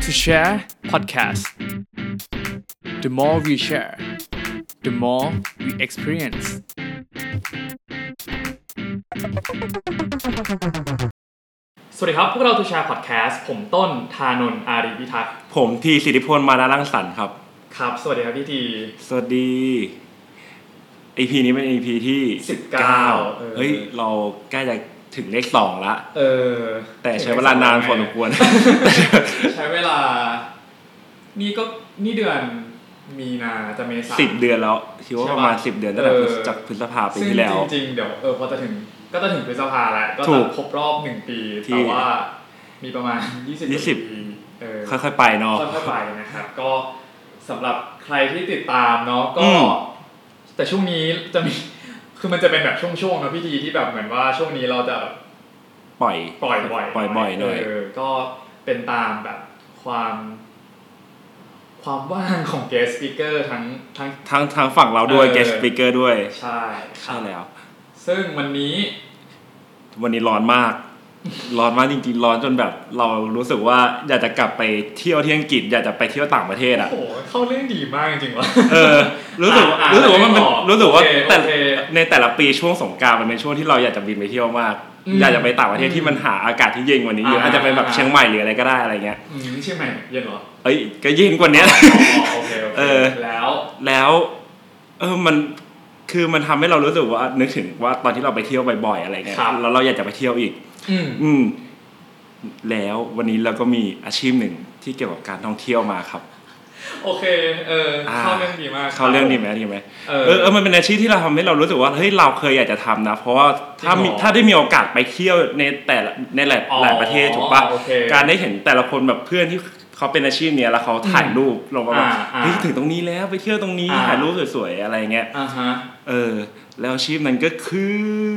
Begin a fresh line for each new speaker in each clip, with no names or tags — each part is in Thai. to share podcast the more we share the more we experience สวัสดีครับ พวกเรา to share podcast ผมต้นธานนท์อารีพิทักษ์
ผมทีสิทธิพลมานารังสรรค์ครับ
ครับ สวัสดีครับพี่ที
สวัสดี EP นี้เป็น EP ที่
19
19เฮ้ย เราใกล้จะถึงเลขสองละ
เออ
แต่ใช้เวลานานพอสม ควร
ใช้เวลา นี่ก็นี่เดือนมีนาจะเมษา
สิบเดือนแล้วคิดว่าประมาณ
ใช่ปะ
สิบเดือนตั้งแต่
เออ
จากพฤษภาปี
ซึ่ง
ที่แล้ว
จริงๆ เดี๋ยวเออพอจะถึงก็จะถึงพฤษภาแล้วก็
ถู
จะ
ก
ครบรอบหนึ่งปี
ที่
แต่ว่ามีประมาณ 20กว่า
20
ปีเออค่
ค่อยๆไปเนาะ
อยๆไปนะครับ ก็สำหรับใครที่ติดตามเนาะก็
อืม
แต่ช่วงนี้จะมี คือมันจะเป็นแบบช่วงๆเนาะพี่ทีที่แบบเหมือนว่าช่วงนี้เราจะแบบ
ปล่อย
ปล่อยบ่อย
ปล่อยบ่อยหน่อย
เออก็เป็นตามแบบความ ความว่างของ guest speaker ทั้งทั้ง
ทั้งทั้งฝั่งเราด้วย
เออ
guest speaker ด้วย
ใช่ค
ใช่
รับ
แล้ว
ซึ่งวันนี้
วันนี้ร้อน มาก ร้อนมากจริงๆ ร้อนจนแบบ เรารู้สึกว่าอยากจะกลับไปเที่ยวที่อังกฤษอยากจะไปเที่ยวต่างประเทศ
โอ้
อ่ะ
โห เข้าเรื่องดีมากจริงๆวะ
เออรู้สึกว่า
อ่ะอ่ะ
รู้สึกว่ามันเป็น
ไม่บอก
รู้สึกว่า
โอเค
แต่
โอเค
ในแต่ละปีช่วงสงกรารมันเป็นช่วงที่เราอยากจะบินไปเที่ยวมาก
อืม
อยากจะไปต่างประเทศที่มันหาอากาศที่เย็นกว่านี้เยอะ
อ่า
อาจจะไปแบบเชียงใหม่หรืออะไรก็ได้อะไรเงี้ย
อืมใช่ไหมเย็นเหรอ
เอ้ยก็เย็นกว่านี้
อ๋อโอเคโอเค
เออ
แล้ว
แล้วเออมันคือมันทำให้เรารู้สึกว่านึกถึงว่าตอนที่เราไปเที่ยวบ่อยๆอะไรเงี้ย
ครับ
แล้วเราอยากจะไปเที่ยวอีก
อืม
อืม แล้ววันนี้เราก็มีอาชีพหนึ่งที่เกี่ยวกับการท่องเที่ยวมาครับ
โอเค เออ
อ่า
เข้าเรื่องดีมาก
เข้าเรื่องดีไหมดีไหม
เอ
เออเอ
อ
อมันเป็นอาชีพที่เราทำให้เรารู้สึกว่าเฮ้ยเราเคยอยากจะทำนะ เพราะว่าถ้า
จริ
มี
งเหรอ
ถ้าได้มีโอกาสไปเที่ยวในแต่ละในหลาย
อ๋อ
หลายประเทศถูกปะ
โอเค
การได้เห็นแต่ละคนแบบเพื่อนที่เขาเป็นอาชีพเนี้ยแล้วเขาถ่ายรูปลงมาแบบ
อ่าอ่า
เฮ้ยถึงตรงนี้แล้วไปเที่ยวตรงนี้
อ่า
ถ่ายรูปสวยๆอะไรเงี้ย
อ่าฮะ
เออแล้วอาชีพนั้นก็คื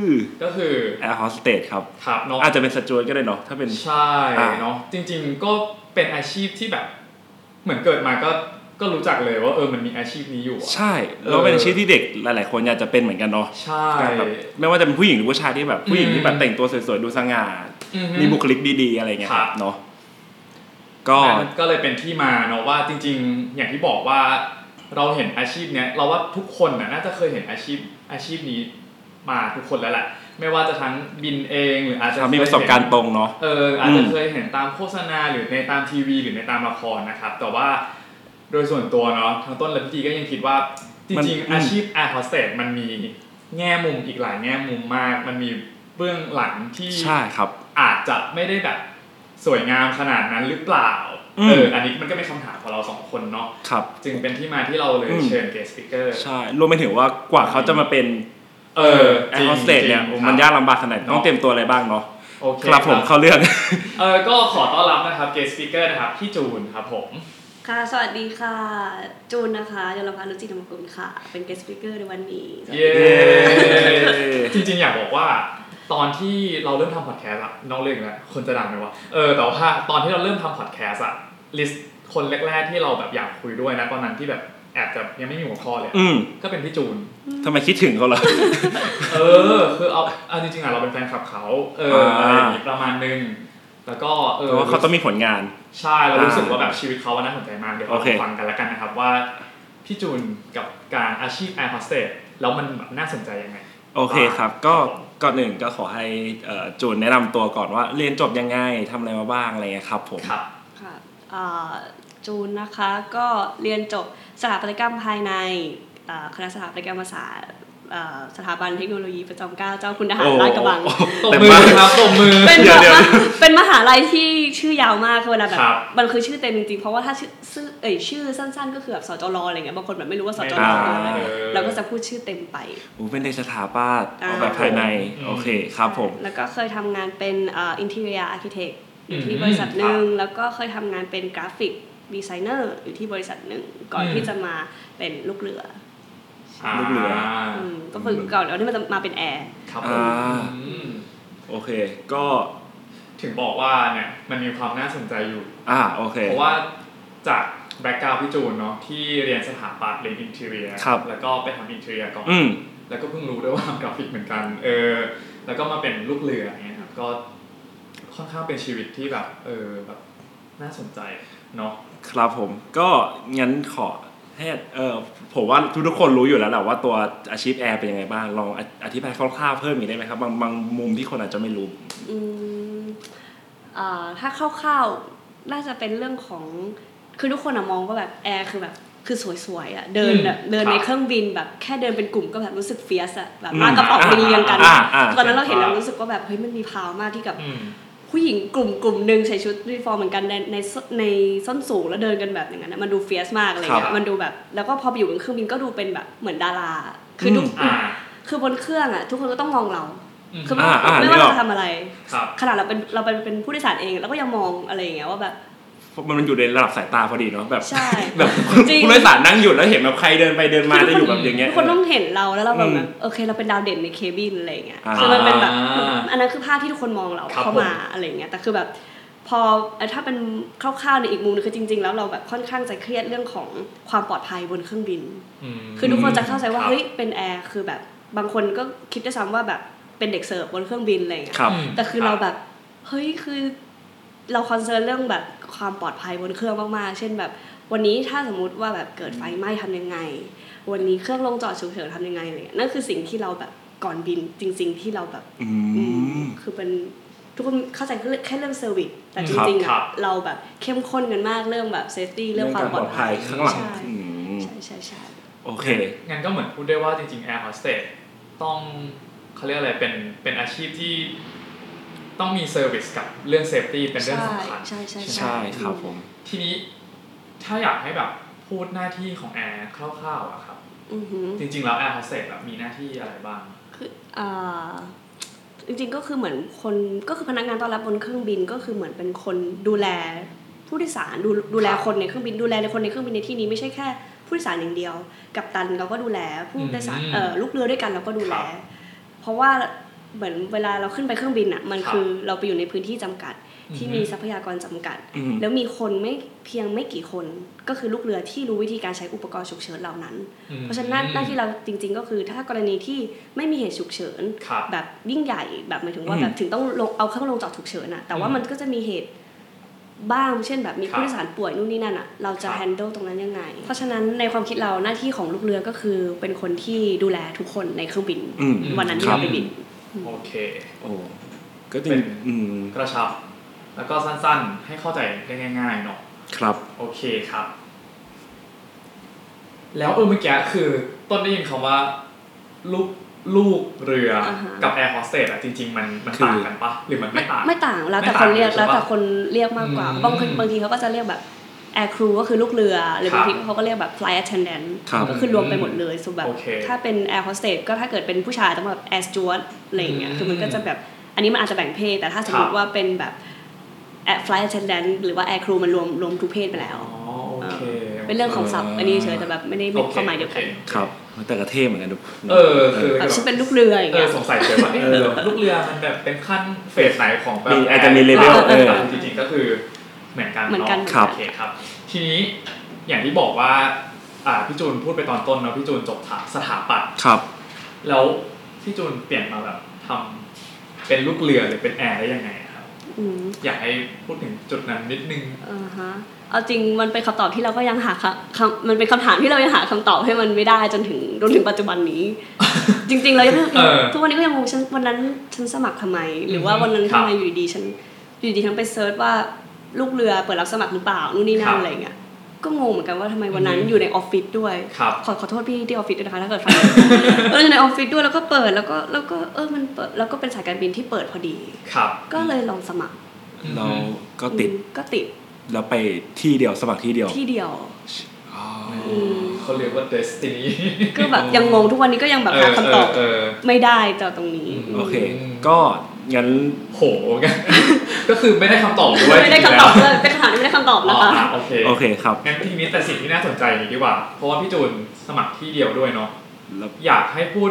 อ
ก็คือ
แอร์โฮสเตสครับ
ขับเนาะ
อาจจะเป็นสจวตก็ได้เนาะถ้าเป็น
ใช่
อ่า
เนาะจริงๆก็เป็นอาชีพที่แบบ เหมือนเกิดมาก็ก็รู้จักเลยว่าเออมันมีอาชีพนี้อยู่อะ
ใช่
เออ
แล้วเป็นอาชีพที่เด็กหลาย ๆ คนอยากจะเป็นเหมือนกันเนาะ
ใช่
การแบบไม่ว่าจะเป็นผู้หญิงหรือผู้ชายที่แบบผู้หญิงที่แบบแต่งตัวสวยๆดูสง่า
อือฮึ
มีบุคลิกดีๆอะไรเงี้ย
ครับ
เนาะก็
นั่นก็เลยเป็นที่มาเนาะว่าจริง ๆ อย่างที่บอกว่าเราเห็นอาชีพเนี้ยเราว่าทุกคนน่ะน่าจะเคยเห็นอาชีพอาชีพนี้มาทุกคนแล้วแหละไม่ว่าจะทั้งบินเองหรืออาจจะ
ทำมีประสบการณ์ตรงเนาะ
เอออาจจะ
อืม
เคยเห็นตามโฆษณาหรือในตามทีวี หรือในตามละครนะครับ แต่ว่าโดยส่วนตัวเนาะทางต้นและพี่จีก็ยังคิดว่าจริงๆ อาชีพแอร์โฮสเตสมันมีแง่มุมอีกหลายแง่มุมมาก มันมีเบื้องหลังที่
ใช่ครับ
อาจจะไม่ได้แบบสวยงามขนาดนั้นหรือเปล่า
อืม
เออ อันนี้มันก็เป็นคำถามของเราสองคนเนาะ
ครับ
จึงเป็นที่มาที่เราเลย
อืม
เชิญเกสติกเกอร์
ใช่รวมไปถึงว่ากว่าเขาจะมาเป็น
เออ
แอร์โฮสเตสเนี่ย
จริงๆ
โอ้
ครับ
มันยากลำบากขนาดไหนต้องเตรียมตัวอะไรบ้างเนาะ
โอเค
ครับผมเข้าเรื่อง
เออ ก็ขอต้อนรับนะครับเกสติกเกอร์นะครับพี่จูนครับผม
ค่ะ สวัสดีค่ะ จูนนะคะยลพันธ์รุจิธรรมกุลค่ะ เป็นเกสต์สปิเกอร์ในวันนี้
เย้
เย้
จริงๆอยากบอกว่า ตอนที่เราเริ่มทำพอดแคสต์อะนอกเรื่องอีกแล้วคนจะดังไหมวะเออแต่ว่าตอนที่เราเริ่มทำพอดแคสต์อะลิสต์คนแรกๆที่เราแบบอยากคุยด้วยนะตอนนั้นที่แบบแอบจะยังไม่มีหัวข้อเลยอะ
อืม
ก็เป็นพี่จูน
ทำไมคิดถึงเขาล่ะ
เออคือเอาเอาจริงๆอ่ะเราเป็นแฟนคลับเขาเออ
อ่า
อะไรอย่างงี้ประมาณนึงแล้วก็เอ
เพ
อ
ราะว่าเขาต้องมีผลงาน
ใช่เรารู้สึก
อ่า
ว่าแบบชีวิตเขาอะน่าสนใจมากเดี๋ยว
โอ
เรา
เค
ฟังกันแล้วกันนะครับว่าพี่จูนกับการอาชีพแอร์พาสเตแล้วมันแบบน่าสนใจยังไง
โอเคครับ ก็ก่อนหนึ่งก็ขอให้เอ่อจูนแนะนำตัวก่อนว่าเรียนจบยังไงทำอะไรมาบ้างอะไรเงี้ยครับผม
ครับ
ค่ะอ่าจูนนะคะก็เรียนจบสถาปัตยกรรมภายในอ่าคณะสถาปัตยกรรมศาสตร์อ่าสถาบันเทคโนโลยีประจอมเกล้าเจ้าคุณทหารราชกระบัง
โอ้โห
ตบ
แต่
มือ
ว่า
ครับตบมือ
เป็น
เดี๋ย
แบ
ว
บ
เดี๋ยว
ว่าเป็นมหาลัยที่ชื่อยาวมากคือเวลาแบ
ครับ บ
มันคือชื่อเต็มจริงๆเพราะว่าถ้าชื่อชื่อเอ่ยชื่อสั้นๆ ก็คือแบบสจรอะไรเงี้ยบางคนแบบไม่รู้ว่าสจร
อ่า
คืออะไรเราก็จะพูดชื่อเต็มไป
โอ้เป็นในสถาปัตย์
อ่า
ออกแบบภายใน
อืม
โอเคครับผม
แล้วก็เคยทำงานเป็นอินเทอร์เนียอาร์เคเต็กอยู่ที่
อืม
บริษัทหนึ่งแล้วก็เคยทำงานเป็นกราฟิกดีไซเนอร์อยู่ที่บริษัทหนึ่งก่อน
อืม
ที่จะมาเป็นลูกเรือ
อ่า
ลูกเรือ
อืมก็คือก่อนแล้วที่มันจะมาเป็นแอร์
ครับ
อ่า
อืม
โอเค ก็
ถึงบอกว่าเนี่ยมันมีความน่าสนใจอยู่
อ่าโอเค
เพราะว่าจากแบ็กกราวพี่จูนเนาะที่เรียนสถาปัตย์เรียนอินเทอร์เนีย
ครับ
แล้วก็ไปทำอินเทอร์เนียก่อน
อืม
แล้วก็เพิ่งรู้ด้วยว่า กราฟิกเหมือนกัน เออ แล้วก็มาเป็นลูกเรืออย่างเงี้ยครับ ก็ค่อนข้างเป็นชีวิตที่แบบ เออแบบ น่าสนใจเนาะ
ครับผมก็งั้นขอให้เออผมว่าทุกๆคนรู้อยู่แล้วแหละว่าตัวอาชีพแอร์เป็นยังไงบ้างลองออธิบายคร่าวๆเพิ่มอีกได้ไหมครับบางบางมุมที่คนอาจจะไม่รู้
อืมเอ่อถ้าคร่าวๆน่าจะเป็นเรื่องของคือทุกคนอะมองว่าแบบแอร์คือแบบคือสวยๆอะเดินแบบ
อืม
เดินใน
ครับ
เครื่องบินแบบแค่เดินเป็นกลุ่มก็แบบรู้สึกเฟียสอะแบบ
อืม
มากกระเป๋า
อ่า
ไปเรียงกัน
อ่าอ่า
ตอนนั้นเราเห็น
ครับ
เรารู้สึกว่าแบบเฮ้ยมันมีพาวมากที่กับ
อืม
ผู้หญิงกลุ่มกลุ่มหนึ่งใส่ชุดยูนิฟอร์มเหมือนกันในในสในส้นสูงแล้วเดินกันแบบอย่างนั้นนะมันดูเฟียสมากอะไร
ครับ
เงี้ยมันดูแบบแล้วก็พอไปอยู่บนเครื่องบินก็ดูเป็นแบบเหมือนดาราคือ
ม
ทุก
อ่า
คือบนเครื่องอ่ะทุกคนก็ต้องมองเรา
อืม
คือ
อ่าอ่า
ไม่
นึ
ว่า
ออก
กเราจะทำอะไร
ครับ
ขนาดเราเป็นเราเป็นเป็นผู้โดยสารเองแล้วก็ยังมองอะไรอย่างเงี้ยว่าแบบ
เพราะมันมันอยู่ในระดับสายตาพอดีเนาะแบบ
ใช่
แบบ
จริง
ผู้โดยสารนั่งอยู่แล้วเห็นแบบใครเดินไปเดินมาจะอยู่แบบอย่างเงี้ย
ทุกคนต้องเห็นเราแล้วเราแบบ
อืม
แบบโอเคเราเป็นดาวเด่นในเคบินอะไรอย่างเงี้ย
อ่า
คือมันเป็นแบบอันนั้นคือภาพที่ทุกคนมองเรา
ครับ
เข้ามา
ผม
อะไรอย่างเงี้ยแต่คือแบบพอเอ่อถ้าเป็นคร่าวๆในอีกมุมหนึงคือจริง ๆ แล้วเราแบบค่อนข้างจะเครียดเรื่องของความปลอดภัยบนเครื่องบิน
อืม
คือทุกคนจะเข้าใจว่า
ครับ
เฮ้ยเป็นแอร์คือแบบบางคนก็คิดด้วยซ้ำว่าแบบเป็นเด็กเสิร์ฟบนเครื่องบินอะไรอย่างเงี้ย
ครับ
อืม
แต่คือเราแบบเฮ้ยคือเราคอนเซิร์นเรื่องแบบความปลอดภัยบนเครื่องมากๆ เช่นแบบ วันนี้ถ้าสมมุติว่าแบบเกิดไฟไหม้ทำยังไง วันนี้เครื่องลงจอดฉุกเฉินทำยังไงอะไรเงี้ยนั่นคือสิ่งที่เราแบบก่อนบินจริง ๆ ที่เราแบบ
อื
อื
ม
มคือเป็นทุกคนเข้าใจแค่เรื่องเซอร์วิสแต่จ
ครับ
ริงๆ
ครั
อะ
บ
เราแบบเข้มข้นกันมากเรื่องแบบเซฟตี้เรื่องความปลอดภัย
เรื่องกรปลอดข้างหลัง
ใช่
อืม
ใช่ใช่ใช่
โอเค
งั้นก็เหมือนพูดได้ว่าจริงๆ Air Hostess ต้องเขาเรียกอะไรเป็นเป็นอาชีพที่ต้องมีเซอร์วิสกับเรื่องเซฟตี้เป็นเรื่องสำคัญ
ใช่ใช่
ใช่ครับผม
ทีนี้ถ้าอยากให้แบบพูดหน้าที่ของแอร์คร่าวๆอะครับ
อือหือ
จริงๆ แล้วแอร์ o s สเตสแบบมีหน้าที่อะไรบ้าง
คืออ่าจริงๆก็คือเหมือนคนก็คือพนักงานต้อนรับบนเครื่องบินก็คือเหมือนเป็นคนดูแลผู้โดยสารดูดูแลคนในเครื่องบินดูแลในคนในเครื่องบินในที่นี้ไม่ใช่แค่ผู้โดยสารอย่างเดียว กับตันเราก็ดูแลผู้โดยสาร
อืม
เอ่อลูกเรือด้วยกันเราก็ดูแล
ครับ
เพราะว่าเหมือนเวลาเราขึ้นไปเครื่องบินอ่ะมัน
ครับ
คือเราไปอยู่ในพื้นที่จำกัด ที่
อือฮึ
มีทรัพยากรจำกัด
อืม
แล้วมีคนไม่เพียงไม่กี่คนก็คือลูกเรือที่รู้วิธีการใช้อุปกรณ์ฉุกเฉินเหล่านั้น
อืม
เพราะฉะนั้นหน้าที่เราจริง ๆ ก็คือถ้ากรณีที่ไม่มีเหตุฉุกเฉิน
ครับ
แบบยิ่งใหญ่แบบหมายถึงว่า
อืม
แบบถึงต้องลงเอาเครื่องลงจอดฉุกเฉินอะแต่ว่า
อืม
มันก็จะมีเหตุบ้าง เช่นแบบมี
ครับ
ผู้โดยสารป่วยนู่นนี่นั่นอะเราจะ
ครับ
handle ตรงนั้นยังไง เพราะฉะนั้นในความคิดเราหน้าที่ของลูกเรือก็คือเป็นคนที่ดูแลทุกคนในเครื่องบิน
อืม
วันนั้นที่เราไปบิน
โอเค
โอ้ก็จริ
เป็
ง
น
อืม
กระชับ แล้วก็สั้นๆ ให้เข้าใจได้ง่ายๆเนาะ
ครับ
โอเคครับ แล้วเออเมื่อกี้คือต้นได้ยินคำว่า ลูกลูกเรืออา
ฮะ
กับแอร์ o s สเตสอะจริง ๆ มันมัน
คือ
ต่างกันปะหรือมันไม่ต่าง
ไม่ต่างแล้วแต่
ไม่
ค
ต่าง
นเรียก
เลยใช่
แล้วแต่
ปะ
คนเรียกมากกว่า
อืม
บางคนบางทีเขาก็จะเรียกแบบแอร์ครูก็คือลูกเรือ หรือบางทีเขาก็เรียกแบบ flight attendant
ครับ
ก็คือรวมไปหมดเลยส่วนแบบ
โอเค
ถ้าเป็น air hostess ก็ถ้าเกิดเป็นผู้ชายต้องแบบ air steward อะไรอย่างเงี้ย
อืม
คือมันก็จะแบบอันนี้มันอาจจะแบ่งเพศ แต่ถ้าสมม
ครั
ติ
บ
ว่าเป็นแบบ air flight attendant หรือว่า air crew มันรวมรวมทุกเพศไปแล้ว
อ๋อโอเค
เป็นเรื่องของศัพท์อันนี้เฉยแต่แบบไม่ได้มี
โอ
ความหมายเดียวกัน
โอค
ครับแต่กระเท่เหมือนกันทุก
เออคือ
แบบ
แบ
ฉัน
บ
เป็นลูกเรืออย่าง
เออ
เงี้ย
สงสัยเฉยว่าเอ๊ะเรือลูกเรือมันแบบเป็นขั้นเฟสไหนของแบบ
มีอาจจะมีเลเวลเออ
แต่จริงๆก็คือเหมือนกัน
เหมือนกัน
เาะ
ครับ
โอเคครับ ทีนี้อย่างที่บอกว่าอ่าพี่จูนพูดไปตอนต้นเนาะพี่จูนจบสถาปัตย์
ครับ
แล้วที่จูนเปลี่ยนมาแบบทำเป็นลูกเรือหรือเป็นแอร์ได้ยังไงอะครับ
อืม
อยากให้พูดถึงจุดนั้นนิดนึง
อ่าฮะเอาจริงมันเป็นคำตอบที่เราก็ยังหาคำคำมันเป็นคำถามที่เรายังหาคำตอบให้มันไม่ได้จนถึงจนถึงปัจจุบันนี้ จริงๆเรายัง
เออ
ทุกวันนี้ก็ยังงงฉันวันนั้นฉันสมัครทำไม หรือว่า
อืม
วันนั้น
ครั
ทำ
บ
ไมอยู่ดีๆฉันอยู่ดีๆฉันไปเซิร์ชว่าลูกเรือเปิดรับสมัครหรือเปล่านู่นนี่
ครั
นั่น
บ
อะไรเงี้ยก็งงเหมือนกันว่าทำไมวันนั้น
อืม
อยู่ในออฟฟิศด้วย
ครับ
ขอขอโทษพี่ที่ออฟฟิศด้วยนะคะถ้าเกิดฟัง เอออยู่ในออฟฟิศด้วยแล้วก็เปิดแล้วก็แล้วก็เออมันเปิดแล้วก็เป็นสายการบินที่เปิดพอดี
ครับ
ก็เลยลองสมัคร
เราก็ติด
อืมก็ติด
แล้วไปที่เดียวสมัครที่เดียว
ที่เดียว
อ๋อ
อืมเขาเรียกว่า destiny
ก็แบบยังงงทุกวันนี้ก็ยังแบบ
เอ
หา
อ
คำตอบ
เออ
ไม่ได้จากตรงนี้
อืม
โอเค ก็งั้น
โห งั้นก็คือไม่ได้คำตอบด้วย
ไม่ได้คำตอบเลยเป็นคำถามที่ไม่ได้คำตอบ
อ๋
นะ
อ
คะ
อ่ะโอเค
โอเคครับ
งั้นทีนี้แต่สิ่งที่น่าสนใจอย่างนี้ดีกว่า เพราะว่าพี่จูนสมัครที่เดียวด้วยเนาะ
แล้ว
อยากให้พูด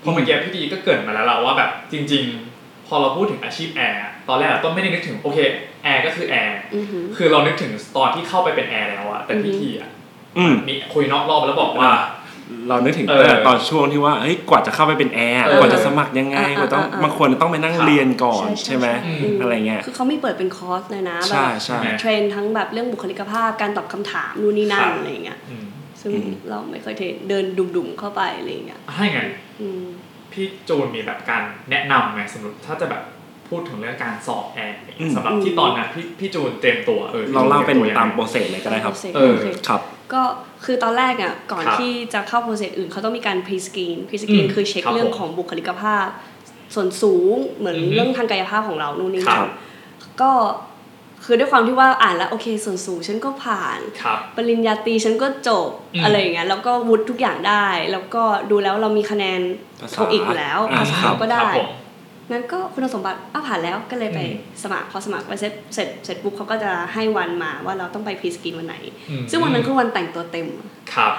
เพอเมื่อกี้พี่ดีก็เกริดมาแล้วเราว่าแบบจริง ๆ พอเราพูดถึงอาชีพแอร์อะตอนแรกอะต้นไม่ได้นึกถึงโอเคแอร์ก็คือแอร์
อือหือ
คือเรานึกถึงตอนที่เข้าไปเป็นแอร์แล้วอะแต่
อือฮึ
พี่ทีอะ
อืม
มีคุยนอกรอบแล้วบอกว่า
เรานึกถึง
เออ
แต่ตอนช่วงที่ว่าเฮ้ยกว่าจะเข้าไปเป็นแอร์
เออก
ว่าจะสมัครยังไง
อ่าอ่าก
ว่าต้อง
อ่าอ่า
บางคนต้องไปนั่ง
ครับ
เรียนก่อนใช่ไหม
อืม
ม
อะไรเงี้ย
คือเขาไม่เปิดเป็นคอร์สเลยนะแบ
ใช่
บ
ใช่
ใช่
เทรนทั้งแบบเรื่องบุคลิกภาพการตอบคำถามนู่นนี่นั่น
ครับ
อะไรเงี้ย
อืม
ซึ่ง
อืม
เราไม่เคยเทรนเดินดุ่มๆเข้าไปอะไรเงี้ย
ให้ไง
อืม
พี่จูนมีแบบการแนะนำไหมสมมติถ้าจะแบบพูดถึงเรื่องการสอบแอร์
อืม
สำหรับที่ตอนนั้นพี่พี่จูนเตรียมตัวเออ
เราเล่าเป็น
ตยมตัวยังไง
ตามโปรเซสเลยก็ได้ครับ
โปเซส
เออ
โค
ครับ
ก็คือตอนแรกอ่ะก่อน
ครับ
ที่จะเข้าโปรเซสอื่นเขาต้องมีการพรีสกรีนพรีสกรีน
อืม
คือเช็ค
ครับ
เรื่องของบุคลิกภาพ ส่วนสูงเหมือน
อือฮึ
เรื่องทางกายภาพของเรานู่นนี่
ครั
นั่น
บ
ก็คือด้วยความที่ว่าอ่านแล้วโอเคส่วนสูงฉันก็ผ่าน
ครับ
ปริญญาตรีฉันก็จบ
อืม
อะไรอย่างเงี้ยแล้วก็วุฒิทุกอย่างได้ แล้วก็ดูแล้วเรามีคะแนน
ภาษา
โทอีกอยู่แล้ว
อ่า
ภาษา
ครับ
เราก็
ค
ได้
รับผม
งั้นก็คุณสมบัติอ่ะผ่านแล้วก็เลยไป
อืม
สมัครพอสมัครไปเสร็จเสร็จเสร็จปุ๊บเขาก็จะให้วันมาว่าเราต้องไปพรีสกรีนวันไหน
อืม
ซึ่งวันนั้นคือวันแต่งตัวเต็ม
ครับ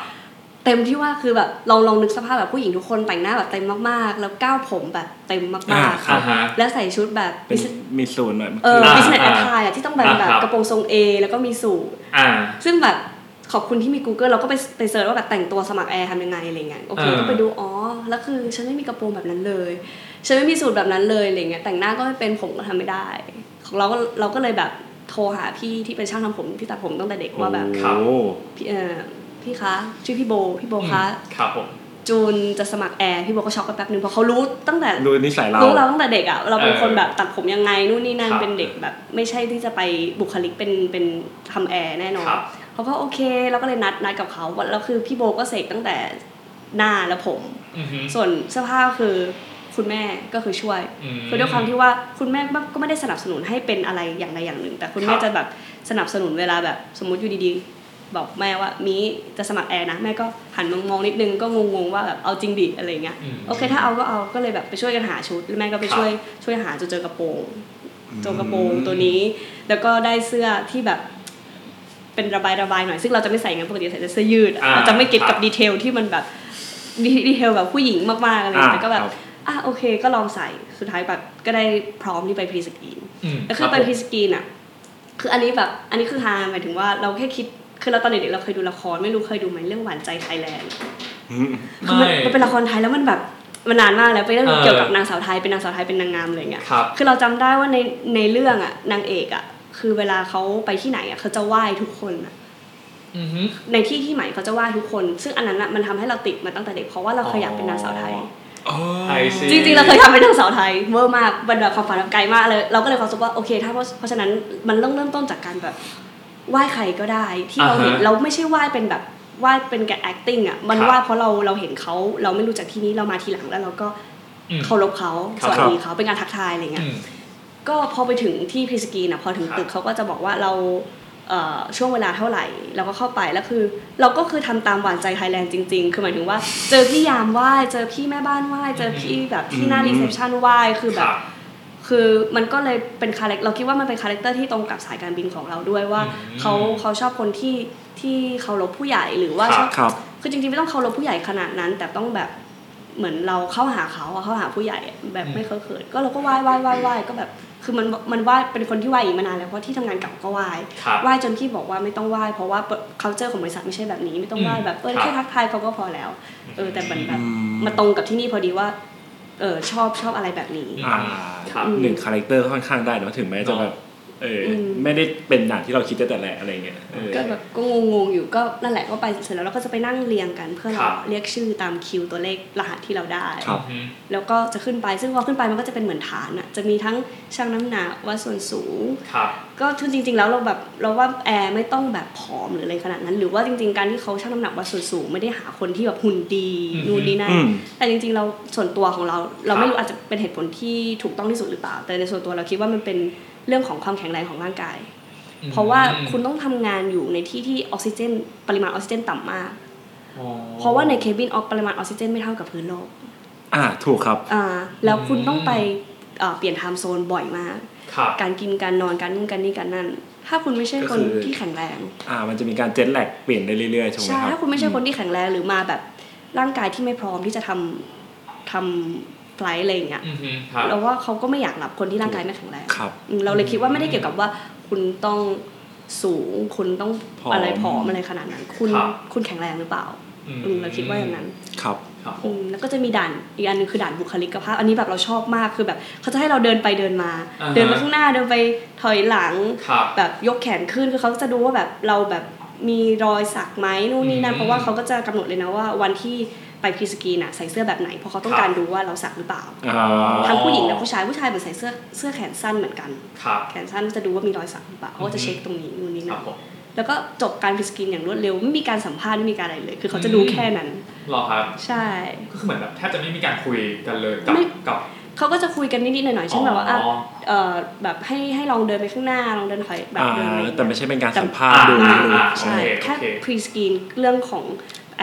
เต็มที่ว่าคือแบบลองลองนึกสภาพแบบผู้หญิงทุกคนแต่งหน้าแบบเต็มมากๆ แล้วก้าวผมแบบเต็มมา
อ่ากครับ
อ่าฮะ
ๆ แล้วใส่ชุดแบบ
เป็นมีศูนย์หน่อย
เออ
อ่า
บิสเนสแอ
อ่า
ทไทอะที่ต้องแบบ
อ่า
แบบ
ครับ
กระโปรงทรง A แล้วก็มีสูท
อ่า
ซึ่งแบบขอบคุณที่มี Google เราก็ไปไปเซิร์ชว่าแบบแต่งตัวสมัครแอร์ทำยังไงอะไรเงี้ยโอเค
อ่า
ก็ไปดูอ๋อแล้วคือฉันไม่มีกระโปรงแบบนั้นเลยฉันไม่มีสูทแบบนั้นเลยอะไรเงี้ยแต่งหน้าก็ไม่เป็นผมก็ทำไม่ได้ ของเราก็เราก็เลยแบบโทรหาพี่ที่เป็นช่างทำผมที่ตัดผมตั้งแต่เด็กว่าแบบ
ครับ
โอ้
พี่เอ่อพี่คะชื่อพี่โบพี่โบคะ
ครับผม
จูนจะสมัครแอร์พี่โบก็ช็อกไปแป๊บนึงเพราะเขารู้ตั้งแต่
ดูนิสัยเรา
รู้เราตั้งแต่เด็กอ่ะเราเป็น
เออ
คนแบบตัดผมยังไงนู่นนี่นั่น
ครับ
เป็นเด็กแบบไม่ใช่ที่จะไปบุคลิกเป็นเป็นทำแอร์แน่นอน
ครับ
เขาก็โอเคเราก็เลยนัดนัดกับเขาแล้วคือพี่โบก็เสกตั้งแต่หน้าและผม ส่วนเสื้อผ้าคือคุณแม่ก็คือช่วย คือด้วยความที่ว่าคุณแม่ก็ไม่ได้สนับสนุนให้เป็นอะไรอย่างใดอย่างหนึ่ง แต่คุณแม่
ครับ
จะแบบสนับสนุนเวลาแบบสมมติอยู่ดีๆ บอกแม่ว่ามีจะสมัครแอร์นะ แม่ก็หันมามองนิดนึงก็งงๆว่าแบบเอาจริงดิอะไรเงี้ย
อืม
โอเคถ้าเอาก็เอาก็เลยแบบไปช่วยกันหาชุดแล้วแม่ก็ไป
ครับ
ช่วยช่วยหาจนเจอกระโปรงเจอกระโปรงตัวนี้ แล้วก็ได้เสื้อที่แบบเป็นระบายระบายๆหน่อยซึ่งเราจะไม่ใส่งั้นปกติใส่แต่เสื้อยืดอะ
อ่า
เราจะไม่เก็ต
ครับ
กับดีเทลที่มันแบบดีเทลแบบผู้หญิงมากๆอะไรเงี้ยแต่ก็แบบ
อ่าครับ
อ่ะโอเคก็ลองใส่สุดท้ายแบบก็ได้พร้อมที่ไปพรีสกรีน
ก็
ก็คือไปพรีสกรีนอ่ะคืออันนี้แบบอันนี้คือฮาหมายถึงว่าเราแค่คิดคือเราตอนเด็กๆเราเคยดูละครไม่รู้เคยดูไหมเรื่องหวานใจไทยแลนด์
อืม
คือ
ไม่
มันมันเป็นละครไทยแล้วมันแบบมันนานมากแล้วเป็นเรื่อง
เออ
เกี่ยวกับนางสาวไทยเป็นนางสาวไทยเป็นนางงามอะไรเงี้ย
ครับ
คือเราจำได้ว่าในในเรื่องอ่ะนางเอกอ่ะคือเวลาเขาไปที่ไหนอ่ะเขาจะไหว้ทุกคนอะ
อือฮึ
ในที่ที่ใหม่เขาจะไหว้ทุกคน ซึ่งอันนั้นอะมันทำให้เราติดมาตั้งแต่เด็กเพราะว่าเราเคยอยากเป็นนางสาวไทย
ไอซี
จริงๆ เราเคยทำเป็นนางสาวไทยเวอร์มากมันแบบความฝันแบบไกลมากเลย เราก็เลยความรู้สึกว่าโอเค ถ้าเพราะเพราะฉะนั้นมันเริ่มเริ่มต้นจากการแบบไหว้ใครก็ได้ ที่เราเห็น
อ่าฮะ
เราไม่ใช่ไหว้เป็นแบบไหว้เป็นแก acting อ่ะมัน
ครับ
ไหว้เพราะเราเราเห็นเขาเราไม่รู้จักที่นี้เรามาทีหลังแล้วเราก็
อืม
เคารพเขา
ค
ส
รับ
วัสดีเขาเป็นการทักทายอะไรเงี้ย
อืม
ก็พอไปถึงที่พรีสกรีนอ่ะพอถึง
ครับ
ตึกเขาก็จะบอกว่าเราเอ่อช่วงเวลาเท่าไหร่เราก็เข้าไปแล้วคือ เราก็คือทำตามหวานใจไทยแลนด์จริง ๆ คือหมายถึงว่า เจอพี่ยามไหว้เจอพี่แม่บ้านไหว้เจอพี่แบบที่หน้า
อืม
รีเซพชันไหว้คือแบ
ครับ บ
คือมันก็เลยเป็นคาแรคเราคิดว่ามันเป็นคาแรคเตอร์ที่ตรงกับสายการบินของเราด้วยว่า
อืม
เขาเขาชอบคนที่ที่เคารพผู้ใหญ่หรือว่า
ครับ
ชอบ
ครับ
คือจริงๆไม่ต้องเคารพผู้ใหญ่ขนาดนั้น แต่ต้องแบบเหมือนเราเข้าหาเขาอะเข้าหาผู้ใหญ่อะแบบไม่เคยเขินก็เราก็ไหว้ไหว้ไหว้ไหว้ก็แบบคือมันมันไหว้เป็นคนที่ไหว้อีกมานานแล้วเพราะที่ทำงานเก่าก็ไหว้
ครับ
ไหว้จนพี่บอกว่าไม่ต้องไหว้เพราะว่า culture ของบริษัทไม่ใช่แบบนี้ ไม่ต้องไหว้
อืม
แบบเออ
ครับ
แค่ทักทายเขาก็พอแล้วเออแต่เหมือนแบบ
อืม
มาตรงกับที่นี่พอดีว่าเออชอบชอบอะไรแบบนี้
อ่า
ครับ
หนึ่งคาแรคเตอร์ค่อนข้างได้เนอะถึงแม้จะแบบเอออ
ม
ไม่ได้เป็นอย่างที่เราคิดตั้งแต่แรกอะไรเงี้ยเออ
ก็แบบก็งงๆอยู่ก็นั่นแหละก็ไปเสร็จแล้วเราก็จะไปนั่งเรียงกันเพื่อ
ค
ร
รั
อบ เรียกชื่อตามคิวตัวเลขรหัสที่เราได้
ครับ
อืม
แล้วก็จะขึ้นไปซึ่งพอขึ้นไปมันก็จะเป็นเหมือนฐานอ่ะจะมีทั้งช่างน้ำหนักวัดส่วนสูง
ครับ
ก็คือจริงๆแล้วเราแบบเราว่าแอร์ไม่ต้องแบบผอมหรืออะไรขนาดนั้น หรือว่าจริงๆการที่เขาช่างน้ำหนักวัดส่วนสูงไม่ได้หาคนที่แบบหุ่นดี
อืม
นู่นนี่นั่น
อืม
แต่จริงๆเราส่วนตัวของเรา เราไม่รู้อาจจะเป็นเหตุผลที่ถูกต้องที่สุดหรือเปล่า แต่ในส่วนตัวเราคิดว่ามันเป็นเรื่องของความแข็งแรงของร่างกาย เพราะว่าคุณต้องทำงานอยู่ในที่ที่ออกซิเจน ปริมาณออกซิเจนต่ำมาก
อ๋อ
เพราะว่าในเคบินออกปริมาณออกซิเจนไม่เท่ากับพื้นโลก
อ่าถูกครับ
อ่าแล้วคุณ
อืม
ต้องไปเอ่อเปลี่ยนไทม์โซนบ่อยมาก
ครับ
การกินการนอนการนู่นการนี่การนั่น ถ้าคุณไม่ใช่
ก็
คน
คือ
ที่แข็งแรง
อ่ามันจะมีการเจ็ตแลกเปลี่ยนได้เรื่อยๆถูกไหม
ใช่
ครับ
ถ้าคุณไม่ใช่คนที่แข็งแรงหรือมาแบบร่างกายที่ไม่พร้อมที่จะทำทำไฟล์อะไรอย่างเงี้ย
อือฮึครับ
เราว่าเขาก็ไม่อยากรับคนที่ร่างกายไม่แข็งแรง
ครับ
อืมเราเลยคิดว่าไม่ได้เกี่ยวกับว่าคุณต้องสูงคุณต้อง
ผอม
อะไรผอมอะไรขนาดนั้น คุณ
ครับ
คุณแข็งแรงหรือเปล่า
อืม
อืมเราคิดว่าอย่างนั้น
ครับ
ครับผ
อื
ม
มแล้วก็จะมีด่านอีกอันหนึงคือด่านบุคลิกภาพ อันนี้แบบเราชอบมากคือแบบเขาจะให้เราเดินไปเดินมา เดินไปข้างหน้าเดินไปถอยหลัง
ครับ
แบบยกแขนขึ้นคือเขาจะดูว่าแบบเราแบบมีรอยสักไหมนู่นนี่นั่
อื
น
ม
เพราะว่าเขาก็จะกำหนดเลยนะว่าวันที่ไปพรีสกรีนอะใส่เสื้อแบบไหนเพราะเขาต้อง
ครับ
การดูว่าเราสักหรือเปล่า
อ่า
ทั้งผู้หญิงและผู้ชายผู้ชายเหมือนใส่เสื้อเสื้อแขนสั้นเหมือนกัน
ครับ
แขนสั้นก็จะดูว่ามีรอยสักหรือเปล่าเขาก็จะเช็คตรงนี้นู่นนี่
ครั
นั่
บ
น
ผม
แล้วก็จบการพรีสกรีนอย่างรวดเร็วไม่มีการสัมภาษณ์ไม่มีการอะไรเลย คือเขาจะดูแค่นั้น
รอครับ
ใช่
ก็คือเหมือนแบบแทบจะไม่มีการคุยกันเลยกับ
ไม่
กับ
เขาก็จะคุยกันนิดๆหน่อยๆเช่นแบบว่าอ่ะ
อ๋อ
เอ่อแบบให้ให้ลองเดินไปข้างหน้าลองเดินถอยแบบ
อ่า
เดินปอย่างเงี้ย
แต่ไม่ใช่เป็นการสัมภาษณ์
แต่
ดู
อ่า
ดู
อ่า
ใช่
โอเค
แค่
โอเค
pre-screen เรื่องของ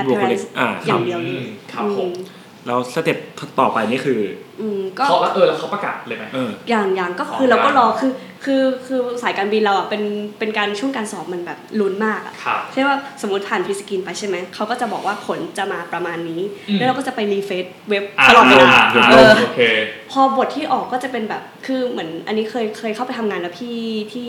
บุคลิก
appearance
อ่า
อ
ครั
ย่า
บ
งเดียวเลย
อืมครับผม
อื
แล้วสเต็ปต่อไปนี่คือ
อืมก็
เขาแล้วเออแล้วเขาประกาศเลยไหม
เออ
อย่างอย่างก็คือ
ออก
เราก็รอ
ได้
คือคือคือสายการบินเราอ่ะเป็นเป็นการช่วงการสอบมันแบบลุ้นมากอ่ะ
ครับ
ใช่ว่าสมมติผ่านพ e สกินไปใช่ไหมเขาก็จะบอกว่าผลจะมาประมาณนี้
อืม
แล้วเราก็จะไปรีเฟซเว็บตลอดเวลา
อ่
เวลา
อ่
เออ
โอเค
พอบทที่ออกก็จะเป็นแบบคือเหมือนอันนี้เคยเคยเข้าไปทำงานแล้วพี่ที่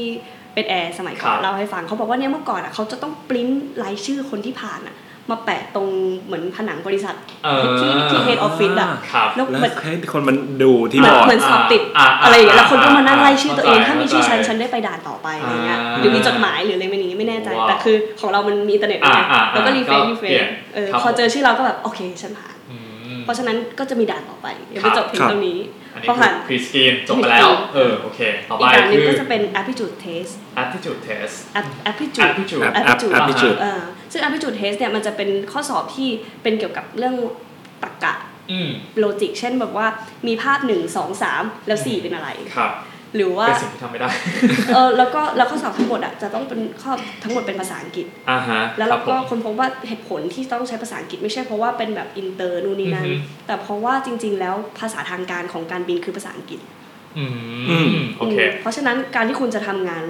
เป็นแอร์สมัยก่
ค
อ
รั
น
บ
เล่าให้ฟังเขาบอกว่าเนี่ยเมื่อก่อนอ่ะเขาจะต้องปริ้นรายชื่อคนที่ผ่านอ่ะมาแปะตรงเหมือนผนังบริษัท
เออ
ที่ที่เฮดออฟฟิศอ่ะ
ครับ
แล้ว
แล้ว
มัน
ให้คนมันดูที่
เห
บอร์ด
มือนเหมือนสอบติด
า
อะไรอย่างเงี้ยแล้วคนก็มานั่งไล่ชื่อตัวเอง
ข้ใจ
ถ้ามีชื่อฉันฉัน
เข้าใจ
ได้ไปด่านต่อไปอะไรเงี้ย
อ่า
หรือมีจดหมายหรืออะไรแบบนี้ไม่แน่ใจ
ว้าว
แต่คือของเรามันมีอินเทอร์เน็ตไง
อ่าอ่า
แล้วก็รีเฟรช
ก็
รีเฟร
เปลี่ย
ช
น
เออ
ครับ
พอเจอชื่อเราก็แบบโอเคฉันผ่าน
อืม
เพราะฉะนั้นก็จะมีด่านต่อไปเดี๋ยวไป
ครับ
จบเพียง
ครับ
เท่านี้
อันนี้
พอ
คือ
ผ่า
น พรีสกรีนจบไปแล้ว
pre-screen
เออโอเค ต่อ
อี
ไป
กด่านหนึง
คือ
ก็จะเป็น aptitude test
attitude test
App- aptitude
attitude
แอปแอป
aptitude
แอปพิจูด
เออซึ่ง aptitude test เนี่ยมันจะเป็นข้อสอบที่เป็นเกี่ยวกับเรื่องตรรกะ
อืม
โลจิก เช่นแบบว่ามีภาพ 1 2 3 แล้ว 4 เป็นอะไร
ครับ
หรือว่า
เป็นสิ่งที่ทำไม่ได้
เออแล้วก็แล้วข้อสอบทั้งหมดอ่ะจะต้องเป็นข้อทั้งหมดเป็นภาษาอังกฤษ
อ่าฮะ
แล้วเรา
คบ
ก็
ผม
คนพบว่าเหตุผลที่ต้องใช้ภาษาอังกฤษไม่ใช่เพราะว่าเป็นแบบอินเตอร์นู่นนี่นั่น
อือฮึ
แต่เพราะว่าจริง ๆ แล้วภาษาทางการของการบินคือภาษาอังกฤษ
อื
อื
ม
ม
โอเค
มเพราะฉะนั้นการที่คุณจะทำงาน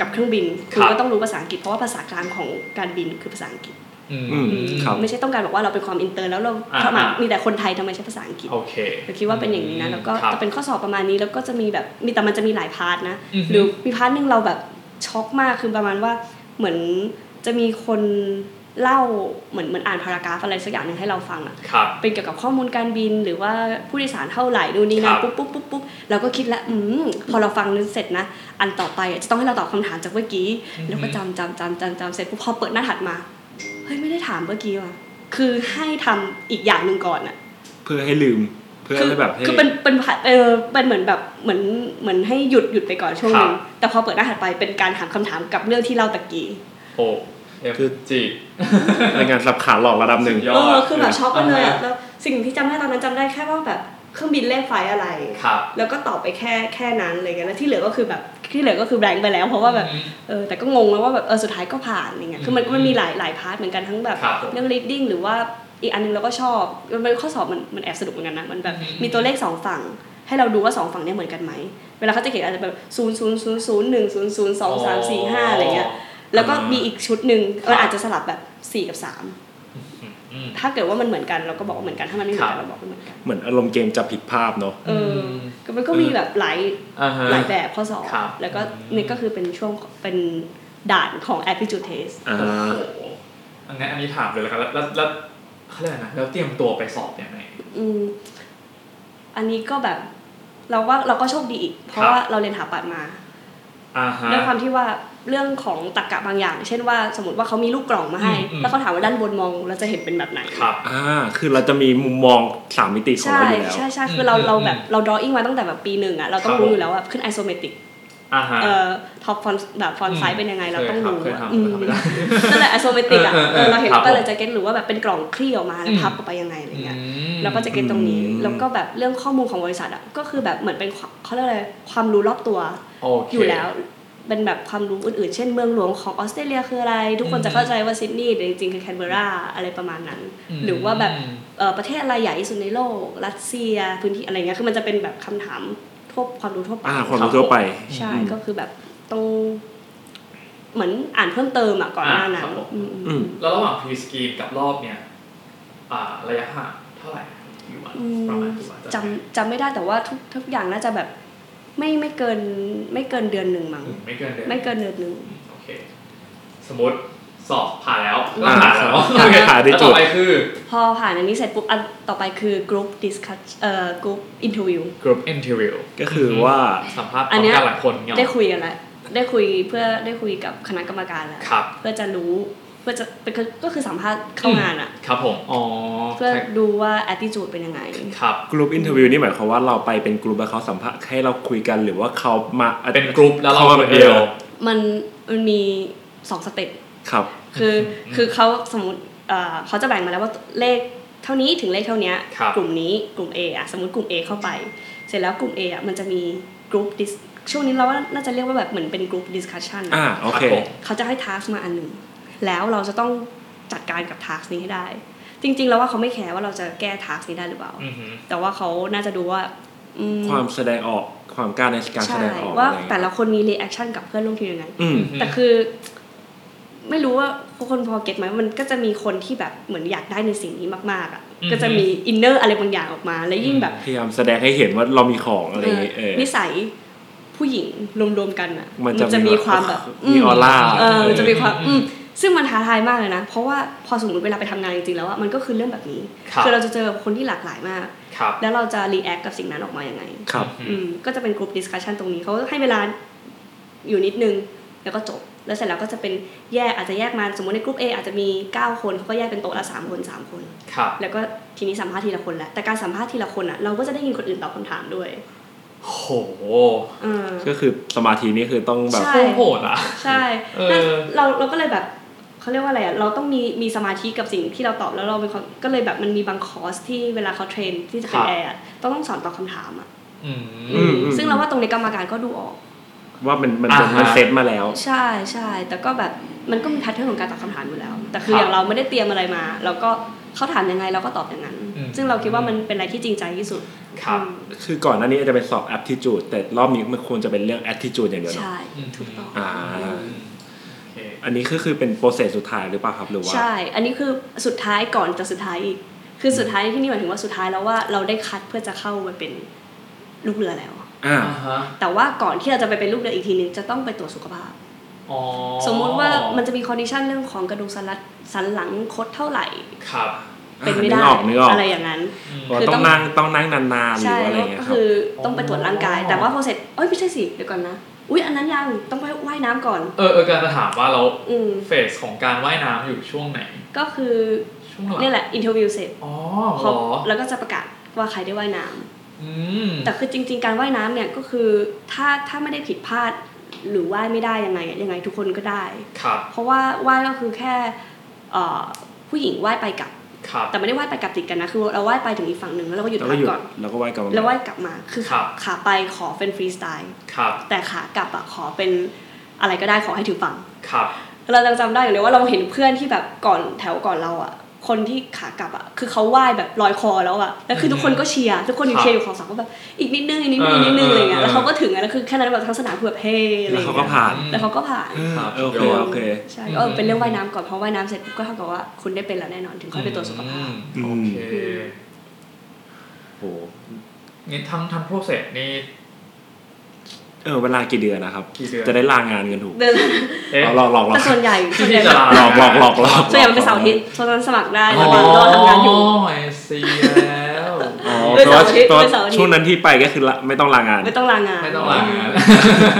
กับเครื่องบินคุณ
ครั
ก็
บ
ต้องรู้ภาษาอังกฤษเพราะว่าภาษากลางของการบินคือภาษาอังกฤษ
อืม
อืมครับ
ไม่ใช่ต้องการบอกว่าเราเป็นความอินเตอร์แล้วเรา
อ่า
สมัคร
อ่ามี
มีแต่คนไทยทำไมใช้ภาษาอังกฤษ
โอเค
เราคิดว่าเป็นอย่างนี้นะแล้วก็
ครับ
จะเป็นข้อสอบประมาณนี้แล้วก็จะมีแบบมีแต่มันจะมีหลายพาร์ทนะ
อือฮึ
หรือมีพาร์ทหนึ่งเราแบบช็อกมากคือประมาณว่าเหมือนจะมีคนเล่าเหมือนเหมือนอ่านพารากราฟอะไรสักอย่างหนึ่งให้เราฟังอะ
ครับ
เป็นเกี่ยวกับข้อมูลการบิน หรือว่าผู้โดยสารเท่าไหร่ดูนนี่
ครั
นะ
บ
ปุ๊บปุ๊บปุ๊บปุ๊บเราก็คิดละอืมพอเราฟังนั้นเสร็จนะ อันต่อไปอะจะต้องให้เราตอบคำถามจากเมื่อกี้ แล้วก็จำจำจำจำจำเสร็จปุ๊บพอเปิดหน้าถัดมาเฮ้ยไม่ได้ถามเมื่อกี้ว่ะคือให้ทำอีกอย่างหนึ่งก่อนอะ
เพื่อให้ลืม เพื่อ
คือ
ให้แบบให้
คือเป็นเป็นผัดเออเป็นเหมือนแบบเหมือนเหมือนให้หยุดหยุดไปก่อนช่วงหนึงแต่พอเปิดหน้าถัดไปเป็นการถามคำถามกับเรื่องที่เล่าตะกี้
โอ้
คือ
จี
รายงานสับขาหลอกระดับหนึ่ง
สุดย
เอ
อ
อคือแบบช็อกไปเลยอะ
อ่าฮะ
แล้วสิ่งที่จำได้ตอนนั้นจำได้แค่ว่าแบบเครื่องบินเลขไฟล์อะไร
ครับ
แล้วก็ตอบไปแค่แค่นั้นอะไรเงี้ยแล้วที่เหลือก็คือแบบที่เหลือก็คือแบงค์ไปแล้วเพราะว่าแบบเออแต่ก็งงแล้วว่าแบบเออสุดท้ายก็ผ่านอย่างเงี้ยคือมันก็มันมีหลายหลายพาร์ทเหมือนกันทั้งแบบ
ครับผม
เรื่อง reading หรือว่าอีกอันนึงเราก็ชอบมันเป็นข้อสอบมันมันแอบสนุกเหมือนกันนะมันแบบ
อืม
มีตัวเลขสองฝั่ง ให้เราดูว่าสองฝั่งเนี่ยเหมือนกันไหมเวลาเขาจะเขียนอาจจะแบบศูนย์ศูนย์ศูนย์ศูนย์หนึ่งศูนย์ศูนย์สองสามสี่ห้าอะไรเงี้ยแล้วก็
อ่ามี
มีอีกชุดหนึ่ง
ครับ
มันอาจจะสลับแบบสี่กับสาม
อืม
ถ้าเกิดว่ามันเหมือนกันเราก็บอกว่าเหมือนกันถ้ามันไม่เหมือนกัน
ครับ
เราบอกไม่เหมือนกัน
เหมือนอารมณ์เกมจับผิดภาพเนาะ
เออก็มันก็มีแบบหลาย
อ่าฮะ
หลายแบบข้อสอบ
ครับ
แล้วก็นี่ก็คือเป็นช่วงเป็นด่านของ aptitude test
อ่า
โอ้โหอันนี้นอันนี้ถามเลยแล้วกันแล้วแล้วแล้วเขาเรียกอะไรนะแล้วเตรียมตัวไปสอบยังไง
อืมอันนี้ก็แบบเราว่าเราก็โชคดีอีก เพ
ครั
ราะ
บ
ว่าเราเรียนถาปัดมา
อ่าฮะ
ด้วยความที่ว่าเรื่องของตรรกะบางอย่าง เช่นว่าสมมติว่าเขามีลูกกล่องมาให้
อืมอืม
แล้วเขาถามว่าด้านบนมองเราจะเห็นเป็นแบบไหน
ครับ
อ่า คือเราจะมีมุมมองสามมิติของ
ใช่
เราอยู่แล้ว
ใช่ใช่คือเรา
อืม
เราแบบเรา drawing มาตั้งแต่แบบปีหนึ่งอะเราต้อ
ค
ง
รับ
รู้อ
ผม
ยู่แล้วว่าขึ้น isometric
อ่าฮะ
เอ่อ top font แบบฟอนต์ไซส์เป็นยังไงเราต้อง
คบ
รู้
เคย
อะ
ทำ
อื
เคย
ม
ทำไม่ได้
นั่นแหละไอโซเมตริกอ่ะ
เออเออ
เออเราเห็น
ครับ
ก็เลยจะเก็ตหรือว่าแบบเป็นกล่องคลี่ออกมาแล้ว
อืม
พับออกไปยังไงอะไรเงี้ย
ม
เราก็จะเก็ตตรงนี้
อืม
แล้วก็แบบเรื่องข้อมูลของบริษัทอ่ะก็คือแบบเหมือนเป็นความเขาเรียกอะไรความรู้รอบตัว
โอเค
อยู่แล้ว เป็นแบบความรู้อื่นๆ เช่นเมืองหลวงของออสเตรเลียคืออะไร ทุกคน
อืม
จะเข้าใจว่าซิดนีย์แต่จริงๆคือแคนเบอร์ราอะไรประมาณนั้น
ม
หรือว่าแบบเอ่อประเทศอะไรใหญ่ที่สุดในโลกรัสเซียพื้นที่อะไรเงี้ยคือมันจะเป็นแบบคำถามทั่วความรู้ทั่วไป
อ่า ความรู้ทั่วไป
ใช่
อืม
ก็คือแบบต้องเหมือนอ่านเพิ่มเติมอ่ะก่อนหน้านั้
อ่าครับ
น
ผม
อืมอืม
อื
อื
ม
ม
แล้วระหว่างพรีสกรีนกับรอบเนี่ยอ่าระยะห่างเท่าไหร่อยู่วันประมาณกี่วัน
จำจำไม่ได้แต่ว่าทุกทุกอย่างน่าจะแบบไม่ไม่เกินไม่เกินเดือนหนึ่งมั้ง
อืมไม่เกินเดือน
ไม่เกินเดือนหนึ่ง
โอเค สมมติ สอบผ่านแล้วก็
อ่า
ผ่านแล้ว
ผ่านผ่านได้
แล้ว
จุ
ต่
ด
อไปคือ
พอผ่านอันนี้เสร็จปุ๊บอันต่อไปคือกรุ๊ปดิสคัชเอ่อกรุ๊ปอินทวิว
กลุ่ม interview
ก็คือว่า
สัมภาษณ์พ
อั
ร้อน ม
เนี้ย
กันหลายคนเนาะ
ได้คุยกันแล้วได้คุยเพื่อได้คุยกับคณะกรรมการแล้ว
ครับ
เพื่อจะรู้เพื่อจะเป็นก็ก็คือสัมภาษณ์เข้า
อืม
งานอะ
ครับผมอ๋อ
เพื่อดูว่า attitude เป็นยังไง
ครับ
กลุ่มอินเทอร์วิวนี่หมายความว่าเราไปเป็นกลุ่มแล้วเขาสัมภาษณ์ให้เราคุยกันหรือว่าเขามา
เป็นกลุ่มแล้วเรา
ขมคนเดียว
มันมันมีสองสเต็ป
ครับ
คือคือเขาสมมติเอ่อเขาจะแบ่งมาแล้วว่าเลขเท่านี้ถึงเลขเท่าเนี้ย
ครับ
กลุ่มนี้กลุ่ม A อ่ะสมมติกลุ่ม A เข้าไป เสร็จแล้วกลุ่ม A อ่ะมันจะมีกลุ่มดิสช่วงนี้เราว่าน่าจะเรียกว่าแบบเหมือนเป็นกลุ่มดิสคัชชัน
อ่าโอเค
ครับผม
เขาจะให้ทาสมาอันหนึ่งแล้วเราจะต้องจัดการกับทาสนี้ให้ได้ จริง ๆ แล้วว่าเขาไม่แคร์ว่าเราจะแก้ทาสนี้ได้หรือเปล่า
อือหือ
แต่ว่าเขาน่าจะดูว่าอืม
ความแสดงออกความกล้าในการแส
ใช่
ดงออก
ว่า
อะไรอย่าง
แต่
เงี้ย
ละคนมีรีแอคชั่นกับเพื่อนร่วมทีมยังไง
อืม
แต่คือไม่รู้ว่าคนพอเก็ตไหมมันก็จะมีคนที่แบบเหมือนอยากได้ในสิ่งนี้มากๆอ่ะ
อืม
ก็จะมีอินเนอร์อะไรบางอย่างออกมา แล้วยิ่งแบบ
พยายามแสดงให้เห็นว่าเรามีของอะไรอย่างเงี้ย
เอ
เอ
อ
อ
นิสัยผู้หญิงรวมๆกันอ่ะ
มันจะ
มีความแบบ
มีออร่า
เออมันจะมีความ
อืม
อืมซึ่งมันท้าทายมากเลยนะ เพราะว่าพอสมมติเวลาไปทำงานจริงๆแล้วอะมันก็คือเรื่องแบบนี้
ครับ
คือเราจะเจอคนที่หลากหลายมาก
ครับ
แล้วเราจะรีแอคกับสิ่งนั้นออกมาอย่างไง
ครับ
อืมก็จะเป็นกลุ่มดิสคัชชันตรงนี้เขาให้เวลาอยู่นิดนึง แล้วก็จบ แล้วเสร็จแล้วก็จะเป็นแยกอาจจะแยกมาสมมติในกลุ่ม A อาจจะมี 9 คนเขาก็แยกเป็นโต๊ะละ 3 คน 3 คน
ครับ
แล้วก็ทีนี้สัมภาษณ์ทีละคนแหละแต่การสัมภาษณ์ทีละคนอ่ะเราก็จะได้ยินคนอื่นตอบคำถามด้วย
โห
เออ
ก็คือสมาธินี่คือต้องแบบ
ใช่
โคตรโหดอ่ะ
ใช่
เออ
นั่นเราเราก็เลยแบบเขาเรียกว่าอะไรอ่ะเราต้องมีมีสมาธิกับสิ่งที่เราตอบแล้วเราเป็นคนก็เลยแบบมันมีบางคอร์สที่เวลาเขาเทรนที่จะเป็นแอร์อะต้องต้องสอนตอบคำถามอ่ะ
อืม
อืม
ซึ่งเราว่าตรงในกรรมการก็ดูออก
ว่ามันมัน
อ่าฮะ
มันเซ็ตมาแล้ว
ใช่ใช่แต่ก็แบบมันก็มีแพทเทิร์นของการตอบคำถามอยู่แล้ว แต่คือ
ครับ
อย่างเราไม่ได้เตรียมอะไรมา เราก็เขาถามยังไงเราก็ตอบอย่างนั้น
อืม
ซึ่งเราคิดว่ามันเป็นอะไรที่จริงใจที่สุด
ครับ
อืม
คือก่อนหน้านี้อาจจะเป็นสอบ aptitude แต่รอบนี้มันควรจะเป็นเรื่อง attitude อย่างเดียวเนาะ
ใช่
อืม
ถูกต้อง
อ่า
โอเค
อันนี้ก็คือเป็นโปรเซสสุดท้ายหรือเปล่าครับหรือว่า
ใช่ อันนี้คือสุดท้ายก่อนจะสุดท้ายอีกคือสุดท้ายที่นี่หมายถึงว่าสุดท้ายแล้วว่าเราได้คัดเพื่อจะเข้ามาเป็นลูกเรือแล้ว
อ่า
อ่าฮะ
แต่ว่าก่อนที่เราจะไปเป็นลูกเรืออีกทีนึงจะต้องไปตรวจสุขภาพ
อ๋อ
สมมุติว่ามันจะมีคอนดิชันเรื่องของกระดูกสันหลังสันหลังคดเท่าไหร่
ครับ
เป็นไม่ได้
นึกออกนึกออก
อะไรอย่างนั้น
อืม
ว่า
คือ
ต้
ต้
อ
องง
นั่งต้องนั่งนานๆหรื
ใช่
อว่าอะไร
ก็
เงี้ยครับ
คือต้องไปตรวจร่างกาย
อ๋อ
แต่ว่าพอเสร็จเอ้ยไม่ใช่สิเดี๋ยวก่อนนะ อุ้ยอันนั้นยังต้องไปว่ายน้ำก่อน
เออเออกำลังจะถามว่าเรา
อืม
เฟสของการว่ายน้ำอยู่ช่วงไหน
ก็คือ
ช่วงหลัง
เนี่ยแหละอินเทอร์วิวเสร็จ
อ๋อ
พ
เหร
อ
อ
แล้วก็จะประกาศว่าใครได้ว่ายน้ำ
อืม
แต่คือจริง ๆ การว่ายน้ำเนี่ยก็คือถ้าถ้าไม่ได้ผิดพลาดหรือว่ายไม่ได้ยังไงยังไงทุกคนก็ได้
ครับ
เพราะว่าว่ายก็คือแค่เอ่อผู้หญิงว่ายไปกลับ
ครับ
แต่ไม่ได้ว่ายไปกลับติดกันนะคือเราว่ายไปถึงอีกฝั่งหนึ่งแล้วเราก็หยุด
แล้วก็
พัก
หยุด
ก่อน
แล้วก็ว่ายกลับมา
แล้วว่ายกลับมาคือ
ครับ
ขาไปขอเป็นฟรีสไตล์
ครับ
แต่ขากลับอะขอเป็นอะไรก็ได้ขอให้ถึงฝั่ง
ครับ
เราจำได้อยู่เลยว่าเราเห็นเพื่อนที่แบบก่อนแถวก่อนเราอะคนที่ขากลับอะคือเขาไหว้แบบลอยคอแล้วอะแล้วคือทุกคนก็เชียร์ทุกคนอยู่
ครับ
เชียร์อยู่ของสามว่าแบบอีกนิดนึงอีกนิดนึง
เออ
อีกนิดนึงอะไรเงี้ย
เออ
แล้วเขาก็ถึงอะแล้วคือแค่นั้นแบบทั้งสนามคือแบบเฮ้อะไร
แล้ว
เงี้ย
เขาก็ผ่าน
อืม
แล้วเขาก็ผ่าน
ครับ
เออโอเค
ยด
โอเค
ใช่ก็เป็นเรื่องว่ายน้ำก่อนเพราะว่ายน้ำเสร็จปุ๊บก็เท่ากับว่าคุณได้เป็นแล้วแน่นอนถึงค่อยไปตรวจสุขภาพ
อืมโอเค
อืม
โห
นี่ทั้งทั้งโปรเซสนี่
เออเวลากี่เดือนนะครับ
กี่เดือน
จะได้ลางานกันถูก
เดิน
เอ๊ะ
เอาหลอกหลอกหลอก
แต่ส่วนใหญ่
ที่
ส่วนใหญ่
ที่จะลา
หลอกหลอกหลอกหลอก
ส่วนใหญ่มันเป็นเสาร์อาทิตย์ส่วนนั้นสมัครได้แล้วก็รอทำงานอยู่
อ๋อไอซีแล้ว
อ๋อ
เป็น
เพราะว่า
เสาร์อาทิตย์
เพราะ
เป็นเสาร์อาทิตย์
ช่วงนั้นที่ไปก็คือละไม่ต้องลางาน
ไม่ต้องลางาน
ไม่ต้องลางาน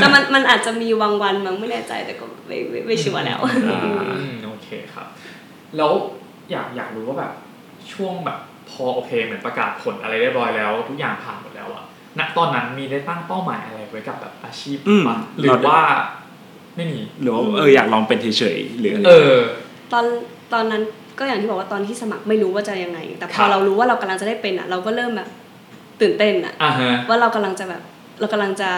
แต่มันมันอาจจะมีวางวันมั้งไม่แน่ใจแต่ก็ไม่ไม่ไม่ชัวร์แล้ว
อ่า
อืมโอเคครับ แล้วอยากอยากรู้ว่าแบบช่วงแบบพอโอเคเหมือนประกาศผลอะไรเรียบร้อยแล้ว ทุกอย่างผ่านหมดแล้วอะณตอนนั้นมีได้ตั้งเป้าหมายอะไรไว้กับแบบอาชีพ
อืม
ปะหรือว่าไม่มี
หรือว่าเอออยากลองเป็นเฉยๆหรืออะไร
เออ
ตอนตอนนั้นก็อย่างที่บอกว่าตอนที่สมัครไม่รู้ว่าจะยังไง แต่พ
ครั
อบ เรารู้ว่าเรากำลังจะได้เป็นอ่ะ เราก็เริ่มแบบตื่นเต้นอ่ะ
อ่าฮะ
ว่าเรากำลังจะแบบเรากำลังจะ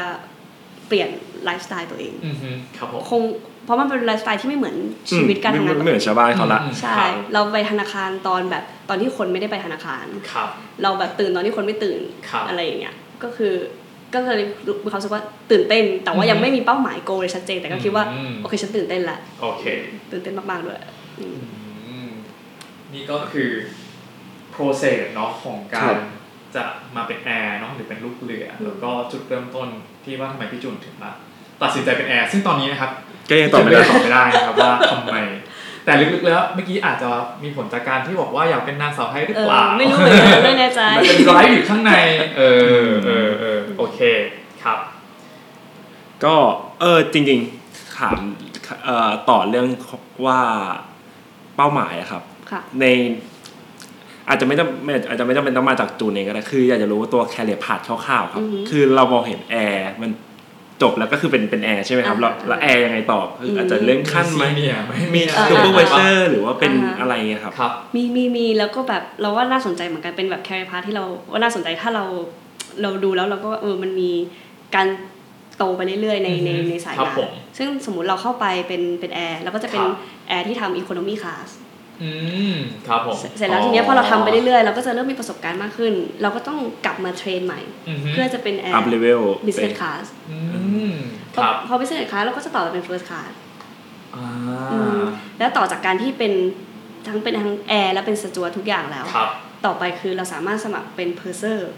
เปลี่ยนไลฟ์สไตล์ตัวเอง
อือฮึครับผม
คงเพราะมันเป็นไลฟ์สไตล์ที่ไม่เหมือนชีวิตการทำงาน
ไม่
ป
ไม่เหมื
ก
อ
ติ
นชาวบ้านเขาละ
อืม
ใช่ เราไปธนาคารตอนแบบตอนที่คนไม่ได้ไปธนาคาร
ครับ
เราแบบตื่นตอนที่คนไม่ตื่น
ครับ
อะไรอย่างเงี้ยก็คือก็เลยมีความรู้สึกว่าตื่นเต้น แต่ว่ายังไม่มีเป้าหมายโกเลยชัดเจนแต่ก็คิดว่า
อืม
โอเคฉันตื่นเต้นละ
โอเค
ตื่นเต้นมากๆด้วยอืม
อืมนี่ก็คือ process เนาะของกา
ครั
ร
บ
จะมาเป็นแอร์เนาะหรือเป็นลูกเรือ แล้วก็จุดเริ่มต้นที่ว่าทำไมพี่จุนถึงมาตัดสินใจเป็นแอร์ซึ่งตอนนี้นะครับ
ก็ยังตอบไม่ได้
พี่จุนก็ยังตอบไม่ได้นะครับว่าทำไม แต่ แต่ลึกๆแล้วเมื่อกี้อาจจะมีผลจากการที่บอกว่าอยากเป็นนางสาวไทยหรือ
เอ
เป
อ
ล่า
ไม่รู้เหมือน กันไม่แน่ใจ
มันเป็นร้ายอยู่ข้างใน เออเออเออโอเคครับ
ก็เออจริงๆถามเอ่อต่อเรื่องว่าเป้าหมายอะครับ
ค่ะ
ในอาจจะไม่จำไม่อาจจะไม่จำเป็นต้องมาจากจูนเองก็ได้คืออยากจะรู้ว่าตัวแคเรียพาดคร่าวๆครั
อื
บ
อหือ
คือเรามองเห็นแอร์มันจบแล้วก็คือเป็นเป็นแอร์ใช่ไหมครับ แล้ว
อ่า
แล้วแอร์ยังไงต่อคืออาจจะเลื่อนขั้นไหม
Senior
มี
อ่า
ซูเปอร์
supervisor
วิเซอร์หรือว่าเป็น
อ่าฮะ
อะไรเงี้ยครับ
ครับ
มีมีมีแล้วก็แบบเราว่าน่าสนใจเหมือนกันเป็นแบบแคริพาที่เราว่าน่าสนใจถ้าเราเราดูแล้วเราก็เออมันมีการโตไปเรื่อยๆในในในสาย
ครั
งา
บ
น
ผม
ซึ่งสมมติเราเข้าไปเป็นเป็นแอร์เราก็จะเป็
ค
น
รับ
แอร์ที่ทำอีโคโนมีคลาส
อืมครับผม
เสร็จแล้วทีเนี้ยพอเราทำไปเรื่อยๆ เราก็จะเริ่มมีประสบการณ์มากขึ้น เราก็ต้องกลับมาเทรนใหม่
ๆ
เพื่อจะเป็นแอร์
up level
บิสเน
เป็น
สคลาส
อืมครับ
พอบิสเนสคลาสเราก็จะต่อไปเป็นเฟิร์สคลาส
อ่า
อืมแล้วต่อจากการที่เป็นทั้งเป็นทั้งแอร์และเป็นสจวตทุกอย่างแล้ว
ครับ
ต่อไปคือเราสามารถสมัครเป็นเพอร์เซอร์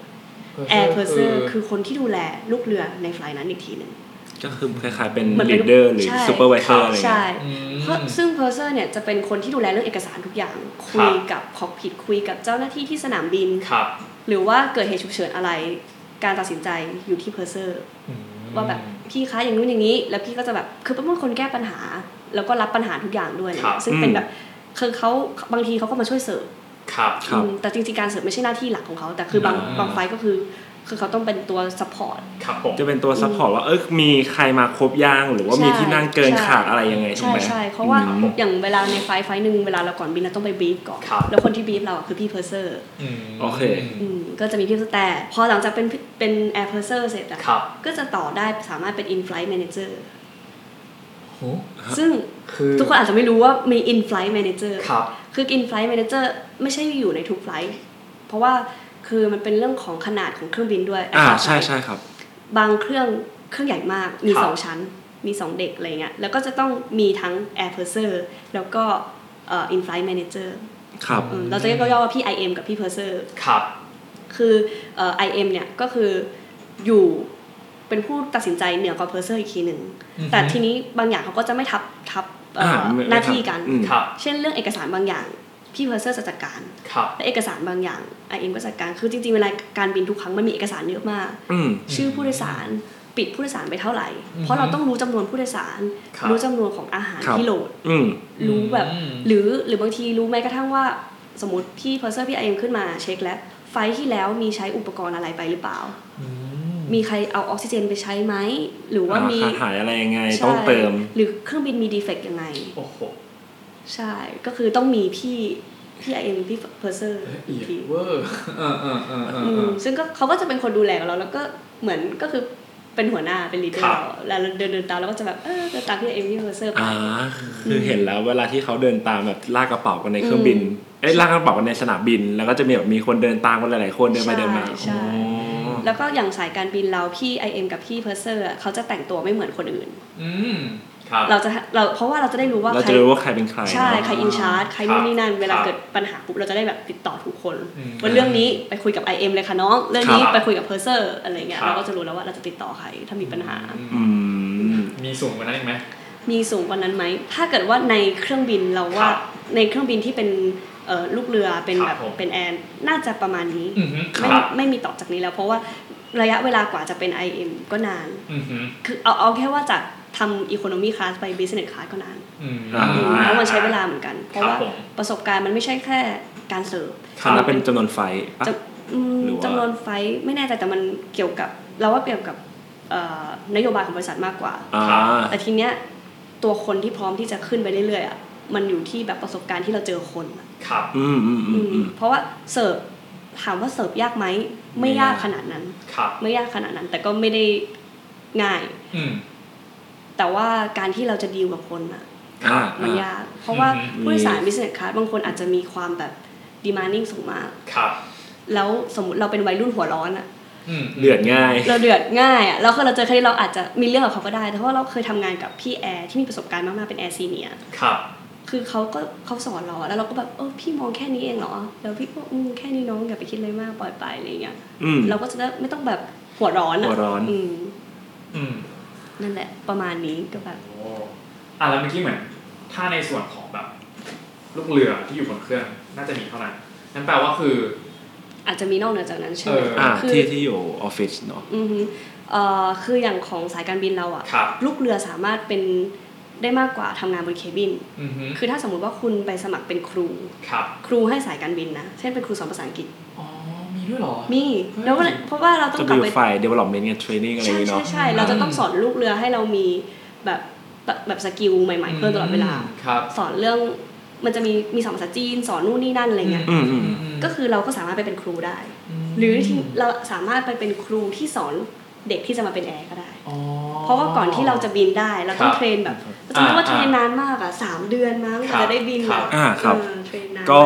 แอร์เพอร์เซอร์คือคนที่ดูแลลูกเรือในไฟล์นั้นอีกทีหนึ่ง
ก็คือคล้ายๆเป็น
เหมือนเป็น
leader หรือ
ใช่
ซูเปอร์วิเซอร์อะไรเงี้
ใช่
ย
อืม
เพราะซึ่งเพอร์เซอร์เนี่ยจะเป็นคนที่ดูแลเรื่องเอกสารทุกอย่าง คุยกับคอกพิทคุยกับเจ้าหน้าที่ที่สนามบิน
ครับ
หรือว่าเกิดเหตุฉุกเฉินอะไร การตัดสินใจอยู่ที่เพอร์เซอร์
อืม
ว่าแบบพี่คะอย่างนู้นอย่างนี้ แล้วพี่ก็จะแบบคือเป็นคนแก้ปัญหา แล้วก็รับปัญหาทุกอย่างด้วยเนี่ยซึ่งเป็นแบบคือเขาบางทีเขาก็มาช่วยเสริม
ครับ
ครับ
อืมแต่จริงๆ การเสิร์ฟไม่ใช่หน้าที่หลักของเขา แต่คือบาง
อ่า
บางไฟล์ก็คือ คือเขาต้องเป็นตัวซัพพอร์ต
ครับผม
จะเป็นตัวซัพพอร์ตว่าเออมีใครมาครบย่าง หรือว่ามี
ใช่
ที่นั่งเกิน
ใช่
ขาดอะไรยังไงใช่
ใช่
ไหม
ใช่เพราะว่า
อืม
อย่างเวลาในไฟล์ไฟล์หนึ่งเวลาเราก่อนบินเราต้องไปบรีฟก่อน
ครับ
แล้วคนที่บรีฟเราอะคือพี่เพอร์เซอร์
ม
โอเค
ก็จะมีพี่แต่พอหลังจากเป็นเป็นแอร์เพอร์เซอร์เสร็จอะ
ครับ
ก็จะต่อได้สามารถเป็นอินไฟล์แมเนเจอร์
โห
ซึ่ง
คือ
ทุกคนอาจจะไม่รู้ว่ามีอินไฟล์แมเนเจอร์
ครับ
คืออินไฟล์แมเนเจอร์ไม่ใช่อยู่ในทุกไฟล์เพราะว่าคือมันเป็นเรื่องของขนาดของเครื่องบินด้วย
อ่าใช่ใช่ครับ
บางเครื่องเครื่องใหญ่มากมี
ครับ
สองชั้น มีสองเด็กอะไรเงี้ยแล้วก็จะต้องมีทั้ง Air Purser แล้วก็เอ่อ In-flight Manager
ครับ
อืมเราจะเรียกย่อๆว่าพี่ IM กับพี่ Purser
ครับ
คือเอ่อ IM เนี่ยก็คืออยู่เป็นผู้ตัดสินใจเหนือกว่า Purser อีกทีหนึ่ง
อือฮึ
แต่ทีนี้บางอย่างเขาก็จะไม่ทับทับเอ่ออา
ไม่ไม่
หน้าที่กัน
ทับอืม
ครับ
เช่นเรื่องเอกสารบางอย่างพี่ Purser จะจัดการ
ครับ
และเอกสารบางอย่าง IM ก็จัดการคือจริงๆเวลาการบินทุกครั้งมันมีเอกสารเยอะมาก
อืม
ชื่อผู้โดยสารปิดผู้โดยสารไปเท่าไหร่
อืม
เพราะเราต้องรู้จำนวนผู้โดยสาร
ครับ
รู้จำนวนของอาหาร
ครับ
ที่โหลด
อืม
รู้แบบ
อืม
หรือหรือบางทีรู้แม้กระทั่งว่าสมมติพี่เพอร์เซอร์พี่ไอเอ็มขึ้นมาเช็คแล้ว ไฟล์ที่แล้วมีใช้อุปกรณ์อะไรไปหรือเปล่า
อื
มีใครเอาออกซิเจนไปใช้ไหม หรือว่ามี
ขาดหายอะไรยังไง
ใช่
ต้องเติม
หรือเครื่องบินมีดีเฟกต์ยังไง
โอ้โห
ใช่ ก็คือต้องมีพี่พี่ไอเอ็มพี่เพอร์เซอร์
ละเอียดเวอร์เออเออเออเออ
อื
เอ
ม
อ
ซึ่งก็เขาก็จะเป็นคนดูแลเราแล้วก็เหมือนก็คือเป็นหัวหน้าเป็นลีดเดอ
ครั
ร์
บ
เราแล้วเดินเดินตามเราก็จะแบบเออเดินตามพี่เอ็มพี่เพอร์เซอร์ไป
อ่า คือเห็นแล้วเวลาที่เขาเดินตามแบบลากกระเป๋ากันในเครื่องบิน
อืม
เอ้ยลากกระเป๋ากันในสนามบิน แล้วก็จะมีแบบมีคนเดินตามกันหลายๆคนเดินไป
ใช่
เดินมา
ใช่
อ๋อ
แล้วก็อย่างสายการบินเราพี่ IM กับพี่เพอร์เซอร์เขาจะแต่งตัวไม่เหมือนคนอื่น
อืมครับ
เราจะเราเพราะว่าเราจะได้รู้ว่า
เรา
ใคร
จะรู้ว่าใครเป็นใคร
ใช่
เนอะ
ใครอินชาร์จใครนู่นนี่นั่นเวลา
ครับ
เกิดปัญหาปุ๊บเราจะได้แบบติดต่อทุกคน
อืม
ว่าเรื่องนี้ไปคุยกับ IM เลยค่ะน้องเรื่องนี้
ครับ
ไปคุยกับเพอร์เซอร์อะไรเงี้ย
ครับ
เราก็จะรู้แล้วว่าเราจะติดต่อใครถ้ามีปัญหา
อืม
มีสูงกว่านั้นอีกไหม
มีสูงกว่านั้นไหม ถ้าเกิดว่าในเครื่องบินเราว่า
ครับ
ในเครื่องบินที่เป็นเอ่อลูกเรือเป็น
ครับ
แบบ
ผม
เป็นแอนน่าจะประมาณนี้
อือหือค
ไม่
รับ
ไม่มีต่อจากนี้แล้ว เพราะว่าระยะเวลากว่าจะเป็น IM ก็นาน
อือหือ
คือเอาเอาแค่ว่าจากทำอีโคโนมีคลาสไปบิสเนสคลาสก็นาน
อืม
อ่า
เพราะมันใช้เวลาเหมือนกัน เพราะว่า
ผม
ประสบการณ์มันไม่ใช่แค่การเสิร์ฟ
ครับ
แล้วเป็นจำนวนไฟปะ
จะอืม
หรือว่า
จำนวนไฟท์ไม่แน่ใจแต่มันเกี่ยวกับเราว่าเกี่ยวกับเอ่อนโยบายของบริษัทมากกว่า
อ่า
แต่ทีเนี้ยตัวคนที่พร้อมที่จะขึ้นไปเรื่อยๆอ่ะมันอยู่ที่แบบประสบการณ์ที่เราเจอคนอะ
ครับ
อืมอืมอืมอืม
เพราะว่าเสิร์ฟถามว่าเสิร์ฟยากไหม
ไม่
ไม่ยาก
ยาก
ขนาดนั้น
ครับ
ไม่ยากขนาดนั้น แต่ก็ไม่ได้ง่าย
อืม
แต่ว่าการที่เราจะดีลกับคนอ่ะ
อ่า
มัน
อ่าย
าก เพราะว่า
อืม
ผู้โดยสาร business class บางคนอาจจะมีความแบบ demanding สูงมาก
ครับ
แล้วสมมติเราเป็นวัยรุ่นหัวร้อนอ่ะ
อืม
เดือดง่าย
เราเดือดง่ายอ่ะแล้วคือเราเจอแค่นี้เราอาจจะมีเรื่องกับเขาก็ได้แต่เพราะว่าเราเคยทำงานกับพี่แอร์ที่มีประสบการณ์มากๆเป็นแอร์ซีเนีย
ครับ
คือเขาก็เขาสอนเราอะแล้วเราก็แบบเออพี่มองแค่นี้เองเหรอ แล้วพี่ก็อืมแค่นี้น้องอย่าไปคิดเลยมากปล่อยไปอะไรเงี้ย
อืม
เราก็จะได้ไม่ต้องแบบหัวร้อนอะ
หัวร้อน
อืม
อืม
นั่นแหละประมาณนี้ก็แบบ
โอ้อ่ะแล้วเมื่อกี้เหมือน ถ้าในส่วนของแบบ ลูกเรือที่อยู่บนเครื่องน่าจะมีเท่านั้นนั่นแปลว่าคือ
อาจจะมีนอกเหนือจากนั้นใช่ไหม
เออ
อ่า
คือ
ที่ที่อยู่ออฟฟิศเนาะ
อือฮึเอ่อคืออย่างของสายการบินเราอะ
ครับ
ลูกเรือสามารถเป็นได้มากกว่าทำงานบนเคบิน
อือฮึ
คือถ้าสมมุติว่าคุณไปสมัครเป็นครู
ครับ
ครูให้สายการบินนะ เช่นเป็นครูสอนภาษาอังกฤษ
อ๋อมีด้วยเหรอ
มีแล้วก็เลยเพราะว่าเราต้อ
จะ
ง
ไป
ก
อ
ลั
บ ยู่
ไป
ฝ่าย development กับ training อะไรอ
ใช่
ย่างงี้
ใช่
เนาะ
ใช่เราจะต้องสอนลูกเรือให้เรามีแบบแบบแบบสกิลใหม่ๆเพิ่มตลอดเวลา
มครับ
สอนเรื่องมันจะมีมีสอนภาษาจีนสอนนู่นนี่นั่นอะไรเงี้ย
อืมอืม
ก็คือเราก็สามารถไปเป็นครูได้ หรือที่เราสามารถไปเป็นครูที่สอนเด็กที่จะมาเป็นแอร์ก็ได้ เพราะว่าก่อนที่เราจะบินได้เราต้อง
ครับ
เทรนแบบจำได้ว่า
อ่า
เทรนนานมากอ่ะสามเดือนมั้งก
ครั
ว่า
บ
จะได้บิน
ครับ
อะ
อ่าครับ
เออเทรนนาน
ก็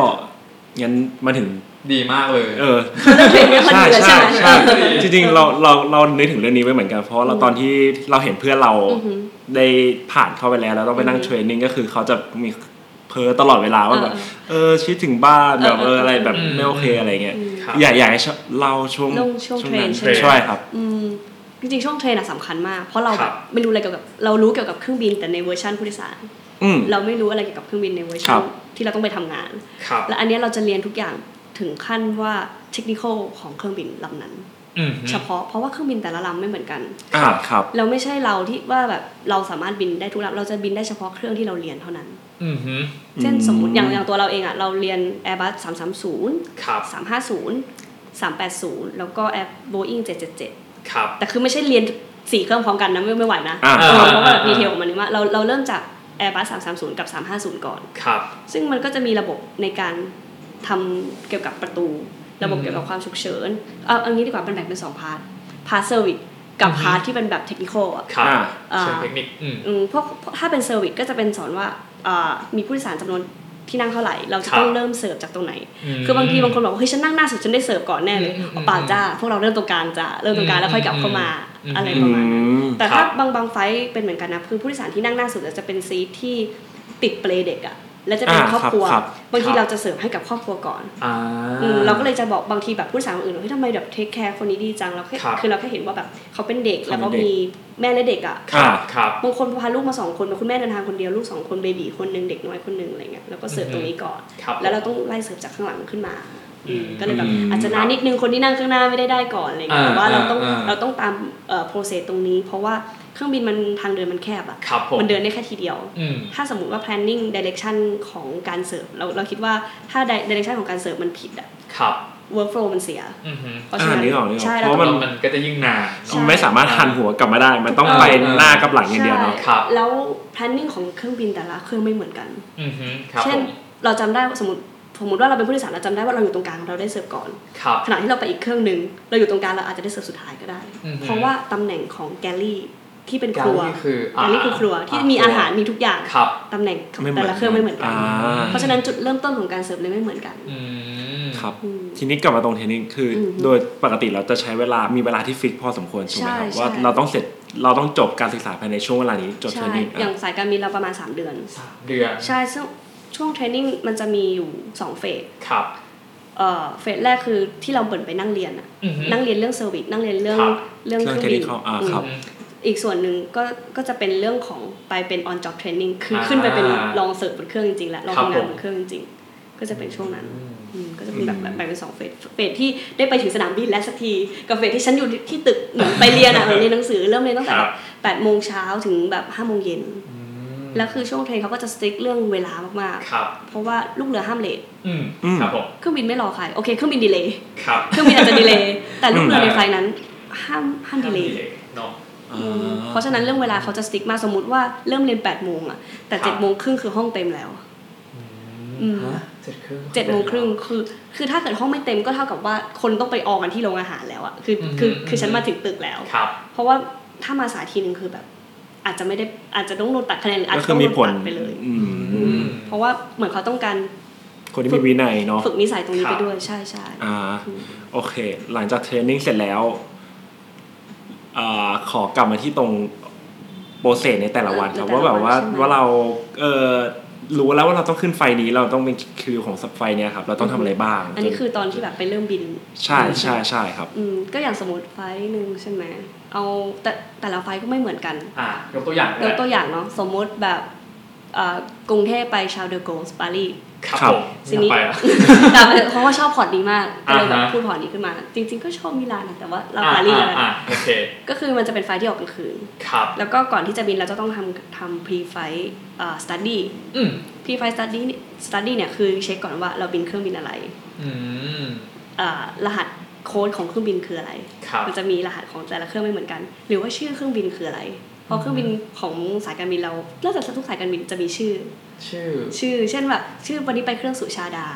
งั้นมาถึง
ดีมากเลย
เออ
เรื่องเทรนเนี่ยคน
ใช่
เดียวใช่
ใช่
ไหม
ใช่ จริงๆเราเราเรานึกถึงเรื่องนี้ไว้เหมือนกัน เพราะเรา
อืม
ตอนที่เราเห็นเพื่อนเรา
อือหือ
ได้ผ่านเข้าไปแล้วแล้วต้องไปนั่ง
อือหือ
เทรนนิ่งก็คือเขาจะมีเพ้อตลอดเวลาว่าแบบ
เออ
เออชีวิตถึงบ้านแบบ
เอ
เอ
อเออ
ออะไรแบบ
อืม
ไม่โอเคอะไรเงี้ย
อืม
ครับ
อยากอยากให้เราช่วง
ลงช่วงเทรน
นั้น
ใช่ไหม
ใช่ครับ
อืมจริงๆช่วงเทรนอะสำคัญมาก เพราะเรา
ค
แบ
รั
บบ ไม่รู้อะไรเกี่ยวกับเรารู้เกี่ยวกับเครื่องบินแต่ในเวอร์ชันผู้โดยสาร
อืม
เราไม่รู้อะไรเกี่ยวกับเครื่องบินในเวอร์
ค
ชั
รั
น
บ
ที่เราต้องไปทำงาน
ครับ
และอันเนี้ยเราจะเรียนทุกอย่างถึงขั้นว่าเทคนิคของเครื่องบินลำนั้น
อืม
เฉพาะเพราะว่าเครื่องบินแต่ละลำไม่เหมือนกัน
อ่าครับ
เราไม่ใช่เราที่ว่าแบบเราสามารถบินได้ทุกลำเราจะบินได้เฉพาะเครื่องที่เราเรียนเท่านั้น
อืมฮึ
เช่นสมมติ
อืม
อย่างอย่างตัวเราเองอ่ะเราเรียน Airbus 330
ครับ
350 380 แล้วก็ Air Boeing 777
ครับ
แต่คือไม่ใช่เรียนสี่เครื่องพร้อมกันนะไม่ไม่ไหวนะ
อ่า
เออเพราะว่า
อ่าอ่า
ดีเทลของมันนี่มากเราเราเริ่มจาก Airbus 330 กับ 350 ก่อน
ครับ
ซึ่งมันก็จะมีระบบในการทำเกี่ยวกับประตู ระบบเกี่ยวกับความฉุกเฉินเอาเอันนี้ดีกว่าเป็นแบ่งเป็นสองพาร์ทพาร์ทเซอร์วิสกับ
อือฮึ
พาร์ทที่เป็นแบบเทคนิคอ่ะ
ครับ
อ่า
เชิงเทคนิคอืม
อืมพวกถ้าเป็นเซอร์วิสก็จะเป็นสอนว่าอ่ามีผู้โดยสารจำนวนที่นั่งเท่าไหร่ เราจะ
ครับ
ต้องเริ่มเสิร์ฟจากตรงไหน
ม
คือบางทีบางคนบอกว่าเฮ้ยฉันนั่งหน้าสุดฉันได้เสิร์ฟก่อนแน่เลย
อืมอืม
เปล่าจ้าพวกเราเริ่มตรงกลางจ้าเริ่มตรงกลางแล้วค่อยกลับเข้ามา
อืม
อะไร
อื
ประมาณนั้น
ม
แต่ถ้าบางบางไฟล์เป็นเหมือนกันนะคือผู้โดยสารที่นั่งหน้าสุดจะเป็นซีทที่ติดเปลเด็กอะแล้วจะเป็น
อ่า
ครอบครัว
ครับ
บางทีเราจะเสิร์ฟให้กับครอบครัวก่อน
อ่า
อืมเราก็เลยจะบอกบางทีแบบผู้โดยสารคนอื่นว่าเฮ้ยทำไมแบบเทคแคร์คนนี้ดีจังเราแค่
ครับ
คือเราแค่เห็นว่าแบบเขาเป็นเด็กแล้วก็มีแม่และเด็กอะ
อ่า
ครับ
บางคนพาลูกมาสองคนคุณแม่เดินทางคนเดียวลูกสองคนเบบีคนหนึ่งเด็กน้อยคนหนึ่งอะไรเงี้ยแล้วก็เสิร์ฟ
อือฮึ
ตรงนี้ก่อน
ครับ
แล้วเราต้องไล่เสิร์ฟจากข้างหลังขึ้นมา
อืม
ก็เลยแบบ
อืม
อาจจะนานนิดนึงคนที่นั่งข้างหน้าไม่ได้ได้ก่อนอะไรเงี้ย
อ่า
แต่ว่าเราต้อง
อ่า
เราต้องตามเอ่อโปรเซสตรงนี้ เพราะว่าเครื่องบินมันทางเดินมันแคบอ่ะ
ครับผม
มันเดินได้แค่ทีเดียว
อืม
ถ้าสมมติว่า planning direction ของการเสิร์ฟเราเราคิดว่าถ้า direction ของการเสิร์ฟมันผิดอ่ะ
ครับ
workflow มันเสีย
อือฮึ
เพราะฉะนั้น
อ่านึกออกนึกออก
ใช่
เพ
เรา
ราะ
ต้อง
มั
มัน นมันก็จะยิ่งนาน
ใช่
ไม่สามารถหันหัวกลับมาได้ มันต้อง
ถูกต้อง
ไปหน้ากับหลังอย่างเดียวเนาะ
ใช่
ครับ
แล้ว planning ของเครื่องบินแต่ละเครื่องไม่เหมือนกัน
อือฮึครับ
เช่
ผ
น
ม
เราจำได้ว่าสมมติสมมติว่าเราเป็นผู้โดยสารเราจำได้ว่าเราอยู่ตรงกลางเราได้เสิร์ฟก่อน
ครับ
ขณะที่เราไปอีกเครื่องหนึ่งเราอยู่ตรงกลางเราอาจจะได้เสิร์ฟสุดท้ายก็ได้
อือฮึ
เพราะว่าตำแหน่งของแกลลี่ที่เป็นค
การ
รัว
นี่คือ
แกลลี่คือครัวที่มีอาหารมีทุกอย่าง
ครับ
ตำแหน่งของ
ไม่เหมือ
แต่
น
ละเครื่องไม่เหมือนกัน
อ่า
เพราะฉะนั้นจุดเริ่มต้นของการเสิร์ฟเลยไม่เหมือนกัน
อืม
ครับ
อืม
ทีนี้กลับมาตรงเทรนนิ่งคืออ
ม
โดยปกติเราจะใช้เวลามีเวลาที่ฟิกพอสมควรถูกไหมครับ
ใช่
ว่า
ใช่
เราต้องเสร็จเราต้องจบการศึกษาภายในช่วงเวลานี้จบเทรน
ใช่
นิ่ง
อย่างสายการบินเราประมาณ 3 เดือน
สามเดือน
ใช่ซึ่งช่วงเทรนนิ่งมันจะมีอยู่2เฟส
ครับ
เอ่อเฟสแรกคือที่เราเปิดไปนั่งเรียนอะ
อือฮึ
นั่งเรียนเรื่องเซอร์วิสนั่งเรียนเรื่อง
ครับ
เรื่อง
เค
เค
รื่อ
รื่
งเทค
องบิ
นิ
น
คอ่าครับ
อีกส่วนหนึ่งก็ก็จะเป็นเรื่องของไปเป็น on job training คืออา ขึ้นไปเป็นลองเสิร์ฟบนเครื่องจริงๆแล้วลอง
ครับ
ทำงาน
ผม
บนเครื่องจริงๆก็จะเป็นช่วงนั้นอืมก็จะเป็นแบบ
อืม
แบ่งเป็นสองเฟสเฟสที่ได้ไปถึงสนามบินแล้วสักทีกับเฟสที่ฉันอยู่ที่ตึกเหมือนไปเรียนอ่ะเหมือนเรียนหนังสือเริ่มเรียนตั้งแต่แบบแปดโมงเช้าถึงแบบห้าโมงเย็น
อืม
แล้วคือช่วงเทรนเขาก็จะสติ๊กเรื่องเวลามาก
ครับ
ๆ เพราะว่าลูกเรือห้ามเลท
อืม
อืม
ครับผม
เครื่องบินไม่รอใครโอเคเครื่องบินดีเลย
ครับ
เครื่องบินอาจจะดีเลยแต่ลูกเรือ
อืม
ในไฟล์นั้นห้ามห้ามดีเลย
เนาะ
อ่า
เพราะฉะนั้นเรื่องเวลาเขาจะสติ๊กมากสมมติว่าเริ่มเรียน8ปดโมงอะแต่
ครั
7จ็
บ
ดโมงครึ่งคือห้องเต็มแล้ว อืม
ฮะเจ็ดครึ่ง
7จ็ดโมงครึ่งคือ คือถ้าเกิดห้องไม่เต็มก็เท่ากับว่าคนต้องไปออกันที่โรงอาหารแล้วอะคือ
อือฮึ
คือ
อือฮึ
คือฉันมาถึงตึกแล้ว
ครับ
เพราะว่าถ้ามาสายทีนึงคือแบบ อาจจะไม่ได้อาจจะต้องโดนตัดคะแนนหรืออาจ
ก็
จะ
คือ
ต้อง
มี
โดน
ผล
ตัดไปเลย
อื
อื
ม
ม
เพราะว่าเหมือนเขาต้องการ
คนที่มีวินัยเนาะ
ฝึกนิสัยตรงนี้
ครั
ไป
บ
ด้วยใช่ใช่
อ่าโอเค หลังจากเทรนนิ่งเสร็จแล้วอ่าขอกลับมาที่ตรงโปรเซสในแต่ละวันครับว่าแบบว่าว่าเราเออรู้แล้วว่าเราต้องขึ้นไฟนี้เราต้องเป็นคิวของสับไฟเนี้ยครับเราต้องทำอะไรบ้าง
อันนี้คือตอนที่แบบไปเริ่มบิน
ใช่ใช่ใช่ครับ
อืมก็อย่างสมมติไฟล์หนึ่งใช่ไหมเอาแต่แต่ละไฟล์ก็ไม่เหมือนกัน
อ่ะยกตัวอย่างก็
ย
ได้
กตัวอย่างเนาะสมมติแบบ เอ่อกรุงเทพไปชา l เดอโกสปารีส
ครับ
ครับ
ผม
ทีนี้
อยากไปอ่ะ
แต่เพราะว่าชอบพอร์ตนี้มากก็เลยแบบ
อ่าฮะ
พูดพอร์ตนี้ขึ้นมา จริง ๆ ก็ชอบมิลานนะแต่ว่าเรา
อ่า
ปารีส
อ่า
แล้ว
อ่า
กัน
โอเค
ก็คือมันจะเป็นไฟล์ที่ออกกลางคืน
ครับ
แล้วก็ก่อนที่จะบินเราจะต้องทำทำพรีไฟสตัดดี้
อืม
พรีไฟสตัดดี้สตัดดี้เนี่ยคือเช็คก่อนว่าเราบินเครื่องบินอะไร
อืม
อ่ารหัสโค้ดของเครื่องบินคืออะไร
ครับ
มันจะมีรหัสของแต่ละเครื่องไม่เหมือนกัน หรือว่าชื่อเครื่องบินคืออะไร เพราะเครื่องบินของสายการบินเราน่าจะทุกสายการบินจะมีชื่อ
ชื่อ
ชื่อ เช่นแบบชื่อวันนี้ไปเครื่องสุชาดา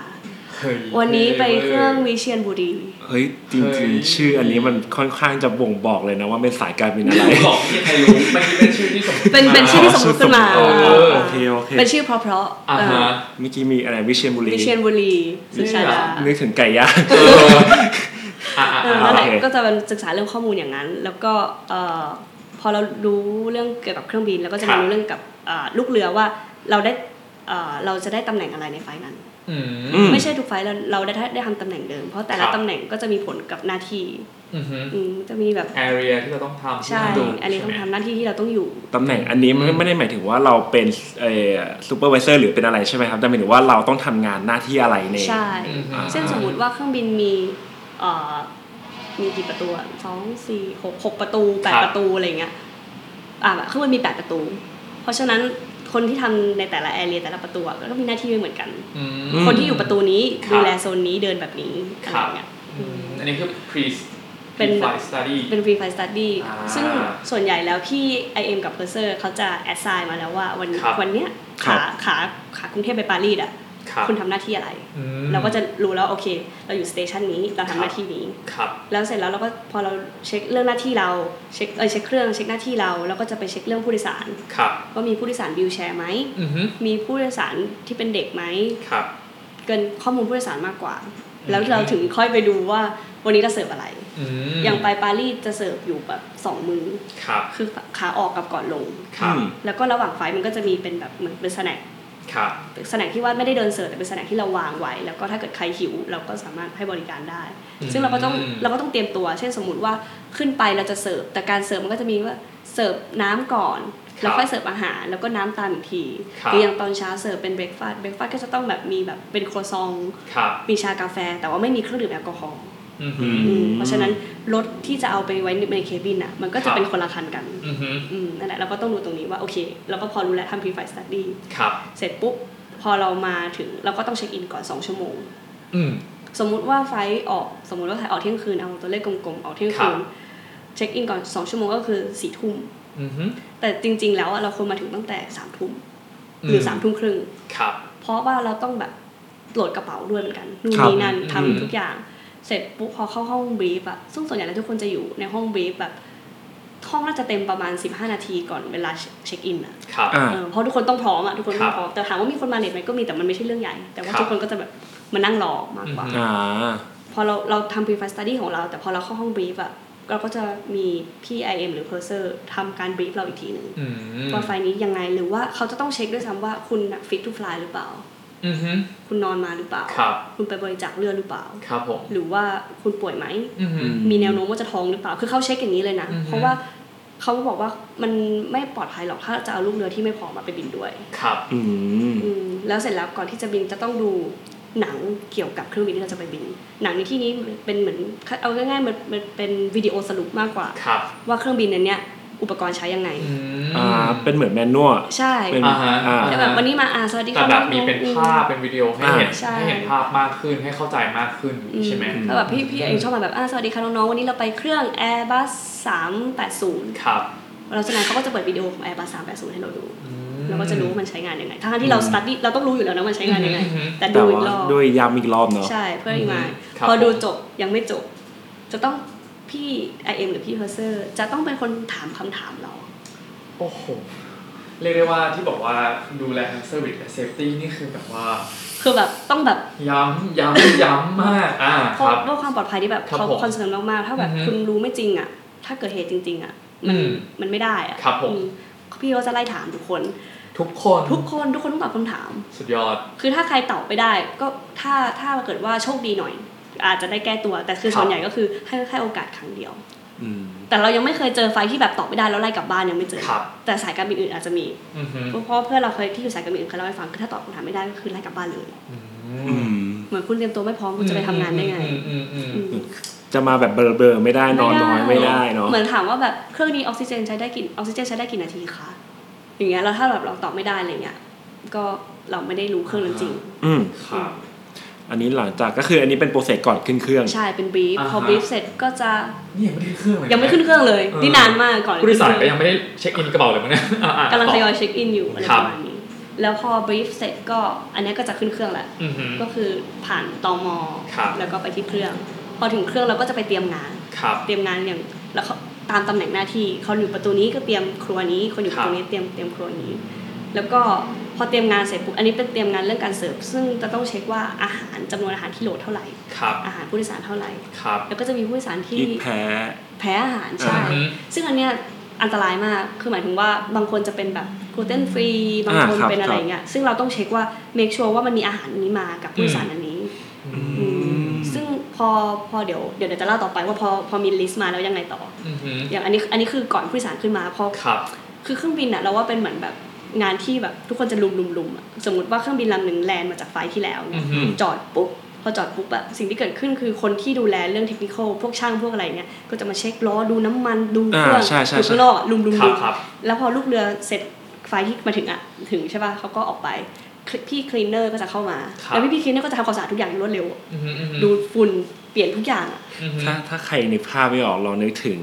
เฮ้ย
วันนี้ไปเครื่อง
ว้ย
วิเชียนบุรี
เฮ้ยจริง
เฮ้ย
ๆ ชื่ออันนี้มันค่อนข้างจะบ่งบอกเลยนะว่าเป็นสายการบิน อะไร
ไม่บอกที่ใครรู้ไม่คิดเป็นชื่อที่สมมติ
เป็นเป็นชื่อที่สมมติขึ้นมา
เออ
โอเคโอเค
เป็นชื่อเพราะเพราะๆ
อ่า
เอ
ฮะ
อ
เมื่อกี้มีอะไรวิเชียรบุรี
วิเชียนบุรีสุชาดา
เนี่ย
นึกถึงไก่ย่าง
เอออ่าอ่า
เออ
อ่า
นั่นแหละ
โอเค
ก็จะเป็นศึกษาเรื่องข้อมูลอย่างนั้น แล้วก็เอ่อพอเรารู้เรื่องเกี่ยวกับเครื่องบิน แล้วก็จะ
ครั
มา
บ
รู้เรื่องกับเอ่อลูกเรือว่าเราได้เอ่อเราจะได้ตำแหน่งอะไรในไฟล์นั้น
อืม
อืม
ไม่ใช่ทุกไฟล์เราเราได้ได้ทำตำแหน่งเดิม เพราะแต่
ค
ละ
รับ
ตำแหน่งก็จะมีผลกับหน้าที่
อือหือ
อืมจะมีแบบ
area ที่เราต้องทำ
ใช่
ที่ต้ดู
อะไรต้องทำหน้าที่ที่เราต้องอยู่
ตำแหน่งอันนี้มันไม่ได้หมายถึงว่าเราเป็นเอ่อซูเปอร์วิเซอร์หรือเป็นอะไรใช่ไหมครับ แต่หมายถึงว่าเราต้องทำงานหน้าที่อะไรใน
ใช่
อือหือ
อ่า
เช่นสมมุติว่าเครื่องบินมีเอ่อมีกี่ประตูอะสองสี่หกหกประตูแปดประตูอะไรเงี้ยอ่าแบบเครื่องบินมีแปดประตู เพราะฉะนั้นคนที่ทำในแต่ละแอเรียแต่ละประตูอะก็มีหน้าที่ไม่เหมือนกัน
อืม
อืม
คนที่อยู่ประตูนี้
ครับ
ดูแลโซนนี้เดินแบบนี้
ค
อะไร
รับ
เงี้ย
อืมอันนี้คือ pre
เป็น
pre flight study
เป็น free flight study
อ่า
ซึ่งส่วนใหญ่แล้วพี่ IM กับ p e r s e r เขาจะ assign มาแล้วว่าวัน
ครับ
วันเนี้ย
ครั
ขา
บ
ขาขากรุงเทพไปปารีสอ่ะ
ครับ
คุณทำหน้าที่อะไร
อืม
เราก็จะรู้แล้วโอเค เราอยู่สเตชันนี้เราทำ
ครับ
หน้าที่นี้
ครับ
แล้วเสร็จแล้วเราก็พอเราเช็คเรื่องหน้าที่เราเช็คเออเช็คเครื่องเช็คหน้าที่เราแล้วก็จะไปเช็คเรื่องผู้โดยสาร
ครับ
ว่ามีผู้โดยสารวิวแชร์ไหม
อือหือ
มีผู้โดยสารที่เป็นเด็กไหม
ครับ
เกินข้อมูลผู้โดยสารมากกว่า
อืม
แล้วเราถึงค่อยไปดูว่าวันนี้เราเสิร์ฟอะไร
อืม
อย่างไปปารีสจะเสิร์ฟอยู่แบบสองมือ
ครับ
คือขาออกกับก่อนลง
ครับ
แล้วก็ระหว่างไฟล์มันก็จะมีเป็นแบบเหมือนเป็นสแน็ค
ครับ
สแน็คที่ว่าไม่ได้เดินเสิร์ฟแต่เป็นสแน็คที่เราวางไว้ แล้วก็ถ้าเกิดใครหิว เราก็สามารถให้บริการได้
อืม
ซึ่งเราก็ต้องเราก็ต้องเตรียมตัว เช่นสมมุติว่าขึ้นไปเราจะเสิร์ฟ แต่การเสิร์ฟมันก็จะมีว่าเสิร์ฟน้ำก่อน
ครับ
แล้วค่อยเสิร์ฟอาหาร แล้วก็น้ำตามอีกที
ค
ห
รับ
รืออย่างตอนเช้าเสิร์ฟเป็นเบรกฟาสต์เบรกฟาสต์ก็จะต้องแบบมีแบบเป็นครัวซอง
ครับ
มีชากาแฟ แต่ว่าไม่มีเครื่องดื่มแอลกอฮอล์
อือหือ
ม
อืมเพราะฉะนั้นรถที่จะเอาไปไว้ในเคบินอ่ะ มันก็
ครั
จะ
บ
เป็นคนละคันกัน
อือหือ
อืมนั่นแหละเราก็ต้องดูตรงนี้ว่าโอเคเราก็พอรู้แล้วทำ pre-flight study
ครับ
เสร็จปุ๊บ พอเรามาถึงเราก็ต้องเช็คอินก่อน 2 ชั่วโมง
อืม
สมมุติว่าไฟล์ออกสมมุติว่าไฟล์ออกเที่ยงคืนเอาตัวเลขกลมๆออกเที่ยงคืน
ครับ
เช็คอินก่อน 2 ชั่วโมงก็คือ4ี่ทุ่ม
อือหือ
แต่จริง ๆ แล้วอะเราควรมาถึงตั้งแต่3ามทุ่ม
อื
หรือ3ามทุ่มครึ่ง
ครับ
เพราะว่าเราต้องแบบโหลดกระเป๋าด้วยเหมือนกันนู่น
ครับ
นี่นั่น
อืม
ทำทุกอย่าง เสร็จปุ๊บพอเข้าห้องบรีฟอะซึ่งส่วนใหญ่แล้วทุกคนจะอยู่ในห้องบรีฟแบบห้องน่าจะเต็มประมาณ 15 นาทีก่อนเวลาเช็คอินอะ
ครับ
อ่า
เออเพราะทุกคนต้องพร้อมอะทุกคน
ครั
ต้อบ งพร้อมแต่ถามว่ามีคนมาเลทไหมก็มีแต่มันไม่ใช่เรื่องใหญ่ แต่ว่า
ครับ
ทุกคนก็จะแบบมานั่งรอมากกว่า
อืม
อ่า
พอเราเราทำ pre-flight study ของเรา แต่พอเราเข้าห้อง brief อะเราก็จะมีพี่ IM หรือ purser ทำการ brief เราอีกทีหนึ่ง
อืม
ว่าไฟล์นี้ยังไงหรือว่าเขาจะต้องเช็คด้วยซ้ำว่าคุณ fit to fly หรือเปล่า
อือหือ
คุณนอนมาหรือเปล่า
ครับ
คุณไปบริจาคเลือดหรือเปล่า
ครับผม
หรือว่าคุณป่วยไหม
อือหือ
ม
มีแนวโน้มว่าจะท้องหรือเปล่า คือเขาเช็คอย่างนี้เลยนะ
อือฮึ
เพราะว่าเขาบอกว่ามันไม่ปลอดภัยหรอกถ้าจะเอาลูกเรือที่ไม่พร้อมมาไปบินด้วย
ครับ
อืม
อืมแล้วเสร็จแล้วก่อนที่จะบินจะต้องดูหนังเกี่ยวกับเครื่องบินที่เราจะไปบิน หนังในที่นี้เป็นเหมือนเอาง่ายๆมันมันเป็นวิดีโอสรุปมากกว่า
ครับ
ว่าเครื่องบินอันเนี้ยอุปกรณ์ใช้ยังไง
อืม
อ่า เป็นเหมือนแมนนวล
ใช่
เป็น
อ่าฮะ
อ่า
แต่แบบวันนี้มาอ่าสวัสดี
แต่
ค่ะ
แบบมี
อง
เป็นภาพเป็นวิดีโอให้เห็น
ใช่
ให้เห็นภาพมากขึ้นให้เข้าใจมากขึ้น
อื
ใช่ไหม
แล้วแบบพี่พี่เองชอบมาแบบอ่าสวัสดีค่ะน้องๆวันนี้เราไปเครื่อง Airbus 380
ครับ
เราจะนั้นเขาก็จะเปิดวิดีโอของ Airbus 380 ให้เราดู
อืม
เราก็จะรู้ว่ามันใช้งานยังไงทั้งๆที่เราสตัดดี้เราต้องรู้อยู่แล้วนะมันใช้งานยังไง
อือฮึ
แต่
แต่
ดูอีก
ว่าร
อบ
ด้วยย้ำอีกรอบเนาะ
ใช่เพื่ออีกมา
อืมครับ
พอดู
ผม
จบยังไม่จบ จะต้องพี่ IM หรือพี่เพอร์เซอร์ จะต้องเป็นคนถามคำถามเรา
โอ้โห เรียกได้ว่าที่บอกว่าดูแลทั้งเซอร์วิสและเซฟตี้นี่คือแบบว่า
คือแบบต้องแบบ
ย้ำย้ำ ย้ำมาก อ่า
เพ
ค
ราะ
รับ
ว่าความปลอดภัยที่แบบ
ครับ
เขา
ผม
คอนเซิร์นมากๆ ถ้าแบบ
อือฮึ
คุณรู้ไม่จริงอ่ะ ถ้าเกิดเหตุจริง ๆ อ่ะ มัน
อืม
มันไม่ได้อ่ะ
ครับผม
อืพี่ก็จะไล่ถามทุกคน
ทุกคน
ทุกคนทุกคนต้องตอบคำถาม
สุดยอด
คือถ้าใครตอบไม่ได้ก็ถ้าถ้าเกิดว่าโชคดีหน่อย อาจจะได้แก้ตัวแต่คื
ค
อ
รับ
ส่วนใหญ่ก็คือให้ให้โอกาสครั้งเดียว
อืม
แต่เรายังไม่เคยเจอไฟล์ที่แบบตอบไม่ได้แล้วไล่กลับบ้านยังไม่เจอ
ครับ แต่
แต่สายการบินอื่นอาจจะมี
อือหือ
เพราะเพื่อนเราเคยที่อยู่สายการบินอื่นเคยเล่าให้ฟังคือถ้าตอบคำถามไม่ได้ก็คือไล่กลับบ้านเลย
อื
อื
ม
ม
เหมือนคุณเตรียมตัวไม่พร้อมคุณจะไปทำงานได้ไง
อืมอืมอืม
อื
อืม
ม
จะมาแบบเบลอเบลอๆไม่ได้นอนน้อยไม่ได้เนาะ
เหมือนถามว่าแบบเครื่องนี้ออกซิเจนใช้ได้กี่ออกซิเจนใช้ได้กี่นาทีคะอย่างเงี้ยแล้วถ้าแบบเราตอบไม่ได้อะไรเงี้ยก็เราไม่ได้รู้เครื่องนั้นจริง
อืม
ครับ
อันนี้หลังจากก็คืออันนี้เป็นโปรเซสก่อนขึ้นเครื่อง
ใช่เป็นบีฟ
อ่าฮะ
พอบีฟเสร็จก็จะ
นี่ยังไม่ได้ขึ้นเครื่องเลยะ
ยังไม่ขึ้นเครื่องเลย
เออ
นี่นานมากก่อน
ผู้โดยสารก็ยังไม่ได้เช็คอินกระเป๋าเลยมั้งเนี่ยอ่ะอ่ะ
กำลัง
ต่
ทยอยเช็คอินอยู่อะไร
ครั
ป
บ
ระมาณนี้แล้วพอบีฟเสร็จก็อันเนี้ยก็จะขึ้นเครื่องแหละ
อือหือ
ก็คือผ่านตม
ครับ
แล้วก็ไปที่เครื่อง พอถึงเครื่องเราก็จะไปเตรียมงาน
ครับ
เตรียมงานอย่างแล้วเขาตามตำแหน่งหน้าที่เขาอยู่ประตูนี้ก็เตรียมครัวนี้ คนอยู่ประตูนี้เตรียมเตรียมครัวนี้ แล้วก็พอเตรียมงานเสร็จปุ๊บอันนี้เป็นเตรียมงานเรื่องการเสิร์ฟซึ่งจะต้องเช็คว่าอาหารจำนวนอาหารที่โหลดเท่าไหร่
ครับ
อาหารผู้โดยสารเท่าไหร่
ครับ
แล้วก็จะมีผู้โดยสารที่
อีกแพ้
แพ้อาหารใช่
อ่าฮะ
ซึ่งอันเนี้ยอันตรายมากคือหมายถึงว่าบางคนจะเป็นแบบกลูเตนฟรีบางคน
อ่าครับ
เป็นอะไร
ครับ
เงี้ยซึ่งเราต้องเช็คว่าเมคชัวร์ว่ามันมีอาหารนี้มากับผู้โดยสารอันนี้
อืม
ซึ่งพอพอเดี๋ยวเดี๋ยวเดี๋ยวจะเล่าต่อไปว่าพอพอมีลิสต์มาแล้วยังไงต่อ
อือหือ
อย่างอันนี้อันนี้คือก่อนผู้โดยสารขึ้นมาเพราะ
ครับ
คือเครื่องบินอะเราว่าเป็นเหมือนแบบงานที่แบบทุกคนจะลุมลุมลุมอะสมมติว่าเครื่องบินลำหนึ่งแลนด์มาจากไฟล์ที่แล้ว
อื
เนี่ย
อหือ
จอดปุ๊บพอจอดปุ๊บแบบสิ่งที่เกิดขึ้นคือคนที่ดูแลเรื่องเทคนิคอลพวกช่างพวกอะไรเนี่ยก็จะมาเช็คล้อดูน้ำมันดูเครื่อง
อ่าใช่ใช่
ดูข้างนอกอะลุมลุม
ครั
ลุ
บ
ม
ครับ
แล้วพอลูกเรือเสร็จไฟล์ที่มาถึงอะถึงใช่ป่ะเขาก็ออกไปคลิพี่คลีนเนอร์ก็จะเข้ามา
ครับ
แล้วพี่พี่คลีนเนอร์ก็จะทำความสะอาดทุกอย่างอย่างรวดเร็ว
อือหืออือหือ
ดูฝุ่นเปลี่ยนทุกอย่างอะ
อือหือ
ถ้าถ้าใครนึกภาพไม่ออกลองนึกถึง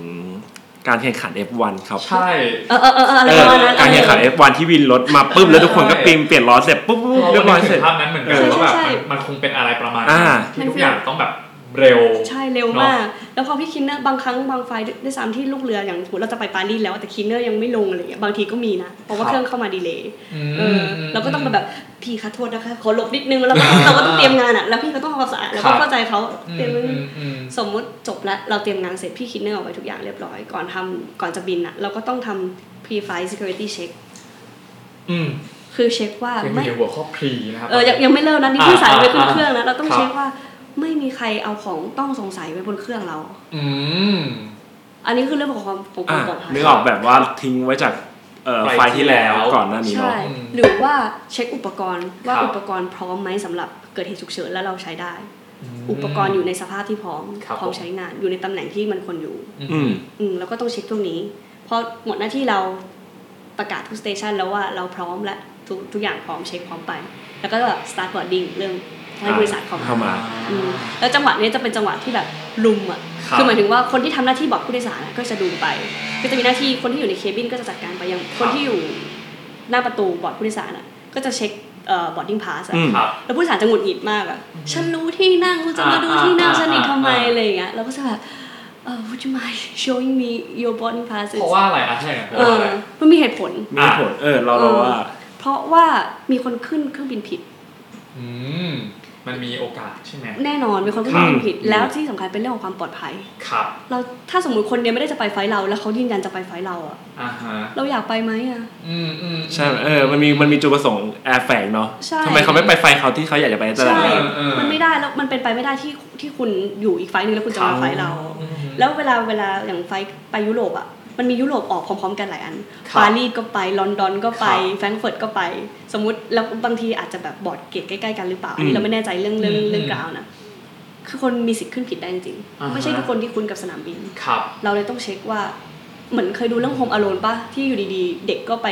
การแข่งขัน F1 ครับ
ใช่
เออเออเอออะไร
เอ
ป
อ
ระมาณนั้น
การแข่งขัน F1 ที่วินรถมาปุ๊บแล้วทุกคนก็ปีนเปลี่ยนล้อเสร็จปุ๊บปุ๊บ
เรา
เรียบ
ก็
ร้อย
นึก
เสร็จ
ถึงภาพนั้นเหมือนกัน
เออ
ว่าแบบ
ใช่
มันมันคงเป็นอะไรประมาณนั้น
อ่า
ที่
มัน
ทุก
คือ
อ
อ
ย่างต้องแบบเร็ว
ใช่เร็วมาก แล้วพอพี่คินเนอร์บางครั้งบางไฟล์ด้วยซ้ำที่ลูกเรืออย่างสมมติเราจะไปปารีสแล้วแต่คินเนอร์ยังไม่ลงอะไรเงี้ยบางทีก็มีนะ เพราะ
ค
ว่า
รับ
เครื่องเข้ามาดีเลย์
อืม
เอออเราก็ต้องแบบพี่คะโทษนะคะขอหลบนิดนึงแล้วเราก็เราก็ต้องเตรียมงานอ่ะแล้วพี่ก็ต้องทำความสะอาดแล้วก็เข้าใจเขา
อืม
เตรียม
อืมอืม
สมมติจบแล้วเราเตรียมงานเสร็จพี่คินเนอร์ออกไปทุกอย่างเรียบร้อย ก่อนทำก่อนจะบินอ่ะเราก็ต้องทำ pre flight security check
อืม
คือเช็คว่า
ยังอยู่
ไม่
ในหัวข้อพรีนะครับ
เออยังยังไม่เลิกนะนี่เพิ่งสายไปขึ้นเครื่องนะเราต้อง
ครับ
เช็คว่าไม่มีใครเอาของต้องสงสัยไว้บนเครื่องเรา
อืม
อันนี้คือเรื่องของความของค
อ่ะ
วามปลอดภัย
นึกออกแบบว่าทิ้งไว้จากเอ่อไฟล์ที่แล้วก่อนหน้านี้
ใช่
เนาะ
อืม
หรือว่าเช็คอุปกรณ์ว่า
ครับ
อุปกรณ์พร้อมไหมสำหรับเกิดเหตุฉุกเฉินแล้วเราใช้ได้ อุปกรณ์อยู่ในสภาพที่พร้อม
ครับ
พร้อมใช้งานอยู่ในตำแหน่งที่มันควรอยู่
อืม
อืมแล้วก็ต้องเช็คตรงนี้เพราะหมดหน้าที่เราประกาศทุกสเตชันแล้วว่าเราพร้อมและทุกทุกอย่างพร้อมเช็คพร้อมไป แล้วก็แบบ start boarding เรื่องให้
อ่า
บริษัทเขา
เข้ามา
อืมแล้วจังหวะนี้จะเป็นจังหวะที่แบบลุมอ่ะ
ครับ
คือหมายถึงว่าคนที่ทำหน้าที่บอกผู้โดยสารอะก็จะดูไป ก็จะมีหน้าที่คนที่อยู่ในเคบินก็จะจัดการไปยังคนที่อยู่หน้าประตูบอร์ดผู้โดยสารอะก็จะเช็คเอ่อบอร์ดดิ้งพาสอะ
อืม
ครับ
แล้วผู้โดยสารจะหงุดหงิดมากอะฉันรู้ที่นั่งคุณจะมาดู
อ่า
ที่นั่ง
อ่า
ฉันอีกทำไม
อ่า
อะไรอย่างเงี้ยเราก็จะแบบเออ would you mind showing me your boarding pass
เพราะว่าอะไรอ่ะใช่เพราะ
เอ
ว่า
อ
อะไร
มันมีเหตุผล
มีผลเออเราเราว่า
เพราะว่ามีคนขึ้นเครื่องบินผิด
อืม มันมีโอกาสใช่ไหม
แน่นอนมีคนขึ้นเครื่องบินผิด
อืม
แล้วที่สำคัญเป็นเรื่องของความปลอดภัย
ครับ
เราถ้าสมมติคนเนี้ยไม่ได้จะไปไฟล์เราแล้วเขายืนยันจะไปไฟล์เราอะ
อ่าฮะ
เราอยากไปไหมอะ
อืมอืม
ใช่เออมันมีมันมีจุดประสงค์แอบแฝงเนาะ
ใช่
ทำไมเขาไม่ไปไฟล์เขาที่เขาอยากจะไปตลา
ใช่
ด
เออ
มันไม่ได้แล้วมันเป็นไปไม่ได้ที่ที่คุณอยู่อีกไฟล์หนึงแล้วคุณจะมาไฟล์เรา
อืม
แล้วเวลาเวลาอย่างไฟล์ไปยุโรปอ่ะ มันมียุโรปออกพร้อม ๆ กันหลายอัน
ครับ
ปารีสก็ไป ลอนดอนก็ไป
ครับ
แฟรงก์เฟิร์ตก็ไป สมมติแล้วบางทีอาจจะแบบบอร์ดเกตใกล้ๆกันหรือเปล่า อัน
อื
นี้
ม
เราไม่แน่ใจเรื่องเรื่อง
อืม
เรื่องกราวนะ คือคนมีสิทธิ์ขึ้นผิดได้จริงๆ
อ่าฮะ
ไม่ใช่ทุกคนที่คุ้นกับสนามบิน
ครับ
เราเลยต้องเช็คว่า เหมือนเคยดูเรื่องโฮมอโลนป่ะ ที่อยู่ดีๆ เด็กก็ไป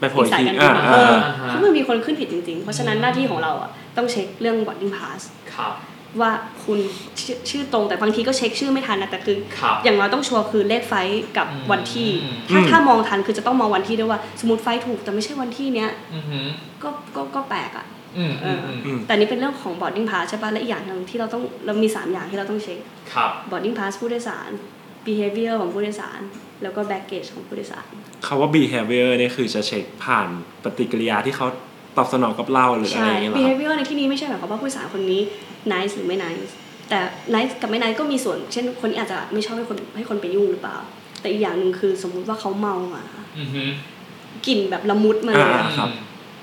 ไปโผล่อีก
สาย
ที
การบิ
อ่านอ่า
เออ
อ่า
าฮะ
เพราะมันมีคนขึ้นผิดจริงๆ เพราะฉะนั้นหน้าที่ของเราอ่ะต้องเช็คเรื่อง boarding pass
ครับ
ว่าคุณชื่อชื่อตรงแต่บางทีก็เช็คชื่อไม่ทันนะแต่คือ
ครับ
อย่างน้อยต้องชัวร์คือเลขไฟล์กับ
อืม
วันที่
อื
ถ้าม ถ้ามองทันคือจะต้องมองวันที่ด้วยว่า สมมติไฟล์ถูกแต่ไม่ใช่วันที่เนี้ย
อืมอืม
ก็ก็ก็แปลกอะ
อืมอืมอืม
แต่นี่เป็นเรื่องของ boarding pass ใช่ปะและอีกอย่างหนึงที่เราต้องเรามี 3 อย่างที่เราต้องเช็ค
ครับ
boarding pass ผู้โดยสาร behavior ของผู้โดยสาร แล้วก็ baggage ของผู้โดยสาร
คำว่า behavior เนี่ยคือจะเช็คผ่านปฏิกิริยาที่เขาตอบสนองกับเราหรืออะไร
ใช่
อย่างเงี้ยเหรอครับ
behavior ในที่นี้ไม่ใช่หมายความว่าผู้โดยสารคนนี้ nice หรือไม่ nice แต่ nice กับไม่ nice ก็มีส่วน เช่นคนนี้อาจจะไม่ชอบให้คนให้คนไปยุ่งหรือเปล่า แต่อีกอย่างหนึ่งคือสมมุติว่าเขาเมาอะ
อืมอืม
กลิ่นแบบละมุดมาเลยอะ
อ่า ครับ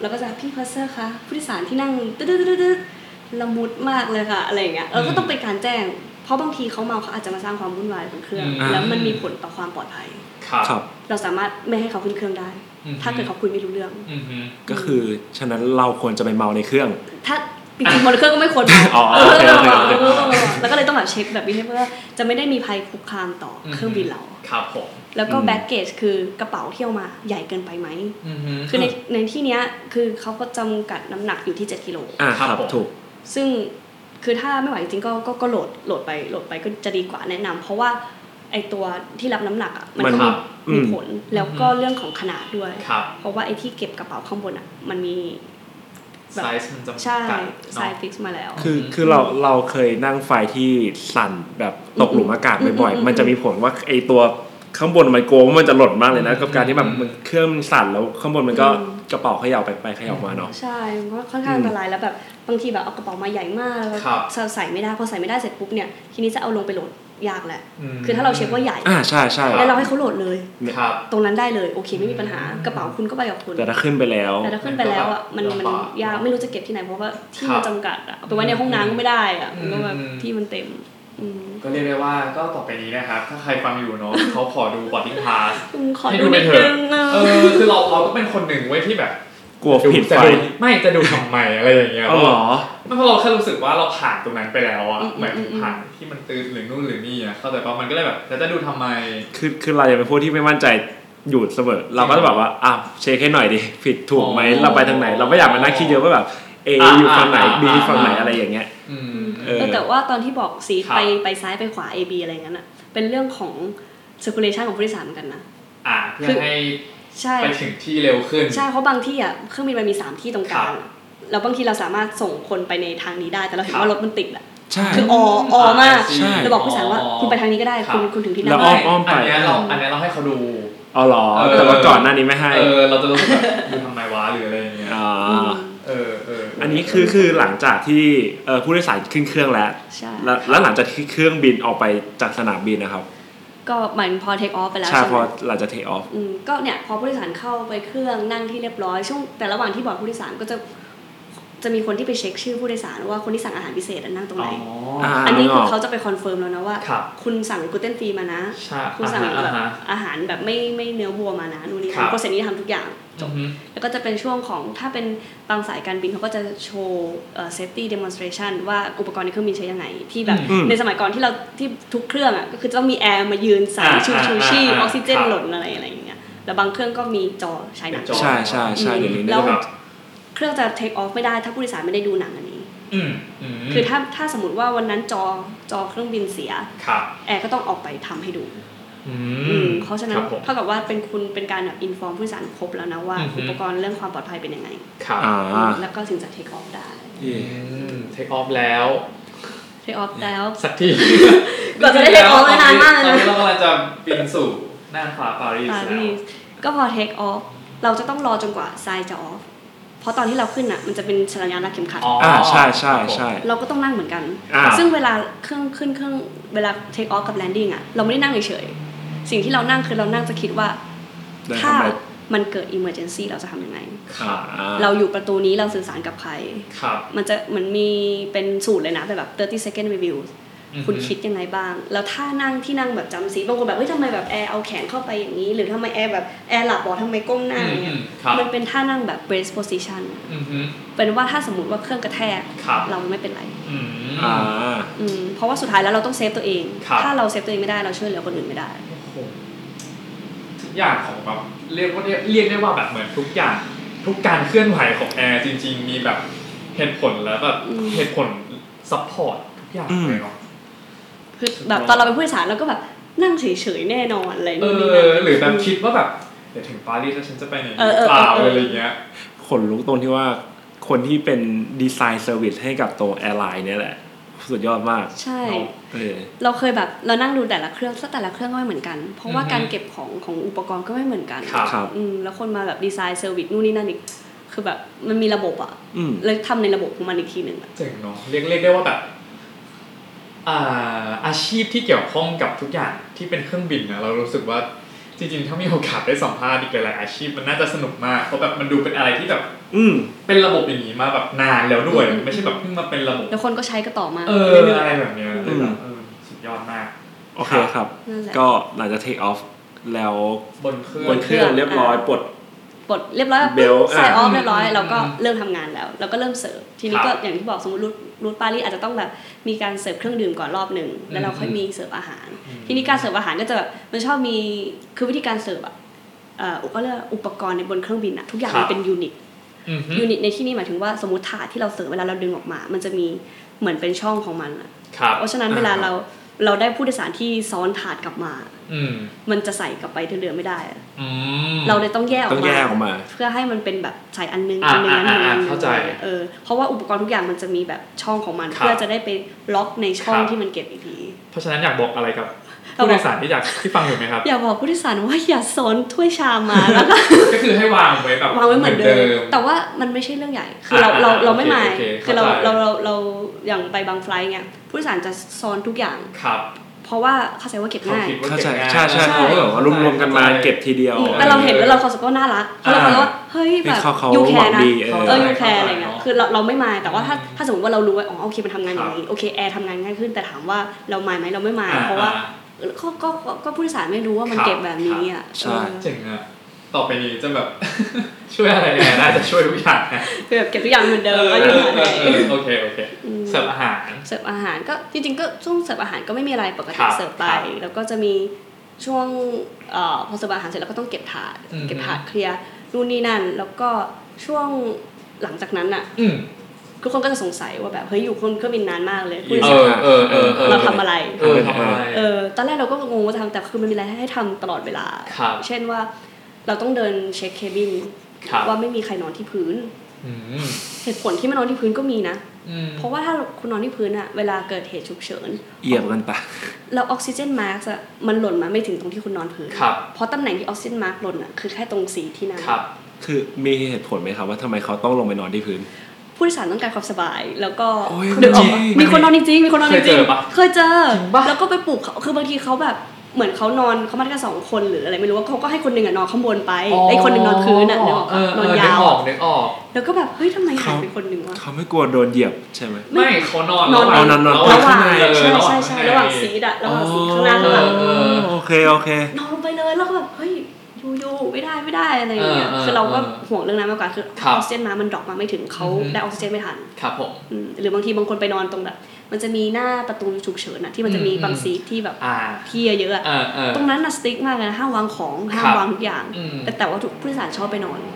แล้วก็จะพี่เพอร์เซอร์คะผู้โดยสารที่นั่งตึ๊ดๆๆๆละมุดมากเลยค่ะอะไรอย่างเงี้ยเราก็ต้องเป็นการแจ้ง เพราะบางทีเขาเมาเขาอาจจะมาสร้างความวุ่นวายบนเครื่อง
อืม
แล้วมันมีผลต่อความปลอดภัย
ครับ
ครับ
เราสามารถไม่ให้เขาขึ้นเครื่องได้
อืม
ถ้าเกิดเขาคุยไม่รู้เรื่อง
อือฮึ
ก็คือฉะนั้นเราควรจะไปเมาในเครื่อง
ถ้าจริงๆบนเครื่องก็ไม่ควรเมา
อ๋อโอเคโอเคโอเค
เออแล้วก็เลยต้องแบบเช็คแบบนี้ให้เพื่อจะไม่ได้มีภัยคุกคามต่อเครื่องบินเรา
ครับผม
แล้วก็
อืม
แบ็กเกจคือกระเป๋าที่เอามาใหญ่เกินไปไหม
อือฮึ
คือในในที่เนี้ยคือเขาก็จำกัดน้ำหนักอยู่ที่ 7กิโล
อ่า
ค
ครับ รับ
ผม
ถูก
ซึ่งคือถ้าไม่ไหวจริงๆก็ก็ก็โหลดโหลดไปโหลดไปก็จะดีกว่าแนะนำเพราะว่าไอตัวที่รับน้ำหนักอ่ะมัน
มัน
ก็
ครับ
อื
มี
ม
ผลแล้วก็เรื่องของขนาดด้วย
ครับ
เพราะว่าไอที่เก็บกระเป๋าข้างบนอ่ะมันมี
ไซส์มันจำกัด
ใช่ไซ
เนาะ
ส์ฟิกซ์มาแล้ว
คือ
อืม
คือเราเราเคยนั่งไฟที่สั่นแบบตกหลุมอากาศบ่อย
อืมอืม
ๆ มันจะมีผลว่าไอตัวข้างบนมันโกลัวว่ามันจะหล่นมากเลยนะ
อืม
กับการที่แบบมันเครื่องมันสั่นแล้วข้างบนมันก็
อืม
กระเป๋าเขย่าไปไปเขย่ามาเนาะ
ใช่มันก็ค่อนข้างอันตรายแล้วแบบบางทีแบบเอากระเป๋ามาใหญ่มากแล้ว
ครับ
เราใส่ไม่ได้พอใส่ไม่ได้เสร็จปุ๊บเนี่ยทีนี้จะเอาลงไปโหลดยากแหละ
ม
คือถ้าเราเช็คว่าใหญ่
อ่าใช่ใช่
คบ
แล้วเราให้เขาโหลดเลย
ครับ
ตรงนั้นได้เลยโอเคไม่มีปัญหา
อืม
กระเป๋าคุณก็ไปกับคุณ
แต่ถ้าขึ้นไปแล้ว
แต่ถ้าขึ้นไปแล้วอ่ะมัน
มันก็
มัน
ลำบาก
ยากไม่รู้จะเก็บที่ไหนเพราะว่าที่
ครับ
มันจำกัดอ่ะเอาไปไว้ในห้องน้ำก็ไม่ได้อ่ะมันก็แบบ
อืม
ที่มันเต็มอืม
ก็เรียกได้ว่าก็ต่อไปนี้นะครับ ถ้าใครฟังอยู่เนาะ เขาขอดูบอดดิ้งพาส
อืมขอ
ให้
ดู
ดูไป
นิด
เถอะ
นึงอ่ะ
เออคือเราเราก็เป็นคนหนึ่งเว้ยที่แบบ
กลัวผิด
จะ
ไฟ
ดูไม่จะดูทำไมอะไรอย่างเงี้ย
อ๋อเหรอ
ไม่เพราะเราแค่รู้สึกว่าเราผ่านตรงนั้นไปแล้วอะหมายถึงผ่านที่มันตื้นหรือนู่นหรือนี่อะเข้าใจปะมันก็เลยแบบแล้วจะดูทำไม
คือคือเราจะเป็นพวกที่ไม่มั่นใจอยู่เสมอ เราก็จะแบบว่าอ้าวเช็คให้หน่อยดิผิดถูกไหม
อ๋อ
เราไปทางไหน เราไม่อยากมานั่งคิดเยอะว่าแบบ A
อ่า
อยู่ฝั่งไหน
อ่า
B ฝั่งไหนอะไรอย่างเงี้ย
อื
อื
ม
ม
เออ
เออแต่ว่าตอนที่บอกสี
ครับ
ไปไปซ้ายไปขวา A B อะไรอย่างนั้นอ่ะเป็นเรื่องของ circulation ของผู้โดยสารเหมือนกันนะ
อ่ะเพื่
คือ อ
ให้
ใช่
ไปถึงที่เร็วขึ้น
ใช่เพราะบางที่อ่ะเครื่องบินมันมีสามที่ตรงกลาง
ครับ
แล้วบางทีเราสามารถส่งคนไปในทางนี้ได้แต่เราเห็นว่ารถมันติดอ่ะ
ใช่
คือออออมาก
ใช่
เราบอกผู้โดยสารว่าคุณไปทางนี้ก็ได้
ครับ
คุณคุณถึงที่
แล้
นั่
ว
น
อ้อ
ได้
มอ้อมไป
นเนี้ยเราอันเนี้ยเราให้เขาดู
อ๋อเหรอ
เออ
แต่ว่าก่อนหน้านี้ไม่ให้
เออเราจะรู้สึกแบบดูทำไมวะหรืออะไรอย่างเงี้ย
อ่า
เออเอออั
อันนี้คือคือหลังจากที่เอ่อผู้โดยสารขึ้นเครื่องแล้ว
ใช่
แล้วแล้วหลังจากที่เครื่องบินออกไปจากสนามบินนะครับ
ก็เหมือนพอเทคออฟไปแล้ว
ใช่
ใช่
พ
ไห
อ
ม
หลังจากเทคออฟ
อืมก็เนี่ยพอผู้โดยสารเข้าไปเครื่องนั่งที่เรียบร้อยช่วงแต่ระหว่างที่บอร์ดผู้โดยสารก็จะจะมีคนที่ไปเช็คชื่อผู้โดยสารว่าคนที่สั่งอาหารพิเศษอะนั่งตรงไหน
อ่า
อันนี้
นึ
คื
กอ
อ
อก
เขาจะไปคอนเฟิร์มแล้วนะว่า
ครับ
คุณสั่งกลูเตนฟรีมานะ
ใช่
คุณสั่ง
อ่า
แบบ
ฮะ
อาหารแบบไม่ไม่เนื้อวัวมานะนู่นนี่
ครั
นั่น
บ
โปรเซสนี้ทำทุกอย่าง
อือฮึ
แล้วก็จะเป็นช่วงของถ้าเป็นบางสายการบินเขาก็จะโชว์เอ่อ safety demonstration ว่าอุปกรณ์ในเครื่องบินใช้ยังไง ที่แบบ
อืม
ในสมัยก่อนที่เราที่ทุกเครื่องอ่ะก็คือจะต้องมีแอร์มายืนใส่
อ่า
ชู
อ่า
ชูชีพ
อ่า
ออกซิเจน
ครับ
หล่นอะไรอะไรอย่างเงี้ยแล้วบางเครื่องก็มีจอฉายหนัง
จอ
ใช่ใช่ใช่
อืม
เดี๋ยวนี้
แล้
เนี่ย
ว
แบบ
เครื่องจะ take off ไม่ได้ถ้าผู้โดยสารไม่ได้ดูหนังอันนี้
อืมอืม
คือถ้าถ้าสมมติว่าวันนั้นจอจอเครื่องบินเสีย
ครับ
แอร์ก็ต้องออกไปทำให้ดู
อื
อื
ม
มเพราะฉะนั้น
ครับผม
เท่ากับว่าเป็นคุณเป็นการแบบอินฟอร์มผู้โดยสารครบแล้วนะว่า
อือฮึ
อุปกรณ์เรื่องความปลอดภัยเป็นยังไง
ครับ
อ่า
แล้วก็ถึงจะ take off ได้
เทคออฟแล้ว
take off แล้ว
สักที
กว่าจะได้ take off ไปนานมาก
ต
เลยนะ
อนนี้เรากำลังจะบินสู่น่านฟ้าปารีส
ปา
แล้ว
รีสก็พอเทคออฟเราจะต้องรอจนกว่าทรายจะออฟเพราะตอนที่เราขึ้นอ่ะมันจะเป็นสัญญาณรัดเข็มขัด
อ๋อ
อ่าใช่ใช่ใช่
เราก็ต้องนั่งเหมือนกัน
อ่า
ซึ่งเวลาเครื่องขึ้นเครื่องเวลาเทคออฟกับแลนดิ้งอ่ะเราไม่ได้นั่งเฉยๆสิ่งที่เรานั่งคือเรานั่งจะคิดว่า
ได้
ถ้า
ทำไม
มันเกิดอิมเมอร์เจนซีเราจะทำยังไง
อ่าอ่า
เราอยู่ประตูนี้เราสื่อสารกับใคร
ครับ
มันจะเหมือนมีเป็นสูตรเลยนะเป็นแบบ 30 second review
อือฮึ
คุณคิดยังไงบ้าง แล้วถ้านั่งที่นั่งแบบจำซีบางคนแบบเฮ้ยทำไมแบบแอร์เอาแขนเข้าไปอย่างนี้ หรือทำไมแอร์แบบแอร์หลับบอกทำไมก้มหน้า
อื
อ
มอื
ย่างเงี้ย
มครับ
มันเป็นท่านั่งแบบ brace position
อือฮึ
เป็นว่าถ้าสมมติว่าเครื่องกระแทก
ครับ
เราไม่เป็นไร
อืม
อ่า
อืมเพราะว่าสุดท้ายแล้วเราต้องเซฟตัวเอง
ครับ
ถ้าเราเซฟตัวเองไม่ได้เราช่วยเหลือคนอื่นไม่ได้
โอ้โหทุกอย่างของแบบเรียกว่าเรียกเรียกได้ว่าแบบเหมือนทุกอย่าง ทุกการเคลื่อนไหวของแอร์จริง ๆ มีแบบเหตุผลแล้วแบบ
อืม
เหตุผลซัพพอร์ตทุกอย่าง
อืม
เลยเนาะ
คือแบบตอนเราเป็นผู้โดยสารเราก็แบบนั่งเฉยๆแน่นอนอะไร
เอ
นู่นนี่
อ
นั่น
หรือแบบคิดว่าแบบเดี๋ยวถึงปารีสแล้วฉันจะไปไหน
เออเออ
เปล่า
เออเออ
อะไรอย่างเงี้ย
ขนลุกตรงที่ว่าคนที่เป็นดีไซน์เซอร์วิสให้กับตัวแอร์ไลน์เนี่ยแหละ สุดยอดมาก
ใช่
เนาะ
เออ
เราเคยแบบเรานั่งดูแต่ละเครื่องแล้วแต่ละเครื่องก็ไม่เหมือนกัน เพราะว่า
อือฮึ
การเก็บของของอุปกรณ์ก็ไม่เหมือนกัน
ครับ
ครับ
อืมแล้วคนมาแบบดีไซน์เซอร์วิสนู่นนี่นั่นอีก คือแบบมันมีระบบอะ
อืม
แล้วทำในระบบของมันอีกทีหนึ่งอะ
เจ๋งเนาะเรียกเรียกได้ว่าแบบอ่าอาชีพที่เกี่ยวข้องกับทุกอย่างที่เป็นเครื่องบินนะเรารู้สึกว่าจริงๆ ถ้ามีโอกาสได้สัมภาษณ์อีกหลายๆอาชีพมันน่าจะสนุกมากเพราะแบบมันดูเป็นอะไรที่แบบ
อืม
เป็นระบบอย่างนี้มาแบบนานแล้วด้วย ไม่ใช่แบบเพิ่งมาเป็นระบบ
แล้วคนก็ใช้ก็ต่อมา
เออ
เรื่อย
อะไรแบบเนี้ย
อืม
เออ
โอเคครับ
นั่นแหละ
ก็หลังจาก take off แล้ว
บนเครื่อบ ง
นเครื่องเรียบร้อยปลด
ปลดเรียบร้อยแล้ว
เบลต์
ใส่
อ่ะ
ออฟเรียบร้อย
อืม
เราก็
อืม
เริ่มทำงานแล้ว เราก็เริ่มเสิร์ฟทีนี้
ครั
ก็
บ
อย่างที่บอกสมมติรูทรูทปารีสอาจจะต้องแบบมีการเสิร์ฟเครื่องดื่มก่อนรอบหนึ่งแล้วเราค่อยมีเสิร์ฟอาหาร
อืม
ทีนี้การเสิร์ฟอาหารก็จะแบบมันชอบมีคือวิธีการเสิร์ฟอ่ะเอ่อก็เรียกว่าอุปกรณ์ในบนเครื่องบินอ่ะทุกอย่างมันเป็นยูนิต
อืมฮึ
ยูนิตในที่นี้หมายถึงว่าสมมติถาดที่เราเสิร์ฟเวลาเราดึงออกมา มันจะมีเหมือนเป็นช่องของมันอะ
ครับ
เพราะฉะนั้น
อ่า
เวลาเราเราได้ผู้โดยสารที่ซ้อนถาดกลับมา
อืม
มันจะใส่กลับไปที่เรือไม่ได้อะ
อืม
เราเลยต้องแยกอ
ต้
อ
อก งแย
มา
กออกมา
เพื่อให้มันเป็นแบบใส่อันนึง
อ่า
อันนึงอันนึง
อ่าอ่า
อันนึง
เข้าใจ
เออเพราะว่าอุปกรณ์ทุกอย่างมันจะมีแบบช่องของมัน
ครับ
เพื่อจะได้ไปล็อกในช่อง
ครับ
ที่มันเก็บอีกที
เพราะฉะนั้นอยากบอกอะไรกับ
เราบอก
ผู้โดยสารที่อยากที่ฟังอยู่ไหม ครับ
อย่าบอกผู้โดยสารว่าอย่าซ้อนถ้วยชามมาแล้วก็
ก็คือให้วางไว้แบบ
วางไว้เหมือนเดิม
แต่
แต่ว่ามันไม่ใช่เรื่องใหญ่ คือเรา
อ่า
เรา
อ่า
เราไม่
โอเค
หมาย
โอเค
คือเรา
เข้าใจ
เราเราเราอย่างไปบางไฟลท์เนี่ยผู้โดยสารจะซ้อนทุกอย่าง
ครับ
เพราะว่าเข้าใจว่าเก็บ
เขา
ง่าย
คิดว่า
เข้าใจ
เก็บงาน
ใช่ใช่เขาก็แบบว่ารวมๆกันมาเก็บทีเดียว
อืม
แต่เราเห็นแล้วเราเขาสึกว่าน่ารักเพราะเราคิดว่าเฮ้ยแบบ
นี่เขาเขา
ยูแค
หวัง
นะ
ดีเออ
เออยูแคอะไรเงี้ยคือเราเราไม่มายแต่ว่าถ้า
อืม
ถ้าสมมติว่าเรารู้ว่าอ๋อโอเคมันทำงานอย่าง
ครั
นี้
บ
โอเคแอร์ทำงานง่ายขึ้น แต่ถามว่าเรามายไหมเราไม่มาย
อ่า
เพราะว่าเออก็ก็ก็ก็ผู้โดยสารไม่รู้ว่ามัน
ครับ
เก็บแบบนี้อ่ะ
ใช่
เออ
เจ๋งอะต่อไปนี้จะแบบ ช่วยอะไรแอร์ได้จะช่วยทุกอย่างนะ
คือแบบเก็บทุกอย่างเหมือนเดิมก็
เอ
อยู่
อ
ไหน
เออโอเคโอเคเสิร์ฟอาหาร
เสิร์ฟอาหารก็จริงๆก็ช่วงเสิร์ฟอาหารก็ไม่มีอะไรปก
ค
ติ
รับ
เสิร์ฟไป
ครับ
แล้วก็จะมีช่วงเอ่อพอเสิร์ฟอาหารเสร็จแล้วก็ต้องเก็บถาด
อืม
เก็บถาดเคลียร์นู่นนี่นั่น แล้วก็ช่วงหลังจากนั้นอ่ะ
อืม
ทุกคนก็จะสงสัยว่าแบบเฮ้ยอยู่คนเครื่องบินนานมากเลยผู้
เอ
โดยสาร
อเออเออเออ
เราทำอะไร
เออทำอะไร
เออตอนแรกเราก็งงว่าทำแต่คือมันมีอะไรให้ทำตลอดเวลา
ครับ
เช่นว่าเราต้องเดินเช็คเคบิน
ครับ
ว่าไม่มีใครนอนที่พื้น
อืม
เหตุผลที่ไม่นอนที่พื้นก็มีนะ
อืม
เพราะว่าถ้าคุณนอนที่พื้นอะเวลาเกิดเหตุฉุกเฉิน
เอียบกันไป
แล้วออกซิเจนมาร์กอะมันหล่นมาไม่ถึงตรงที่คุณนอนพื้น
ครับ
เพราะตำแหน่งที่ออกซิเจนมาร์กหล่นอะคือแค่ตรงสีที่นั่ง
ครับ
คือมีเหตุผลไหมครับว่าทำไมเขาต้องลงไปนอนที่พื้น
ผู้โดยสารต้องการความสบายแล้วก็
โอ้ย
เดึกออกมา
จริง
มีคนนอนจริงๆมีคนนอนจ
เคยเจ
ริง
อปะ
ๆเคยเจอ
จริงปะ
แล้วก็ไปปลุกเขาคือบางทีเขาแบบเหมือนเขานอนเขามากันสองคนหรืออะไรไม่รู้ว่าเขาก็ให้คนหนึ่งอะนอนข้างบนไปไอ้คนหนึ่งนอนคืนอะนึกออก
เออน
ปะ
เอ
อ
อย
นาว
นึกออก
อะ
นึกออก
แล้วก็แบบเฮ้ยทำไมหาย
เขา
ไปคนหนึ่งวะ
เขาไม่กลัวโดนเหยียบใช่ไหม
ไม่
ไม่
เขานอน
นอน
ระหว่าง
นอนนอน
ระหว่าง
เออ
ใช่ใช่
าง
ใช่
ข้ใน
ระหว่างซีดอะระหว่างซีข้างหน้า
เอ
ข้างหลัง
เออ
โอเคโอเคน
อนลงไปเลยแล้วก็แบบเฮ้ยยูยูไม่ได้ไม่ได้อะไรอย่างเงี้ย
เออเออ
คือเราก็
เออ
ห่วงเรื่องนั้นมากกว่าคืออ
ครับ
อกซิเจนมามันดรอปมาไม่ถึงเขา
อือฮึ
ได้ออกซิเจนไม่ทัน
ครับผม
อืมหรือบางทีบางคนไปนอนตรงแบบ มันจะมีหน้าประตูฉุกเฉินอะที่มันจะมี
อืม
บางซีทที่แบบ
อ่า
ที่เยอะๆอะ
เออเออ
ตรงนั้นน่ะสติ๊กมากเลยนะห้ามวางของห้าม
ครับ
วางทุกอย่าง
อืม
แต่แต่ว่าทุกผู้โดยสารชอบไปนอน
อื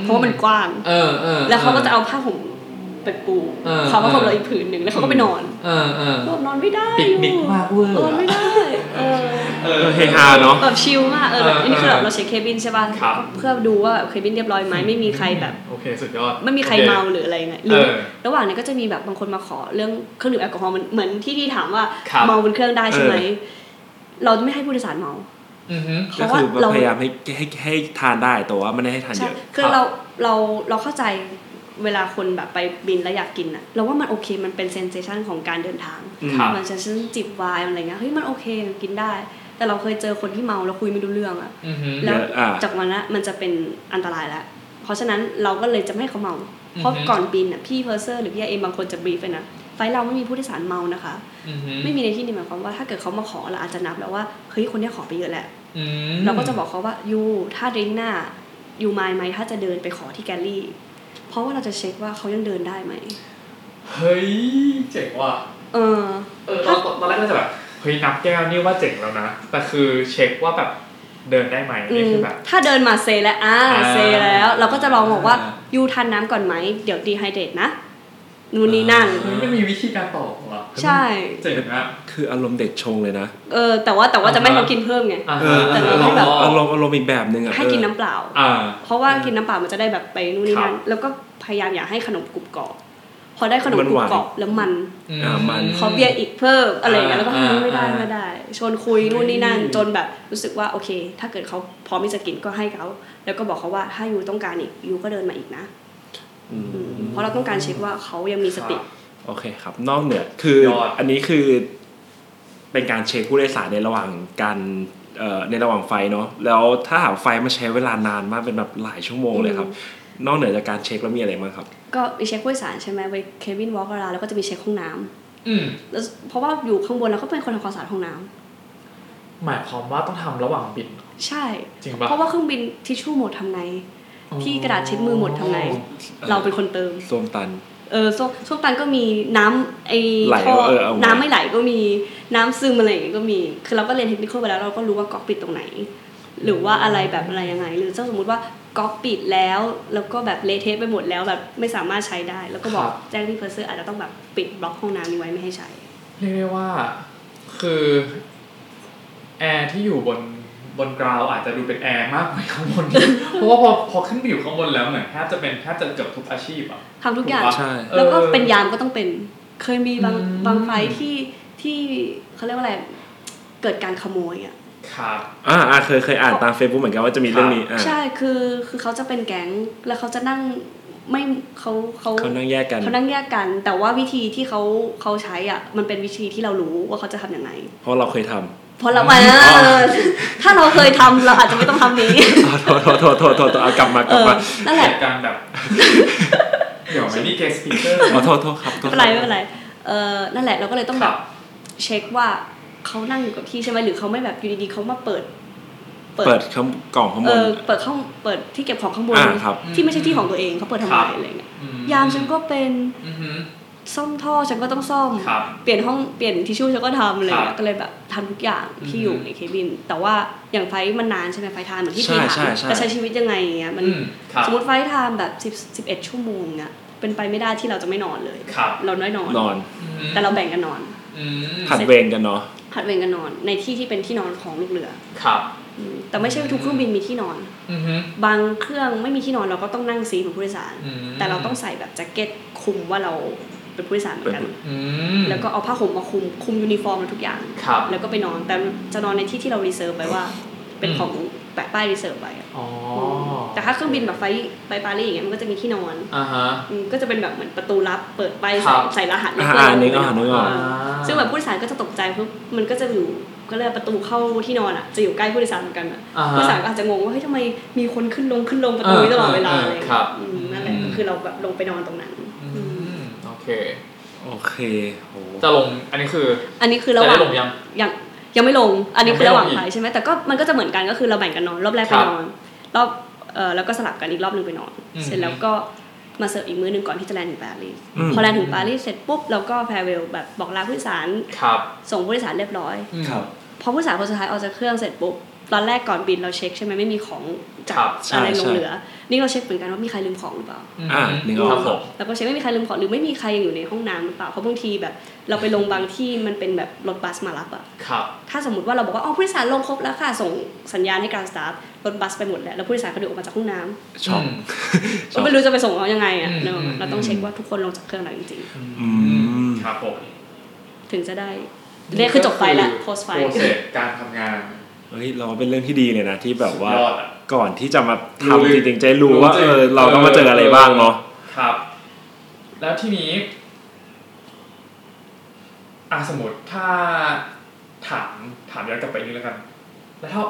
เพราะว่ามันกว้าง
เออเออ
แล้วเขาก็จะเอาผ้าห่มไปปู
เออ
เขาผ้าห่ม
เออ
เราอีกผืนหนึ่งแล้วเขาก็ไปนอน
เออเออ
แบบนอนไม่ได้
ปิกนิกมากเวอร์
นอนไม่ได้เออ
เอ
เอ
อ
อเฮฮาเนาะ
แบบชิลมากเออแบบ
เออ
นี่คือแบบ
เออ
เราเช็คเคบินใช่ป่ะ
ครับ
เพื่อดูว่าเคบินเรียบร้อยไหมไม่มีใครแบบ
โอเคสุดยอด
ไม่มีใครเมาหรืออะไรไงห
เอ
รือ
อ
ระหว่างนี้ก็จะมีแบบบางคนมาขอเรื่องเครื่องดื่มแอลกอฮอล์มันเหมือนที่ที่ถามว่า
ครับ
เมาบนเครื่องได้ใช่ไหม
เออ
เราไม่ให้ผู้โดยสารเมา
อือฮึ
เพ
ก็
ราะว่า
คือ
เรา
พยายามให้ให้ให้ทานได้แต่ว่าไม่ได้ให้ทานเย
ใช่
อะ
คือเราเราเราเข้าใจเวลาคนแบบไปบินแล้วอยากกินอะเราว่ามันโอเคมันเป็นเซนเซชันของการเดินทาง
ครับ
มันจะซึ่งจิบไวน์อะไรเงี้ยเฮ้ยมันโอเคมันกินได้ แต่เราเคยเจอคนที่เมาแล้วคุยไม่รู้เรื่องอะ
อือฮึ
แล้ว
เยอะอ่ะ
จากวันนั้นมันจะเป็นอันตรายแล้วเพราะฉะนั้นเราก็เลยจะไม่ให้เขาเมา เพราะ
ฮึ
ก่อนบินอ่ะพี่เพอร์เซอร์หรือพี่เอ็มบางคนจะบีฟเลยนะไฟล์เราไม่มีผู้โดยสารเมานะคะ
อือฮึ
ไม่มีในที่นี้หมายความว่าถ้าเกิดเขามาขอเราอาจจะนับแล้วว่าเฮ้ยคนเนี้ยขอไปเยอะแหละ
อืม
เราก็จะบอกเขาว่ายูถ้าดริงก์หน้ายูมายไหมถ้าจะเดินไปขอที่แกลลี่ เพราะว่าเราจะเช็คว่าเขายังเดินได้ไหม
เฮ้ยเจ๋งว่ะ
เออ
เออตอนตอนแรกก็จะแบบเฮ้ยนับแก้วนี่ว่าเจ๋งแล้วนะ แต่คือเช็คว่าแบบเดินได้ไหมนี่คือแบบ
ถ้าเดินมาเซแล้วอ่า
อ่า
เซแล้ว เราก็จะลองบอกว่า
อ่า
ยูทานน้ำก่อนไหมเดี๋ยวดีไฮเดรตนะนู่นนี่นั่น
อ่า
ันมีวิธีการตอบเหรอ
ใช่
เจ๋งนะ
คืออารมณ์เด็กชงเลยนะ
เออแต่ว่าแต่ว่าจะไม่ให้เขากินเพิ่มไง
อ่า
เออ
แต่เราให้แบบ
อารมณ์อารมณ์อีกแบบหนึ่งอ่ะ
ให้กินน้ำเปล่า
อ่า
เพราะว่ากินน้ำเปล่ามันจะได้แบบไปนู่นนี่นั่น
ครับ
แล้วก็พยายามอยากให้ขนมกรุบกรอบพอได้ขนมกรุบกรอบแล้วมัน
อื
ามัน
ขอเบียร์อีกเพิ่มอะไรอย่างเงี้ยแล้วก็
อ่า
ไม่ได้
อ่า
ไม่ได้ ชวนคุยนู่นนี่นั่น
อืม
จนแบบรู้สึกว่าโอเค ถ้าเกิดเขาพร้อมที่จะกินก็ให้เขาแล้วก็บอกเขาว่าถ้ายูต้องการอีกยูก็เดินมาอีกนะ
อืม
อืมเพราะเราต้องการเช็คว่าเขายังมีสติ
โอเคครับ นอกเหนือคือ
สุดยอด
อันนี้คือเป็นการเช็คผู้โดยสารในระหว่างการเอ่อในระหว่างไฟเนาะแล้วถ้าหากไฟมาใช้เวลานานมากเป็นแบบหลายชั่วโมงเลยครับ นอกเหนือจากการเช็คแล้วมีอะไรบ้างครับ
ก็ไปเช็คผู้โดยสารใช่ไหมไปเควินวอล์กราแล้วก็จะมีเช็คห้องน้ำ
อืม
แล้วเพราะว่าอยู่ข้างบนเราก็เป็นคนทำความสะอาดห้องน้ำ
หมายความว่าต้องทำระหว่างบิน
ใช่
จริงปะ
เพราะว่าเครื่องบินทิชชู่หมดทำไง พี่กระดาษเช็ดมือหมดทำไง เราเป็นคนเติม
โซมตัน
เออส้วมส้วมตันก็มีน้ำไอ้
ไหล
ท่อ
เออเอาไว้
น้ำไม่ไหลก็มีน้ำซึมอะไรอย่างเงี้ยก็มี คือเราก็เรียนเทคนิคไปแล้วเราก็รู้ว่าก๊อกปิดตรงไหน หรือว่าอะไรแบบอะไรยังไง หรือถ้าสมมติว่าก๊อกปิดแล้ว แล้วก็แบบเละเทะไปหมดแล้วแบบไม่สามารถใช้ได้ แล้วก็บอกแจ้งที่เพอร์เซอร์อาจจะต้องแบบปิดบล็อกห้องน้ำนี้ไว้ไม่ให้ใช้
เรียกได้ว่า คือแอร์ที่อยู่บนบนกราวอาจจะดูเป็นแอร์มากกว่าข้างบน เพราะว่าพอพอขึ้นไปอยู่ข้างบนแล้วเหมือนแทบจะเป็นแทบจะเกือบทุกอาชีพอ่ะ
ทำทุกอย่าง
ใช่
เออ
แล้วก็เป็นยามก็ต้องเป็น เคยมีบาง
อืม
บางไฟล์ที่ที่เขาเรียกว่าอะไร เกิดการขโมยอ่ะ
ครับ
อ่าอ่าเคยเคยอ่านตาม Facebook เหมือนกันว่าจะมีเรื่องนี้อ่า
ใช่ คือคือเขาจะเป็นแก๊ง แล้วเขาจะนั่งไม่เขาเขา
เขานั่งแยกกัน
เขานั่งแยกกัน แต่ว่าวิธีที่เขาเขาใช้อ่ะ มันเป็นวิธีที่เรารู้ว่าเขาจะทำอย่างไร
เพราะเราเคยท
เพราะเราอ่ะถ้าเราเคยทำเราอาจจะไม่ต้องทำ นี้
ำ อ่าโทษโทษโทษโทษโทษเอากลับมาก
เอ
ลับ
อ
มา
นั่นแหละ
เหตุการ ณ์แบบ เดี๋ยวไม่นี่เกสปีเตอร์
ขอโทษโทษครับโทษ
ไม่เป็นไรไม่เป็นไรเออนั่นแหละเราก็เลยต้องแบบเช็คว่าเขานั่งอยู่กับที่ใช่ไหมหรือเขาไม่แบบอยู่ดีๆเขามาเปิด
เปิดข้างกล่องข้างบ
เอน อเปิดห้องเปิดที่เก็บของข้างบน
อ่าครับ
ที่ไม่ใช่ที่ของตัวเองเขาเปิดทำไมอะไรเงี้ย
อื
ยามฉันก็เป็น
อือหือ
ซ่อมท่อฉันก็ต้องซ่อม
ครับ
เปลี่ยนห้องเปลี่ยนทิชชู่ฉันก็ทำอะไร
ครั
เงี้
บ
ยก็เลยแบบทำทุกอย่างที่
อือฮึ
อยู่ในเคบิน แต่ว่าอย่างไฟท์มันนานใช่ไหมไฟท์ไทม์เหมือนที่พี่
ใช่
ถาม
ใช่ใช่
จะใช้ชีวิตยังไงอย่างเงี้ยมัน
อืมครับ
สมมติไฟท์ไทม์แบบ10 11 ชั่วโมงเนี้ยเป็นไปไม่ได้ที่เราจะไม่นอนเลย
ครับ
เราน้อยนอน
นอน
แต่เราแบ่งกันนอน
อืม
ผัดเวรกันเนาะ
ผัดเวรกันนอนในที่ที่เป็นที่นอนของลูกเรือ
ครับ
อืมแต่ไม่ใช่ทุกเครื่องบินมีที่นอน
อือหือบ
างเครื่องไม่มีที่นอนเราก็ต้องนั่งซีทของผู้โดยสาร
อืม
แต่เราต้องใส่แบบแจ็คเก็ตคลุมว่าเราเป็นผู้โดยสารเหมือนกัน
เป็นผู้
อืม
แล้วก็เอาผ้าห่มมาคลุมคลุมยูนิฟอร์มเราทุกอย่าง
ครับ
แล้วก็ไปนอนแต่จะนอนในที่ที่เรารีเซิร์ฟไว้ว่า เป็น
อืม
ของแปะป้ายรีเซิร์ฟไว้อะ
อ๋อ
แต่ถ้าเครื่องบินแบบไฟล์ไปปารีสอย่างเงี้ยมันก็จะมีที่นอน
อ่าฮะ
อืมก็จะเป็นแบบเหมือนประตูลับเปิดไป
ครั
ใส่
บ
ใส่รหัสแล้ว
อ่าอ่า
ก็ลง
นึก
ไป
ออกนึก
น
อ
อ
อก
นซึ่งแบบผู้โดยสารก็จะตกใจเพราะมันก็จะอยู่ก็เลยกว่าประตูเข้าที่นอนอ่ะจะอยู่ใกล้ผู้โดยสารเหมือนกันอะ
อ่าฮะ
ผู้โดยสารก็อาจจะงงว่าเฮ้ยทำไมมีคนขึ้นลงขึ้นลงประตูนี้ตลอดเวลา
เออ
อะไร
เออครับ
อืมนั่นแหละ
อืม
คือเราแบบลงไปนอนตรงนั้น
อื
อืม
มโอเค
โอเคโห
จะลงอันนี้คือ
อันนี้คือ
จะ
ระห
ได้
ว่าง
ลงยัง
ยังยังไม่ลง อันนี้
ยัง
คื
ไม่
อระหว่าง
ลงอีก
ไปใช่ไหมแต่ก็มันก็จะเหมือนกันก็คือเราแบ่งกันนอน รอบแรกไป
ครับ
นอน รอบเอ่อแล้วก็สลับกันอีกรอบหนึ่งไปนอน
อืม
เสร็จแล้วก็มาเสิร์ฟอีกมื้อหนึ่งก่อนที่จะแลนด์ถึงปารีส
อืม
พอแลนด์ถึงปารีสเสร็จปุ๊บเราก็แพรเวลแบบบอกลาผู้โดยสาร
ครับ
ส่งผู้โดยสารเรียบร้อย
อืม
ครับ
พอผู้โดยสารคนสุดท้ายออกจากเครื่องเสร็จปุ๊บตอนแรกก่อนบินเราเช็คใช่ไหมไม่มีของจา
ครั
ก
บ
อะไร
ใช่
ล
ใช่
งเหลือ นี่เราเช็คเหมือนกันว่ามีใครลืมของหรือเปล่า
ม
อ่ะนึกออก
ครับผม
แล้วก็เช็คไม่มีใครลืมของหรือไม่มีใครยังอยู่ในห้องน้ำหรือเปล่าเพราะบางทีแบบ เราไปลงบางที่มันเป็นแบบรถบัสมารับอะ
ครับ
ถ้าสมมติว่าเราบอกว่าอ๋อผู้โดยสารลงครบแล้วค่ะ ส่งสัญญาณให้การสตาฟรถบัสไปหมดแล้ว แล้วผู้โดยสารก็เดินออกมาจากห้องน้
ช็อป
ำก็ไม่รู้จะไปส่งเขายังไงอ่ะ
อืม
เนอะ
อืม
เราต้องเช็คว่าทุกคนลงจากเครื่องแล้วจริง
อืม
ครับผม
ๆ ถึงจะได้เนี่ยคือจบไฟล์ละ
นี่ก็
โพ
คือ
สไฟ
โปรเซสการทำงาน
เฮ้ยเราว่าเป็นเรื่องที่ดีเลยนะที่แบบว่า
สุดยอดอะ
ก่อนที่จะมา
รู้
ทำจริงๆจะได้รู้
รู้
ว่า
จริ
เอง อเราต้องมาเจออะไร
เออ
บ้างเนาะ
ครับ แล้วทีนี้อ่ะสมมติถ้าถามถามย้อนกลับไปนิดแล้วกัน แล้วถ้า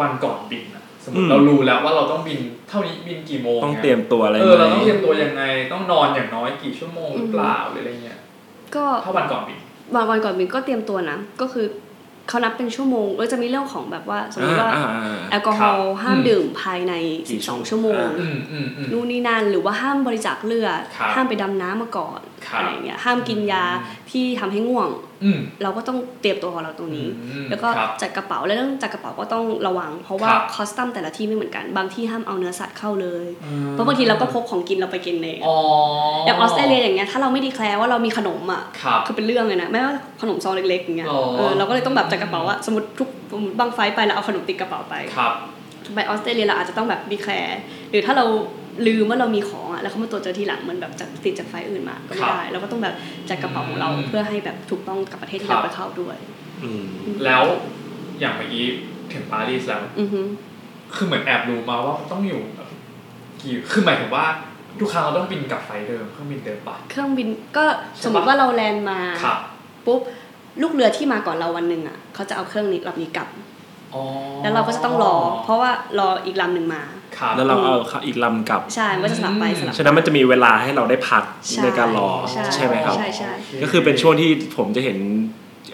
วันก่อนบินอะสมม
อื
ติ
ม
เรารู้แล้วว่าเราต้องบินเท่านี้บินกี่โมง
ต้องเตรียมตัวอะไร
เอ
ไหม
อเราต้องเตรียมตัวยังไง ต้องนอนอย่างน้อยกี่ชั่วโมงหรือเปล่าหรืออะไรเงี้ย
ก็
ถ้าวันก่อนบิน
วันวันก่อนบินก็เตรียมตัวนะ ก็คือเขานับเป็นชั่วโมงแล้วจะมีเรื่องของแบบว่าสมมติว่า
อ่าอ่าอ่า
แอลกอฮอ
ค
ล์
รับ
ห้าม
อืม
ดื่มภายใน
กี่ชั่วโมง
12 ชั่วโมง
อ่า
อืมอืมอืม
นู่นนี่นั่นหรือว่าห้ามบริจาคเลือด
ครับ
ห้ามไปดำน้ำมาก่อน
ครับ
อะไรอย่างเงี้ยห้ามกินยา
อืม
ที่ทำให้ง่วง
อืม
เราก็ต้องเตรียมตัวของเราตรงนี้
อืม
แล้วก็
ครับ
จัดกระเป๋า แล้วเรื่องจัดกระเป๋าก็ต้องระวัง เพราะว่า
ครับ
คอสตัมแต่ละที่ไม่เหมือนกัน บางที่ห้ามเอาเนื้อสัตว์เข้าเลย เพราะบางทีเราก็พกของกินเราไปกินเอง
อ๋อ
อ
อย่าง
ออสเตรเลียอย่างเงี้ย ถ้าเราไม่ดีแคลร์ว่าเรามีขนมอ่ะ
ครับ
คือเป็นเรื่องเลยนะ แม้ว่าขนมซองเล็กๆอย่างเงี้ย
อ๋อ
เออ เราก็เลยต้องแบบจัดกระเป๋าอะสมมติทุกสมมติบางไฟล์ไปเราเอาขนมติดกระเป๋าไป
ครับ
ไปออสเตรเลียเราอาจจะต้องแบบดีแคลร์หรือถ้าเราลืมว่าเรามีของอ่ะแล้วเขามาตรวจเจอทีหลังเหมือนแบบจากติดจากไฟล์อื่นมาก็ไม่ได้เราก็ต้องแบบจัดกระเป๋าของเรา
อืม
เพื่อให้แบบถูกต้องกับประเทศที่
ครับ
เราไปเข้าด้วย
อืม
แล้วอย่างเมื่อกี้ถึงปารีสแล้ว
อือฮึ
คือเหมือนแอบรู้มาว่าต้องอยู่แบบกี่คือหมายถึงว่าทุกครั้งเราต้องบินกลับไฟล์เดิมเครื่องบินเดิมปะ
เครื่องบินก็
ใช่ปะ
สมมติว่าเราแลนด์มา
ครับ
ปุ๊บลูกเรือที่มาก่อนเราวันหนึ่งอ่ะเขาจะเอาเครื่องนี้ลำนี้กลับ
อ๋อ
แล้วเราก็จะต้องรอ เพราะว่ารออีกลำหนึ่งมา
ครับ
แล้วเราเอาอีกลำกลับ
ใช่มันก็จะสลับไปสลับ
ฉะนั้นมันจะมีเวลาให้เราได้พักในการรอ
ใช่
ไหมครับ
ใช่ใช่
โอเค
ก็คือเป็นช่วงที่ผมจะเห็น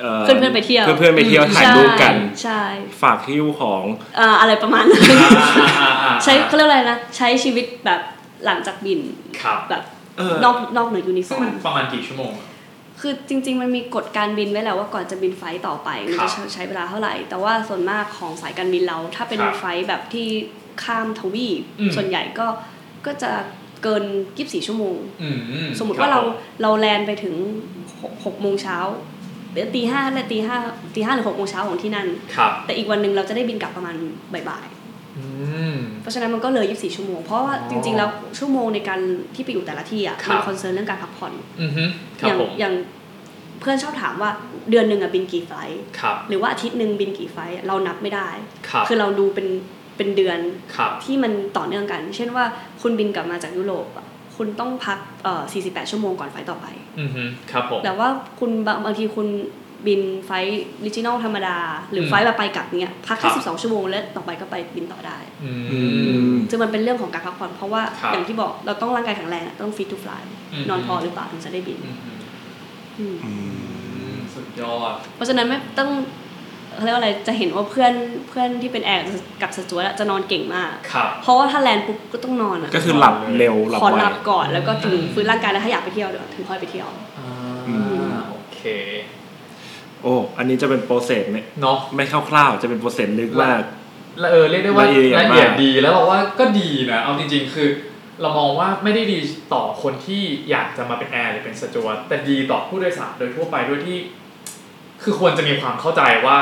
เพื่อนๆไปเที่ยว
เพื่อนๆไปเที่ยวถ่ายรูปกัน
ใช่
ฝากที่อยู่ของ
ใช่เอ่ออะไรประมาณนั้นใช้เขา
ก็
เรียกอะไรนะใช้ชีวิตแบบหลังจากบิน
ครับ
แบบ
เออน
อกนอกเหนือยูนิฟ
ซึ่ง
อร์
มั
ม
นประมาณกี่ชั่วโมง
คือจริง ๆ มันมีกฎการบินไว้แล้วว่าก่อนจะบินไฟล์ต่อไปมัน
ครับ
จะใช้เวลาเท่าไหร่ แต่ว่าส่วนมากของสายการบินเรา ถ้าเป็น
ครับ
ไฟล์แบบที่ข้ามทวีป
อืม
ส่วนใหญ่ก็ก็จะเกิน 24 ชั่วโมง
อื
สมมติว่าเราเราแลนไปถึงหกหกโมงเช้าตีห้าและตีห้าตีห้าหรือหกโมงเช้าของที่นั่น
ครับ
แต่อีกวันหนึ่งเราจะได้บินกลับประมาณบ่าย
อืม
ๆเพราะฉะนั้นมันก็เลย 24 ชั่วโมง เพราะว่า
อ๋อ
จริงๆ แล้วชั่วโมงในการที่ไปอยู่แต่ละที่อ่ะ
ครับ
มันคอนเซิร์นเรื่องการพักผ่อน
อือฮึค
อ
รับ
ย่าง
ผม
อย่างเพื่อนชอบถามว่าเดือนหนึ่งอ่ะบินกี่ไฟลท์
ครับ
หรือว่าอาทิตย์หนึ่งบินกี่ไฟลท์เรานับไม่ได้
ครับ
คือเราดูเป็นเป็นเดือน
ครับ
ที่มันต่อเนื่องกัน เช่นว่าคุณบินกลับมาจากยุโรปอะคุณต้องพักเอ่อ48 ชั่วโมงก่อนไฟลท์ต่อไป
อือฮึครับผม
แต่ว่าคุณบางบางทีคุณบินไฟล์ดิจินัลธรรมดา หรือ
ม
อไฟล์แบบไปกลับเนี้ยพัก
ครั
แค่
บ
สิบสองชั่วโมงแล้วต่อไปก็ไปบินต่อได้
อื
อื
ม
ม
ซึ่งมันเป็นเรื่องของการพักผ่อนเพราะว่า
ครับ
อย่างที่บอกเราต้องร่างกายแข็งแรงอะต้องฟิตทุกฟลาย
อืม
นอนพอหรือเปล่าถึงจะได้บิน
อือฮึ
อืม
อืมสุดยอด
เพราะฉะนั้นไม่ต้องเขาเรียกว่าอะไรจะเห็นว่าเพื่อนเพื่อนที่เป็นแอร์กับสจวตอะจะนอนเก่งมาก
ครับ
เพราะว่าถ้าแลนด์ปุ๊บก็ต้องนอนอ่ะ
ก็คือหลับเร็วหลับ
ขอ
ไว
หลับก่อนแล้วก็ถึงฟื้นร่างกายแล้วถ้าอยากไปเที่ยวเดี๋ยวถึงค่อยไปเที่ยว
อ่
อื
า โอเค
โอ้ อันนี้จะเป็นโปรเซสเนี่ย
เนาะ
ไม่คร่าวๆ จะเป็นโปรเซสลึกมาก
และเออเรียกได้ว่า
ละเอียดมาก
ละเอียดดีแล้วเราว่าก็ดีนะ เอาจริง ๆ คือ เรามองว่าไม่ได้ดีต่อคนที่อยากจะมาเป็นแอร์หรือเป็นสจวตแต่ดีต่อผู้โดยสารโดยทั่วไปด้วยที่ คือควรจะมีความเข้าใจว่า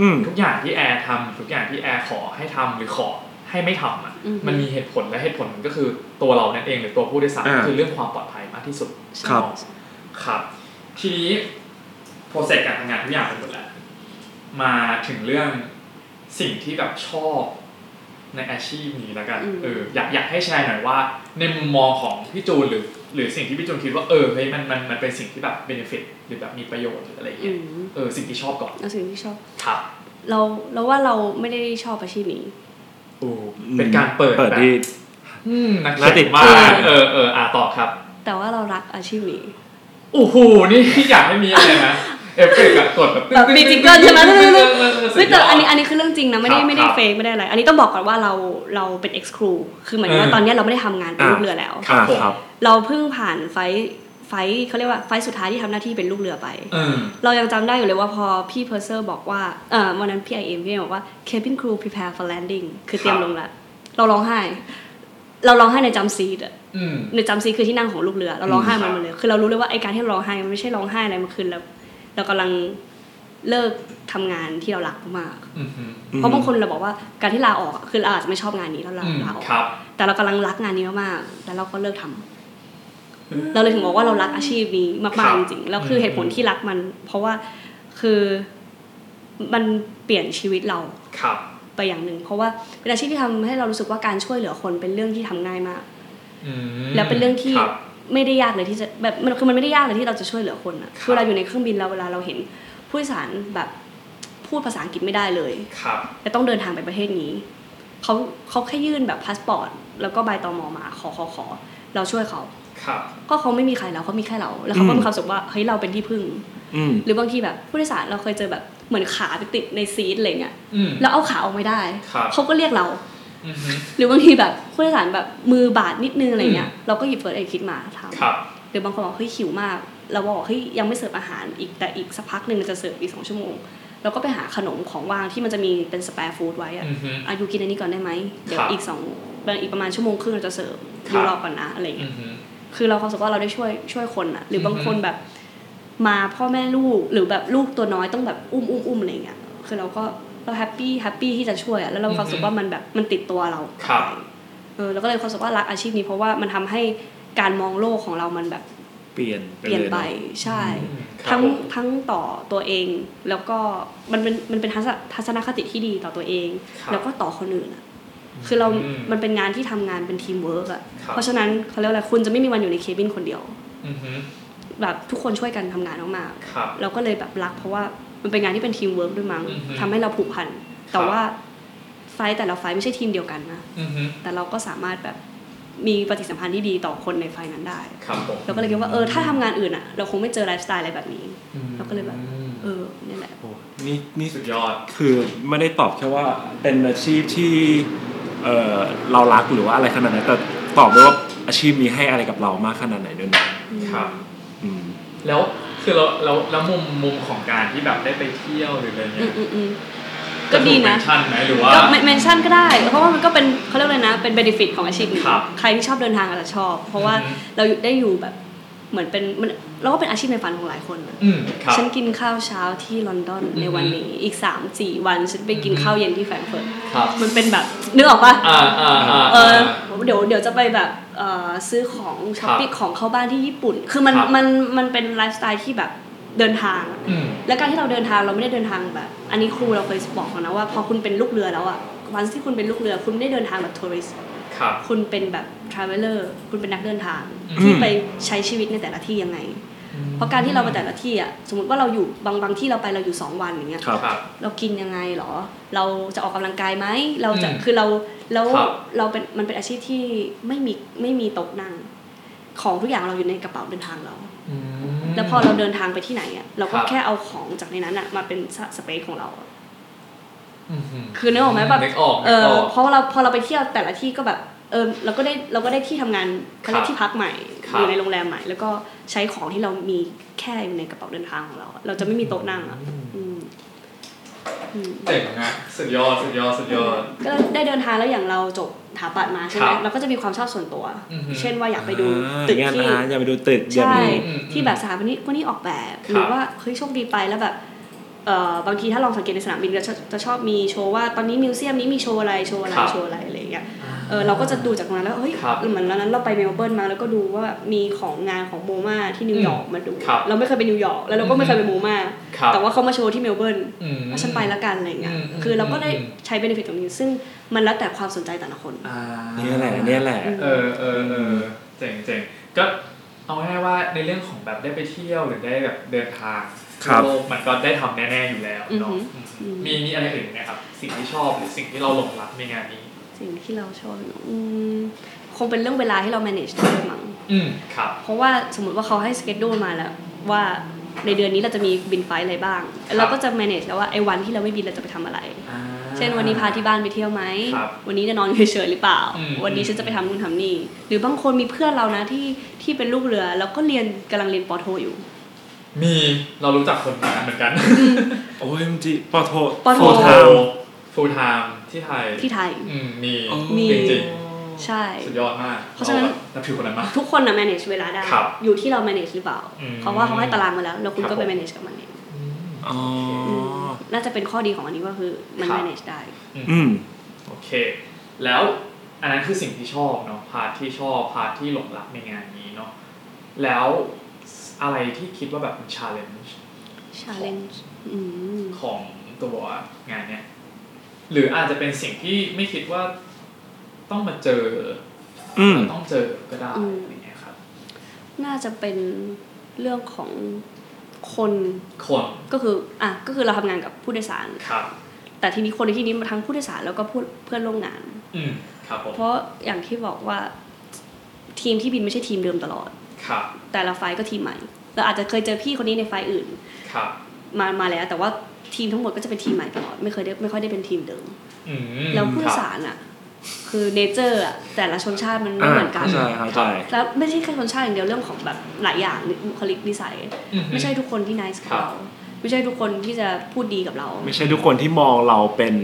อืม
ทุกอย่างที่แอร์ทำทุกอย่างที่แอร์ขอให้ทำหรือขอให้ไม่ทำอ่ะ
อือฮึ
มันมีเหตุผลและเหตุผลก็คือตัวเรานั่นเองหรือตัวผู้โดยสาร
อ่า
คือเรื่องความปลอดภัยมากที่สุด
ครับ
ครับ ทีนี้โปรเซสการทำงานทุกอย่างไปหมดแล้ว มาถึงเรื่องสิ่งที่แบบชอบในอาชีพนี้แล้วกัน
อืม
เอออยากอยากให้แชร์หน่อยว่า ในมุมมองของพี่จูนหรือ หรือสิ่งที่พี่จูนคิดว่าเออเฮ้ยมันมันมันเป็นสิ่งที่แบบเบนฟิตหรือแบบมีประโยชน์หรืออะไรอย่าง
อื
เงี้ย
ม
เออสิ่งที่ชอบก่อน
เอาสิ่งที่ชอบ
ครับ
เราเราว่าเราไม่ได้ชอบอาชีพนี้
อเป็นการเปิด
เปิด
แบบ
ที่
อืมนัก
น่าติ
เขีย
ด
นมาก
ตาม
เออเอออ่ะต่อครับ
แต่ว่าเรารักอาชีพนี้
โอ้โหนี่อยากให้มีอะไร นะเอฟเฟกต์แบบกดแบบ
แบบมีจิงเกิลใช่ไหม
เออเออเออสุดยด
เฮ้ยแต่อันนี้อันนี้คือเรื่องจริงนะไม่ได้
ครับ
ไม่ได้
ครับ
เฟกไม่ได้อะไร อันนี้ต้องบอกก่อนว่าเราเราเป็น ex crew คือหมายถึงว่า
เออ
ตอนเนี้ยเราไม่ได้ทำงานเป็น
อ่า
ลูกเรือแล้ว
ครับ
อ่า
ผม
ครับ
เราเพิ่งผ่านไฟท์ไฟท์เขาเรียกว่าไฟท์สุดท้ายที่ทำหน้าที่เป็นลูกเรือไป
เออ
เรายังจำได้อยู่เลยว่าพอพี่เพอร์เซอร์บอกว่าเออวันนั้นพี่ไอเอ็มพี่บอกว่า cabin crew prepare for landing คือเตรีย
ค
ม
รับ
ลงละเราร้องไห้ เราร้องไห้ในจำซีดอะ
อืม
ในจำซีคือที่นั่งของลูกเรือ เราร้องไห้
อืมครั
มั
บ
นมาเลยคือเรารู้เลยว่าไอการที่เราร้องไห้มันไม่ใช่ร้องไห้อะไรมันคือเราเรากำลังเลิกทำงานที่เรารักมาก
อืมอืม
ๆเพราะบางคนเราบอกว่าการที่ลาออกอะคือเราอาจจะไม่ชอบงานนี้แล้วลาลาออก
ครับ
แต่เรากำลังรักงานนี้มากๆแล้วเราก็เลิกทำเราเลยถึงบอกว่าเรารักอาชีพนี้
ครั
มาก
บ
ๆจริงๆแล้วคือเหตุผล
อืม
ที่รักมัน เพราะว่าคือมันเปลี่ยนชีวิตเรา
ครับ
ไปอย่างหนึ่งเพราะว่าเป็นอาชีพที่ทำให้เรารู้สึกว่าการช่วยเหลือคนเป็นเรื่องที่ทำง่ายมาก
อืม
แล้วเป็นเรื่องที่
ครับ
ไม่ได้ยากเลยที่จะแบบมันคือมันไม่ได้ยากเลยที่เราจะช่วยเหลือคนอะ
ครับ
เวลาอยู่ในเครื่องบินเราเวลาเราเห็นผู้โดยสารแบบพูดภาษาอังกฤษไม่ได้เลย
ครับ
แต่ต้องเดินทางไปประเทศนี้เขาเขาแค่ยื่นแบบพาสปอร์ตแล้วก็ใบตอมอมาขอขอขอ เราช่วยเขา
ครับ
ก็เขาไม่มีใครแล้วเขามีแค่เรา แล้วเขาก็
อืม
มีความรู้สุขว่าเฮ้ยเราเป็นที่พึ่ง
อืม
หรือบางทีแบบผู้โดยสารเราเคยเจอแบบเหมือนขาไปติดในซีทอะไรเงี้ย
อืม
แล้วเอาขาออกไม่ได้
ครับ
เขาก็เรียกเรา
อือฮึ
หรือบางทีแบบผู้โดยสารแบบมือบาดนิดนึงอะไรเงี้ย
อืม
เราก็หยิบเฟิร์สเอคิดมาทำ
ครับ
หรือบางคนบอกเฮ้ยหิวมาก เราบอกเฮ้ยยังไม่เสิร์ฟอาหารอีกแต่อีกสักพักหนึ่งมันจะเสิร์ฟอีกสองชั่วโมงเราก็ไปหาขนมของว่างที่มันจะมีเป็นส a r e ฟู้ดไว้อะ
อือฮึ
อายุกินอันนี้ก่อนได้ไหมเดี๋ย
คว รับ
อีกสองเดี๋ยวอีกประมาณชั่วโมงครึ่งเราจะเสิร์ฟ
ครับ
ดูรอก่อนนะอะไรอย่าง
อื
เงี้ย
อฮึ
คือเราความรู้สุขว่าเราได้ช่วยช่วยคนอะหรือบางคนแบบ มาพ่อแม่ลูกหรือแบบลูกตัวน้อยต้องแบบอุ้มอุ้มอุ้มอะไรอย่างเงี้ยคือเราก็เราแฮปปี้แฮปปี้ที่จะช่วยอะแล้วเราความรู้สุขว่ามันแบบมันติดตัวเรา
ครับ
เออเราก็เลยความรู้สุขว่ารักอาชีพนี้เพราะว่ามันทำให้การมองโลกของเรามันแบบ
เปลี่ยน
เปลี่ยนไป
เอะ
ใช่
อืมครับ
ทั้ง
ผม
ทั้งต่อตัวเองแล้วก็มันเป็นมันเป็นทัศนทัศนคติที่ดีต่อตัวเอง
ครับ
แล้วก็ต่อคนอื่นอะคือเรา
อืม
มันเป็นงานที่ทำงานเป็นทีมเวิร์กอ่ะ
ครับ
เพราะฉะนั้นเขาเรียกอะไรคุณจะไม่มีวันอยู่ในเคบินคนเดียว
อือฮึ
แบบทุกคนช่วยกันทำงานมาก
ครับ
ๆเราก็เลยแบบรักเพราะว่ามันเป็นงานที่เป็นทีมเวิร์กด้วยมั้ง
อือฮึ
ทำให้เราผูกพันแต่
ครับ
ว่าไฟล์แต่ละไฟล์ไม่ใช่ทีมเดียวกันนะ
อือฮึ
แต่เราก็สามารถแบบมีปฏิสัมพันธ์ที่ดีต่อคนในไฟล์นั้นได้
ครับผม
เราก็เลยคิดว่าเออถ้าทำงานอื่นอ่ะ เราคงไม่เจอไลฟ์สไตล์อะไรแบบนี้ เราก็เลยแบบ
อืม
เออ
นี่นี่
สุดยอด
คือไม่ได้ตอบแค่ว่าเป็นอาชีพที่เออเรารักหรือว่าอะไรขนาดนั้นแต่ตอบด้วยว่าอาชีพนี้ให้อะไรกับเรามากขนาดไหนด้วยนะครับ อืม
แล้วคือเราเราแล้วมุมมุมของการที่แบบได้ไปเที่ยวหรืออะไร
อื
เงี้
ม
ย
อืมอืมก็ดีนะ
จถูเมชั่นไหมหรือว่า
ก็เมนชั่นก็ได้ เพราะว่ามันก็เป็นเขาเรียกเลยนะ เป็นเบนฟิตของอาชีพนี้
ครับ
ใครที่ชอบเดินทางอาจจะชอบ เพราะว่า
อือฮึ
เราได้อยู่แบบเหมือนเป็นมันเราก็เป็นอาชีพในฝันของหลายคนนะ
อืมครับ
ฉันกินข้าวเช้าที่ลอนดอนในวันนี้อีก3ามสี่วันฉันไปกิน
อือฮึ
ข้าวเย็นที่แฟรงก์เฟิร์ต
ครับ
มันเป็นแบบนึกออกปะ
อ่าอ่าอ่า
เออเดี๋ยวเดี๋ยวจะไปแบบเอ่อซื้อของช้อปปิ้งของเข้าบ้านที่ญี่ปุ่น คือมัน
ครับ
มันมันเป็นไลฟ์สไตล์ที่แบบเดินทางอะ
อืม
และการที่เราเดินทางเราไม่ได้เดินทางแบบ อันนี้ครูเราเคยบอกแล้วนะว่าพอคุณเป็นลูกเรือแล้วอ่ะวันที่คุณเป็นลูกเรือ คุณไม่ได้เดินทางแบบทัวริสต์
ครับ
คุณเป็นแบบทราเวลเลอร์คุณเป็นนักเดินทาง
อืม
ที่ไปใช้ชีวิตในแต่ละที่ยังไง เพราะการที่เราไปแต่ละที่อ่ะสมมติว่าเราอยู่บางบางที่เราไปเราอยู่สองวันอย่างเงี้ย
ครับ
ครับ
เรากินยังไงหรอ เราจะออกกำลังกายไหมเราจะ
อืม
คือเราแล้ว
ครับ
เราเป็นมันเป็นอาชีพที่ไม่มีไม่มีโต๊ะนั่งของทุกอย่างเราอยู่ในกระเป๋าเดินทางเรา
อืม
แล้วพอเราเดินทางไปที่ไหนอ่ะเรา
ค
ก็
รับ
แค่เอาของจากในนั้นอ่ะมาเป็นสสเปซของเราอะ
อืม
คือนึกออกไหมแบบ
นึกออก
เอ
นึก
อ
ออก
เพราะเราพอเราไปเที่ยวแต่ละที่ก็แบบเออเราก็ได้เราก็ได้ที่ทำงานเขาเรียกที่พักใหม่
ครับ
อยู่ในโรงแรมใหม่ แล้วก็ใช้ของที่เรามีแค่อยู่ในกระเป๋าเดินทางของเราอะเราจะไม่มีโต๊ะนั่งอ่ะอืมอืม
เจ๋งฮะสุดยอดสุดยอดสุดยอด
ก็ได้เดินทางแล้วอย่างเราจบถาปัดมาใช่ไหม
ครับ
เราก็จะมีความชอบส่วนตัว
อือฮึ
เช่นว่าอยากไปดู
อ่า
ตึก
งาน
ที่
อาร์ตอยากไปดูตึกอยาก
ใช่
ไปดู
อืมอืม
ที่แบบสถาปนิกคนนี้ออกแบบ
ครับ
หรือว่าเฮ้ยโชคดีไปแล้วแบบเอ่อบางทีถ้าลองสังเกตในสนามบินจะจะชอบมีโชว์ว่าตอนนี้มิวเซียมนี้มีโชว์อะไรโชว์อะไร
ครับ
โชว์อะไรอะไรอย่างเงี้ยเออเราก็จะดูจากตรงนั้นแล้วเฮ้ย
ครับ
เหมือนแล้วนั้นเราไปเมลเบิร์นมาแล้วก็ดูว่ามีของงานของโมมาที่นิวยอร์กมาดู
ครับ
เราไม่เคยไปนิวยอร์กแล้วเราก็ไม่เคยไปโมมา
ครับ
แต่ว่าเขามาโชว์ที่เมลเบิร์น
อืม
ก็ฉันไปละกันอะไรอย่างเงี้ย
อืมอืม
คือเราก็ได้
อืม
ใช้เบนฟิตตรงนี้ ซึ่งมันแล้วแต่ความสนใจแต่ละคน
อ่า
เนี่ยแหละเนี่ยแหละ
เออเออเออเจ๋งเจ๋งก็เอาง่ายๆว่าในเรื่องของแบบได้ไปเที่ยวหรือได้แบบเดินทาง
ครับ
ทั่วโลกมันก็ได้ทำแน่ๆอยู่แล้วเนาะ
อือหือ
อืม
อืม
มีมีอะไรอื่นไหมครับ สิ่งที่ชอบหรือสิ่งที่เราหลงรักในงานนี้
สิ่งที่เราชอบเนอะอืมคงเป็นเรื่องเวลาที่เรา manage ได้ด้วยมั้ง
อืมครับ
เพราะว่าสมมติว่าเขาให้สเกจดูมาแล้วว่าในเดือนนี้เราจะมีบินไฟล์อะไรบ้าง
ครับ
เราก็จะ manage แล้วว่าไอ้วันที่เราไม่บินเราจะไปทำอะไร
อ่า
เช่นวันนี้พาที่บ้านไปเที่ยวไหม
ครับ
วันนี้จะนอนเฉยๆหรือเปล่า
อืม
วันนี้ฉันจะไปทำนู่นทำนี่ หรือบางคนมีเพื่อนเรานะที่ที่เป็นลูกเรือแล้วก็เรียนกำลังเรียนปอโทอยู่
มีเรารู้จักคนนั้นเหมือนกัน
โอ้ยมึงจีปอโท
ปอโท
ฟูลไทม์
ฟูลไทม์ที่ไทย
ที่ไทย
อืมมี
โอ้
มี
จริง
ใช่
ๆสุดยอดมาก
เพราะฉะนั้น
แบบนับถือคนนั้นมาก
ทุกคนนะ manage เวลาได้
ครับ
อยู่ที่เรา manage หรือเปล่า
อืม
เพราะว่าเขาให้ตารางมาแล้ว แล้วคุณ
ครับ
ก็ไป
ผม
manage กับมันเอง
อ๋อ
น่าจะเป็นข้อดีของอันนี้ก็คือมัน
ครับ
manage ได้
อืม
โอเค แล้วอันนั้นคือสิ่งที่ชอบเนาะ พาร์ทที่ชอบ พาร์ทที่หลงรักในงานนี้เนาะ แล้วอะไรที่คิดว่าแบบเป็นชาเลนจ์
challenge อืม
ของตัวงานเนี้ย หรืออาจจะเป็นสิ่งที่ไม่คิดว่าต้องมาเจอ
อืม
แล้วต้องเจอก็ได้
อืม
อย่างเงี้ยครับ
น่าจะเป็นเรื่องของคน
คน
ก็คืออ่ะก็คือเราทำงานกับผู้โดยสาร
ครับ
แต่ทีนี้คนในที่นี้มาทั้งผู้โดยสารแล้วก็ผู้เพื่อนร่วมงาน
อืมครับผม
เพราะอย่างที่บอกว่าทีมที่บินไม่ใช่ทีมเดิมตลอด
ครับ
แต่ละไฟล์ก็ทีมใหม่เราอาจจะเคยเจอพี่คนนี้ในไฟล์อื่น
ครับ
มามาแล้ว แต่ว่าทีมทั้งหมดก็จะเป็นทีมใหม่ตลอดไม่เคยได้ไม่ค่อยได้เป็นทีมเดิม
อืม
แล้วผู้โดย
ค
สา
บ
รอ่ะคือเนเจอร์อ่ะแต่ละชนชาติมันไม่เหมือนกัน
ใช่เข้าใจ
แล้วไม่ใช่แค่ชนชาติอย่างเดียวเรื่องของแบบหลายอย่างบุคลิกนิสัย
อือฮึ
ไม่ใช่ทุกคนที่น i c สกับ
ครั
เรา
บ
ไม่ใช่ทุกคนที่จะพูดดีกับเรา
ไม่ใช่ทุกคนที่มองเราเป็น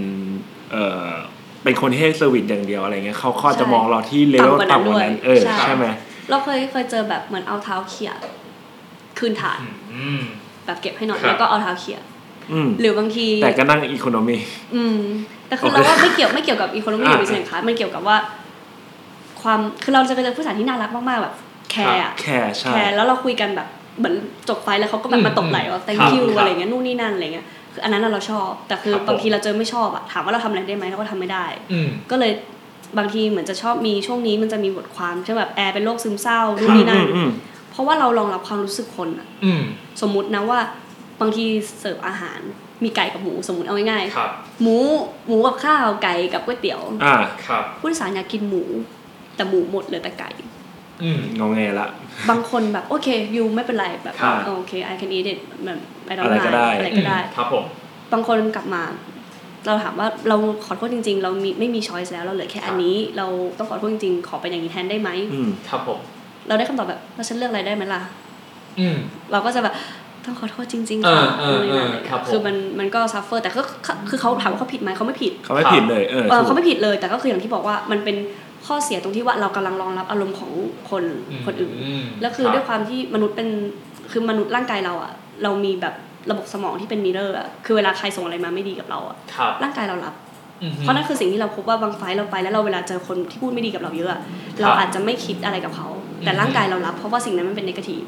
เอ่อเป็นคนที่ให้เซอร์วิสอย่างเดียวอะไรเงี้ยเขาเขาอาจจะมองเราที่เลเวล
ต่ำ
ต่ำ
ก
ก
ว่า
ว่า
นั้
นั้นน
ด้วย
เออ
ใช่
ใช่ไหม
เราเคยเคยเจอแบบเหมือนเอาเท้าเขี่ยคืนฐาน
อืม
แบบเก็บให้หน่อย
ครับ
แล้วก็เอาเท้าเขี่ย
อืม
หรือบางที
แต่ก็นั่งอีโคโนมี
อืมแต่คือ
โอเค
เราว่าไม่เกี่ยวไม่เกี่ยวกับอีโคโนมีหรือ
อ่า
บิสเนสคลาสมันเกี่ยวกับว่า ความคือเราจะไปเจอผู้โดยสารที่น่ารักมากๆแบบแคร์อะ
แคร์ใช่
แคร์แล้วเราคุยกันแบบเหมือนจบไฟล์แล้วเขาก็แบ
อื
บ
ม
มาตบไหลว่า
ครั
thank
บ
you
ครับ
อะไรเงี้ยนู่นนี่นั่นอะไรเงี้ยคืออันนั้นน่ะเราชอบ แต่คือ
ครับผม
บางทีเราเจอไม่ชอบอะถามว่าเราทำอะไรได้ไหมเราก็ทำไม่ได้
อืม
ก็เลยบางทีเหมือนจะชอบมีช่วงนี้มันจะมีบทความเช่นแบบแอร์เป็นโรคซึมเศร้านู่นนี่นั่น
อืม
เพราะว่าเรารองรับความรู้สึกคนอะ
อืม
สมมุตินะว่าบางทีเสิร์ฟอาหารมีไก่กับหมูสมมติเอาง่าย
ครับ
ๆหมูหมูกับข้าวไก่กับก๋วยเตี๋ยว
อ่า
ครับ
ผู้โดยสารอยากกินหมู แต่หมูหมดเหลยแต่ไก่
อืม
งงแงละ
บางคนแบบโอเคยูไม่เป็นไรแบบ
ครับ
โอเค I can eat it แบบ I don't
อะไรก็
mind
ได้
อะไรก็ได้
ครับผม
บางคนกลับมา เราถามว่าเราขอโทษจริง ๆ เรามีไม่มีช้อยส์แล้วเราเหลือแค่อันนี้ เราต้องขอโทษจริงๆ ขอเป็นอย่างนี้แทนได้ไหม
อืม
ครับผม
เราได้คำตอบแบบแล้วฉันเลือกอะไรได้ไหมล่ะ
อืม
เราก็จะแบบต้องขอโทษจริงๆ
เอ
ค่ะ
อเออเออ
นู่นนี่นั่น
ครับผม
คือมันมันก็ซัฟเฟอร์แต่ก็คือเขาถามว่าเขาผิดไหมเขาไม่ผิด
เขาไม่ผิดเลย เออ
เออ
ถูก
เขาไม่ผิดเลย แต่ก็คืออย่างที่บอกว่ามันเป็นข้อเสียตรงที่ว่าเรากำลังรองรับอารมณ์ของคนคนอื่น
ม
แล้วคือด้วย
รับ
ความที่มนุษย์เป็นคือมนุษย์ร่างกายเราอะเรามีแบบระบบสมองที่เป็นมิเรอร์อะคือเวลาใครส่งอะไรมาไม่ดีกับเราอะ
ครับ
ร่างกายเรารับ
อืม
เพราะนั่นคือสิ่งที่เราพบว่าบางไฟล์เราไปแล้วเราเวลาเจอคนที่พูดไม่ดีกับเราเยอะอะเราอาจจะไม่คิดอะไรกับเขา แต่
อืม
ร่างกายเรารับ เพราะว่าสิ่งนั้นมันเป็นนกาทีฟ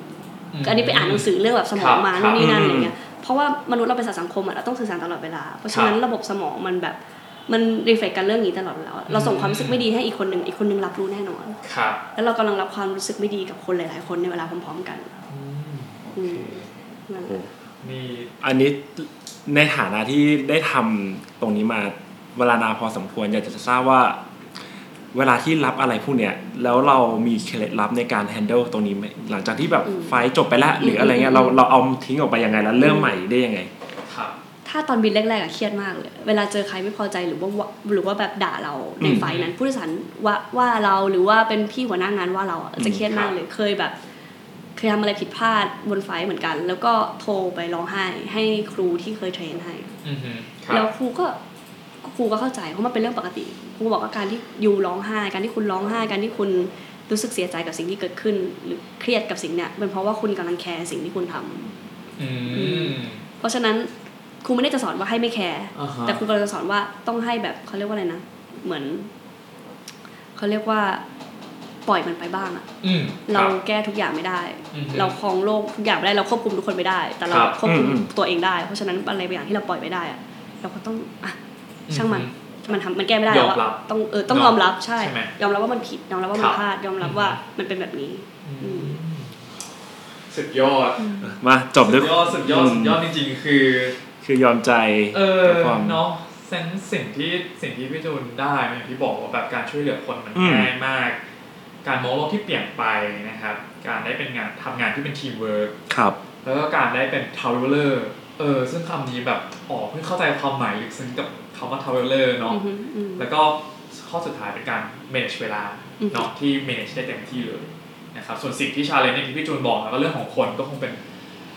ม
อันนี้ไปอ่านหนังสือเรื่องแบบสม
ครั
อง
บ
มา
ครั
นู่
บ
นนี่นั่น
อืม
อะไรเงี้ย เพราะว่ามนุษย์เราเป็นสัตว์สังคมอะเราต้องสื่อสารตลอดเวลา เพราะฉะนั้นระบบสมองมันแบบมันรีเฟกกันเรื่องนี้ตลอดเวลาอะเราส่ง
อืม
ความรู้สึกไม่ดีให้อีกคนหนึ่งอีกคนหนึ่งรับรู้แน่นอน
ครับ
แล้วเรากำลังรับความรู้สึกไม่ดีกับคนหลาย ๆ คนในเวลาพร้อม ๆ กัน
อืมโอเค
อืมนั่นแหละ
โอ้
นี่
อันนี้ในฐานะที่ได้ทำตรงนี้มาเวลานานพอสมควร อยากจะทราบว่า เวลาที่รับอะไรพวกเนี้ยแล้วเรามีเคล็ดลับในการแฮนเดิลตรงนี้ไหมหลังจากที่แบบไฟล์จบไปแล้วหรืออะไรเงี้ยเราเราเอาทิ้งออกไปยังไงแล้วเริ่มใหม่ได้ยังไง
ครับ
ถ้าตอนบินแรก ๆอะเครียดมากเลย เวลาเจอใครไม่พอใจหรือว่าว่าหรือว่าแบบด่าเราใน
อืม
ไฟล์นั้นผู้โดยสารว่าว่าเราหรือว่าเป็นพี่หัวหน้างานว่าเราอะจะเครียด
อืม
มาก
ครับ
เลยเคยแบบ เคยทำอะไรผิดพลาดบนไฟล์เหมือนกัน แล้วก็โทรไปร้องไห้ให้ครูที่เคยเทรนให้
อืมครั
แล้ว
บ
ครูก็ครูก็เข้าใจเพราะมันเป็นเรื่องปกติครูบอกว่าการที่ยูร้องไห้ การที่คุณร้องไห้ การที่คุณรู้สึกเสียใจกับสิ่งที่เกิดขึ้น หรือเครียดกับสิ่งเนี้ยเป็นเพราะว่าคุณกำลังแคร์สิ่งที่คุณทำ
อืม
เพราะฉะนั้นครูไม่ได้จะสอนว่าให้ไม่แคร์
อ่าฮะ
แต่ครูกำลังจะสอนว่าต้องให้แบบเขาเรียกว่าอะไรนะเหมือนเขาเรียกว่าปล่อยมันไปบ้างอะ
อืมค
เรา
บ
แก้ทุกอย่างไม่ได้
อือฮึ
เราครองโลกทุกอย่างไม่ได้เราควบคุมทุกคนไม่ได้ แต่เรา
ครับ
ควบคุม
อืม
ตัวเองได้ เพราะฉะนั้นอะไรบางอย่างที่เราปล่อยไม่ได้อะเราก็ต้องอ่ะ
อือฮึ
ช่างมันมันทำมันแก้ไม่ได้แล้ว
ยอมรั
อะ
บ
ต้องเออต้อง
ย
ย
อ
อ
ม
มรับใช่
ใช่ไหม
ยอมรับว่ามันผิดยอมรับว่า
ครั
มัน
บ
พลาดยอมรับ
อือฮึ
ว่ามันเป็นแบบนี้
อืมสุดยอด
มาจบด้
สุ
วย
ดยอดสุดยอดสุดยอดจริงๆ คือ
คือยอมใจ
เออ
กับความ
เนาะเซนส์สิ่งที่สิ่งที่พี่จูนได้อย่างที่บอกว่าแบบการช่วยเหลือคนมัน
อืม
ง่ายมาก การมองโลกที่เปลี่ยนไปนะครับ การได้เป็นงานทำงานที่เป็นทีมเวิร์ก
ครับ
แล้วก็การได้เป็นทาวเวลเลอร์เออซึ่งคำนี้แบบออกเพิ่งเข้าใจความหมายลึกซึ้งกับคำว่าทาวเวลเลอร์เนาะ
อือฮึอืม
แล้วก็ข้อสุดท้ายเป็นการ manage เวลา
อืม
เนาะที่ manage ได้เต็มที่เลยนะครับส่วนสิ่งที่ชาเลนจ์เนี่ยที่พี่จูนบอกแล้วก็เรื่องของคนก็คงเป็น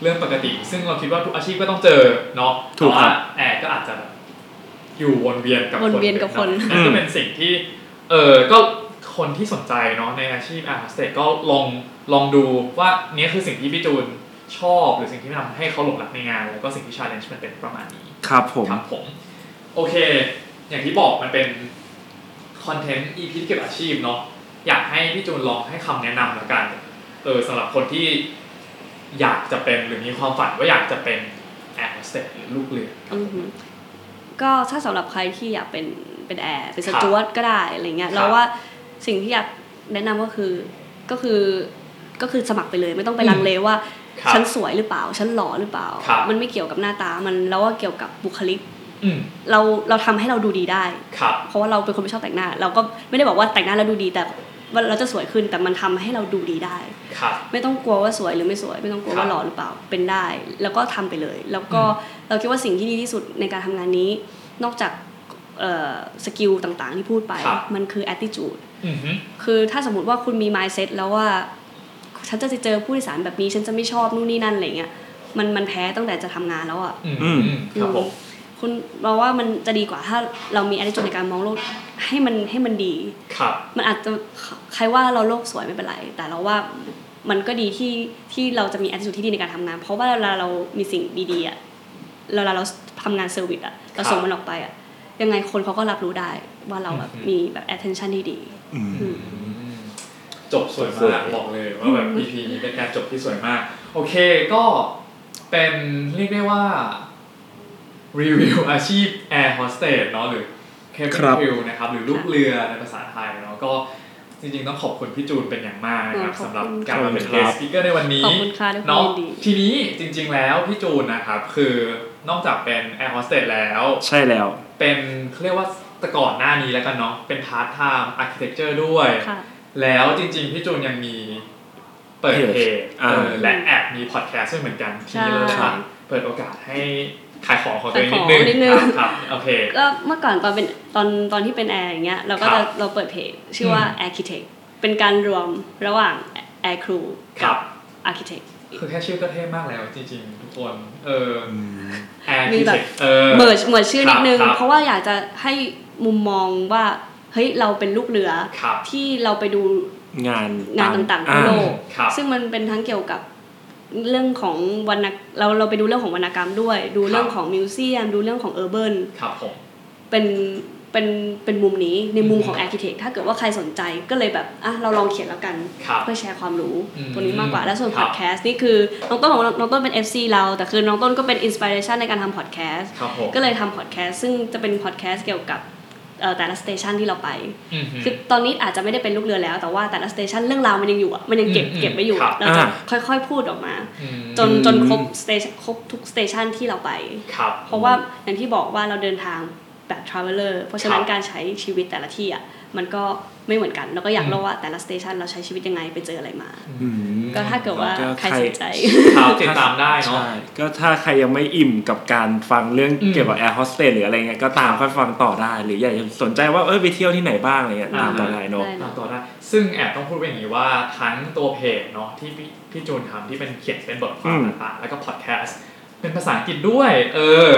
เรื่องปกติ ซึ่งเราคิดว่าทุกอาชีพก็ต้องเจอเนาะ
ถูกครับ
แต่ว่าแอร์ก็อาจจะแบบอยู่วนเวียนกับ
วนเวียนกับคน
นั่นก็เป็นสิ่งที่เออก็คนที่สนใจเนาะในอาชีพอาร์ตก็ลองลองดูว่าเนี่ยคือสิ่งที่พี่จูนชอบหรือสิ่งที่ทำให้เขาหลงรักในงาน แล้วก็สิ่งที่ชาเลนจ์มันเป็นประมาณนี้
ครับผม
ครับผม โอเค อย่างที่บอกมันเป็นคอนเทนต์ EP ที่เกี่ยวกับอาชีพเนาะอยากให้พี่จูนลองให้คำแนะนำแล้วกันเออสำหรับคนที่อยากจะเป็นหรือมีความฝันว่าอยากจะเป็นแอร์โฮสเตสหรือลูกเรือ
อือหือก็ถ้าสำหรับใครที่อยากเป็นเป็นแอร์เป็น
ค
ส
รับ
จวตก็ได้อะไรเงี้
ครับ
ยเราว่าสิ่งที่อยากแนะนำก็คือก็คือก็คือสมัครไปเลยไม่ต้องไป
อืม
ลังเลว่า
ครับ
ฉันสวยหรือเปล่าฉันหล่อหรือเปล่า
ครับ
มันไม่เกี่ยวกับหน้าตามันแล้วว่าเกี่ยวกับบุคลิก
อืม
เราเราทำให้เราดูดีได้
ครับ
เพราะว่าเราเป็นคนไม่ชอบแต่งหน้า เราก็ไม่ได้บอกว่าแต่งหน้าแล้วดูดีแต่ว่าเราจะสวยขึ้นแต่มันทำให้เราดูดีได้
ครับ
ไม่ต้องกลัวว่าสวยหรือไม่สวย ไม่ต้องกลัว
ครับ
ว่าหล่อหรือเปล่าเป็นได้ แล้วก็ทำไปเลย แล้วก็เราคิดว่าสิ่งที่ดีที่สุดในการทำงานนี้ นอกจากสกิลต่างๆที่พูดไป
ครับ
มันคือ attitude
อือฮึ
คือถ้าสมมติว่าคุณมี mindset แล้วว่า ฉันจะเจอผู้โดยสารแบบนี้ ฉันจะไม่ชอบนู่นนี่นั่นอะไรเงี้ยมันมันแพ้ตั้งแต่จะทำงานแล้วอ่ะ
อืม
อืม
อืมครับผม
คุณเราว่ามันจะดีกว่าถ้าเรามี attitude ในการมองโลกให้มันให้มันดี
ครับ
มันอาจจะใครว่าเราโลกสวยไม่เป็นไร แต่เราว่ามันก็ดีที่ที่เราจะมี attitude ที่ดีในการทำงาน เพราะว่าเวลาเรามีสิ่งดีๆอะเวลาเราทำงานเซอร์วิสอะเราส่งมันออกไปอะยังไงคนเขาก็รับรู้ได้ว่าเราแบบ
อืม
มีแบบ attention ที่ดี
อืม
อืม
จบสวยมากบอกเลยว่าแบบ EP นี้เป็นการจบที่สวยมาก โอเคก็เป็นเรียกได้ว่า รีวิวอาชีพแอร์โฮสเตสเนาะหรือเคบิ
ครับ
นค w นะครับ หรือลูกเรือในภาษาไทยเนาะก็จริงๆ ต้องขอบคุณพี่จูนเป็นอย่างมากนะครับ
เออขอบคุณ
สำหรับการมาเป็น
ค
เก
รับ
สต์สปิเกอร์ในวันนี้
ขอบคุณค่ะด้วยความ
เนาะ
ยินดี
ทีนี้จริง ๆ แล้วพี่จูนนะครับ คือนอกจากเป็นแอร์โฮสเตสแล้ว
ใช่แล้ว
เป็นเขาเรียกว่าแต่ก่อนหน้านี้แล้วกันเนาะเป็นพาร์ทไทม์อาร์เคเต็กเจอร์ด้วย
ค่ะ
แล้วจริงๆ พี่จูนยังมีเปิดเพจ
อ่า
เออและแอบมีพอดแคสต์ด้วยเหมือนกัน ทีนี้เรา
ใช่
จะเปิดโอกาสให้ ขายของของตัวเองนิด
ขายของนิดนึ
นึ
ง
งครับครับโอเค
ก็เมื่อก่อนตอนเป็นตอนตอนที่เป็นแอร์อย่างเงี้ยเราก็
ครั
จะ
บ
เราเปิดเพจชื่อว่า
อืม
Architect เป็นการรวมระหว่าง Air Crew
ครั
กับ
บ
Architect
คือแค่ชื่อก็เท่มากแล้วจริงๆ ทุกคน เออ
อืม
แอร์
มี
ที่
แบบ
เช็คเออ
เมิร์ชเหมือนชื่อนิดนึง
ครับ
เพราะว่าอยากจะให้มุมมองว่าเฮ้ยเราเป็นลูกเรือ
ครับ
ที่เราไปดู
งาน
งานต่างๆทั่วโลก
ครับ
ซึ่งมันเป็นทั้งเกี่ยวกับเรื่องของวรรณเราเราไปดูเรื่องของวรรณกรรมด้วย ดูเรื่อ
ค
ง
รับ
ของมิวเซียมดูเรื่องของเออร์เบิร์น
ครับผม
เป็นเป็นเป็นมุมนี้ในมุมของ
อืม
แอร์คิเทคถ้าเกิดว่าใครสนใจก็เลยแบบอ่ะเราลองเขียนแล้วกัน
ครับ
เพื่อแชร์ความรู้
อืม
ตัวนี้มากกว่าและส่วน
ค
พ
รับ
อดแคสต์นี่คือน้องต้นของเราน้องต้นเป็น FC เราแต่คือน้องต้นก็เป็นอินสปิเรชันในการทำพอดแคสต์
ครับผม
ก็เลยทำพอดแคสต์ซึ่งจะเป็นพอดแคสต์เกี่ยวกับเอ่อแต่ละสเตชันที่เราไป
มฮึ
คือตอนนี้อาจจะไม่ได้เป็นลูกเรือแล้ว แต่ว่าแต่ละสเตชันเรื่องราวมันยังอยู่อะมันยังเก็บ
อืมอืม
เก็บไว้อยู่
ครับ
เราจะ
อ่า
ค่อยๆพูดออกมา
ม
จนจนครบสเตชันครบทุกสเตชันที่เราไป
ครับ
เพราะว่าอย่างที่บอกว่าเราเดินทางแบบทราเวลเลอร์เพราะฉะนั้น
ครับ
การใช้ชีวิตแต่ละที่อะมันก็ไม่เหมือนกันเราก็อยาก
อืม
รู้ว่าแต่ละสเตชันเราใช้ชีวิตยังไงไปเจออะไรมา
อืม
ก็ถ้าเกิดว่า
ก็
ใค
ใค
ร
ร
สนใจ
ครับติดตามได้เนาะ
ใช่ก็ถ้าใครยังไม่อิ่มกับการฟังเรื่อง
อืม
เกี่ยวกับแอร์โฮสเตสหรืออะไรเงี้ยก็ตามค่อยฟังต่อได้ หรืออยากจะสนใจว่าเออไปเที่ยวที่ไหนบ้างอะไรเงี้ย
อ่า
ตามต่อได้เนอะ
ได้
ตามต่อได้ ซึ่งแอบต้องพูดไว้อย่างนี้ว่าทั้งตัวเพจเนาะที่พี่พี่จูนทำที่เป็นเขียนเป็นบทความต่างๆ แล้วก็พอดแคสต์เป็นภาษาอังกฤษด้วย เออ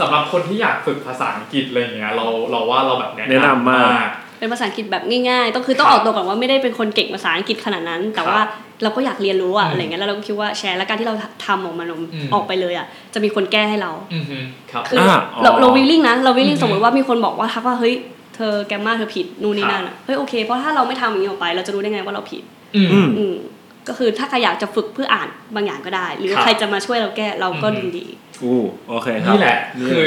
สำหรับคนที่อยากฝึกภาษาอังกฤษอะไรอย่างเงี้ยเราเราว่าเราแบบ
แนะ
แนะ
นำ
นำ
มาม
าก ก
เป็นภาษาอังกฤษแบบง่ายๆ ต้องคือต้องออกตัวก่อนว่าไม่ได้เป็นคนเก่งภาษาอังกฤษขนาดนั้น แต่ว่าเราก็อยากเรียนรู้อะ
อืม
อะไรเงี้ย แล้วเราก็คิดว่าแชร์และการที่เราทำออกมา
อืม
ออกไปเลยอะจะมีคนแก้ให้เรา
อือฮึครับ
คือ
อ่าอ๋อ
เราเราวิลลิ่งนะ เราวิลลิ่ง
อืม
สมมติว่ามีคนบอกว่าทักว่าเฮ้ย เธอแกมมาเธอผิด นู่นนี่
ครับ
นั่นอะเฮ้ยโอเค เพราะถ้าเราไม่ทำอย่างนี้ออกไป เราจะรู้ได้ไงว่าเราผิด
อืม
อืม
อืมก็คือถ้าใครอยากจะฝึกเพื่ออ่านบางอย่างก็ได้ หรือ
ครับ
ใครจะมาช่วยเราแก้เราก็
อืม
ยินดี
อู้โอเคครับ
นี่แหละ คือ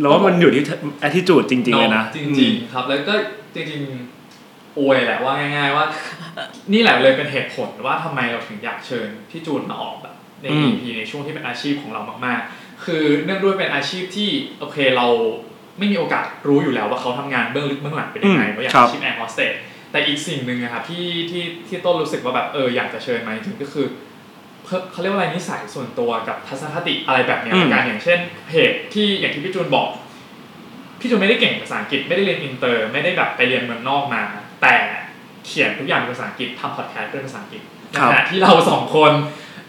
แล้วว่ามันอยู่ที่ attitude จริงๆเลยนะ
จริง ๆ ครับ แล้วก็จริงๆอวยแหละว่าง่าย ๆ ว่า นี่แหละเลยเป็นเหตุผลว่าทำไมเราถึงอยากเชิญพี่จูนมาออกแบบใน EP ในช่วงที่เป็นอาชีพของเรามากๆ คือเนื่องด้วยเป็นอาชีพที่โอเคเราไม่มีโอกาสรู้อยู่แล้วว่าเขาทำงานเบื้องลึกเบื้องหลังเป็นยังไงเพราะอย่างอาชีพแอร์โฮสเตสแต่อีกสิ่งหนึ่งนะครับที่ที่ที่ต้นรู้สึกว่าแบบเอออยากจะเชิญมาจริงๆก็คือ เพิ่มเขาเรียกว่าอะไรนิสัยส่วนตัวกับทัศนคติอะไรแบบเนี้ยละการอย่างเช่นเพจที่อย่างที่พี่จูนบอก พี่จูนไม่ได้เก่งภาษาอังกฤษไม่ได้เรียนอินเตอร์ไม่ได้แบบไปเรียนเมืองนอกมา แต่เขียนทุกอย่างเป็นภาษาอังกฤษทำพอดแคสต์เป็นภาษาอังกฤษในขณะที่เราสองคน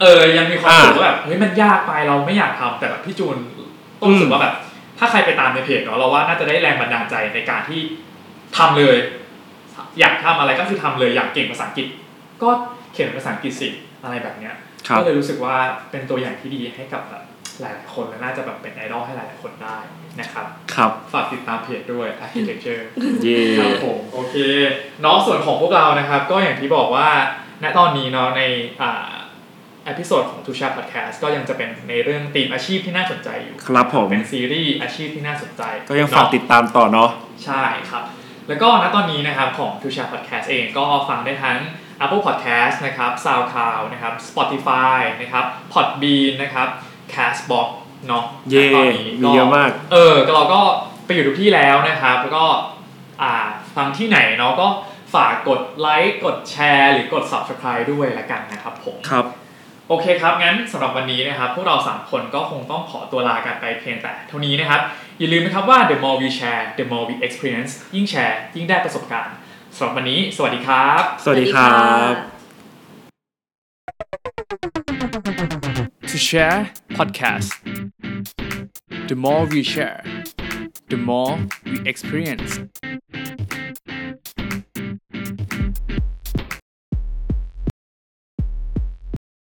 เออยังมีความรู้สึกว่าแบบเฮ้ยมันยากไปเราไม่อยากทำแต่แบบพี่จูนต้องรู้สึกว่าแบบ ถ้าใครไปตามในเพจเนาะเราว่าน่าจะได้แรงบันดาลใจในการที่ทำเลย อยากทำอะไรก็คือทำเลยอยากเก่งภาษาอังกฤษ ก็เขียนเป็นภาษาอังกฤษสิอะไรแบบเนี้ย
ครับ
ก็เลยรู้สึกว่าเป็นตัวอย่างที่ดีให้กับแบบหลายๆคนและน่าจะแบบเป็นไอดอลให้หลายๆคนได้นะครับ
ครับ
ฝากติดตามเพจด้วย architecture
เย่
ครับผมโอเคเน้องส่วนของพวกเรานะครับ ก็อย่างที่บอกว่าณตอนนี้เนาะในอ่าอพิโซดของ t u s h a Podcast ก็ยังจะเป็นในเรื่องธีมอาชีพที่น่าสนใจอยู่
ครับผม
เป็นซีรีส์อาชีพที่น่าสนใจ
ก็ยัง
เนะ
ฝากติดตามต่อเนาะ
ใช่ครับ แล้วก็ณตอนนี้นะครับของ t u s h a Podcast เองก็ฟังได้ทั้ง Apple Podcast นะครับ SoundCloud นะครับ Spotify นะครับ Podbean นะครับ Castbox เนาะ
เย่
ณตอนนี้
มีเยอะมาก
เออก็เราก็ไปอยู่ทุกที่แล้วนะครับ แล้วก็อ่าฟังที่ไหนเนาะก็ฝากกดไลค์กดแชร์หรือกด Subscribe ด้วยละกันนะครับผม
ครับ
โอเคครับ งั้นสำหรับวันนี้นะครับ พวกเรา 3 คนก็คงต้องขอตัวลากันไปเพียงแต่เท่านี้นะครับ อย่าลืมนะครับว่า the more we share the more we experience ยิ่งแชร์ ยิ่งได้ประสบการณ์สำหรับวันนี้สวัสดีครับ
สวัสดีครับ
to share podcast. The more we share, the more we experience.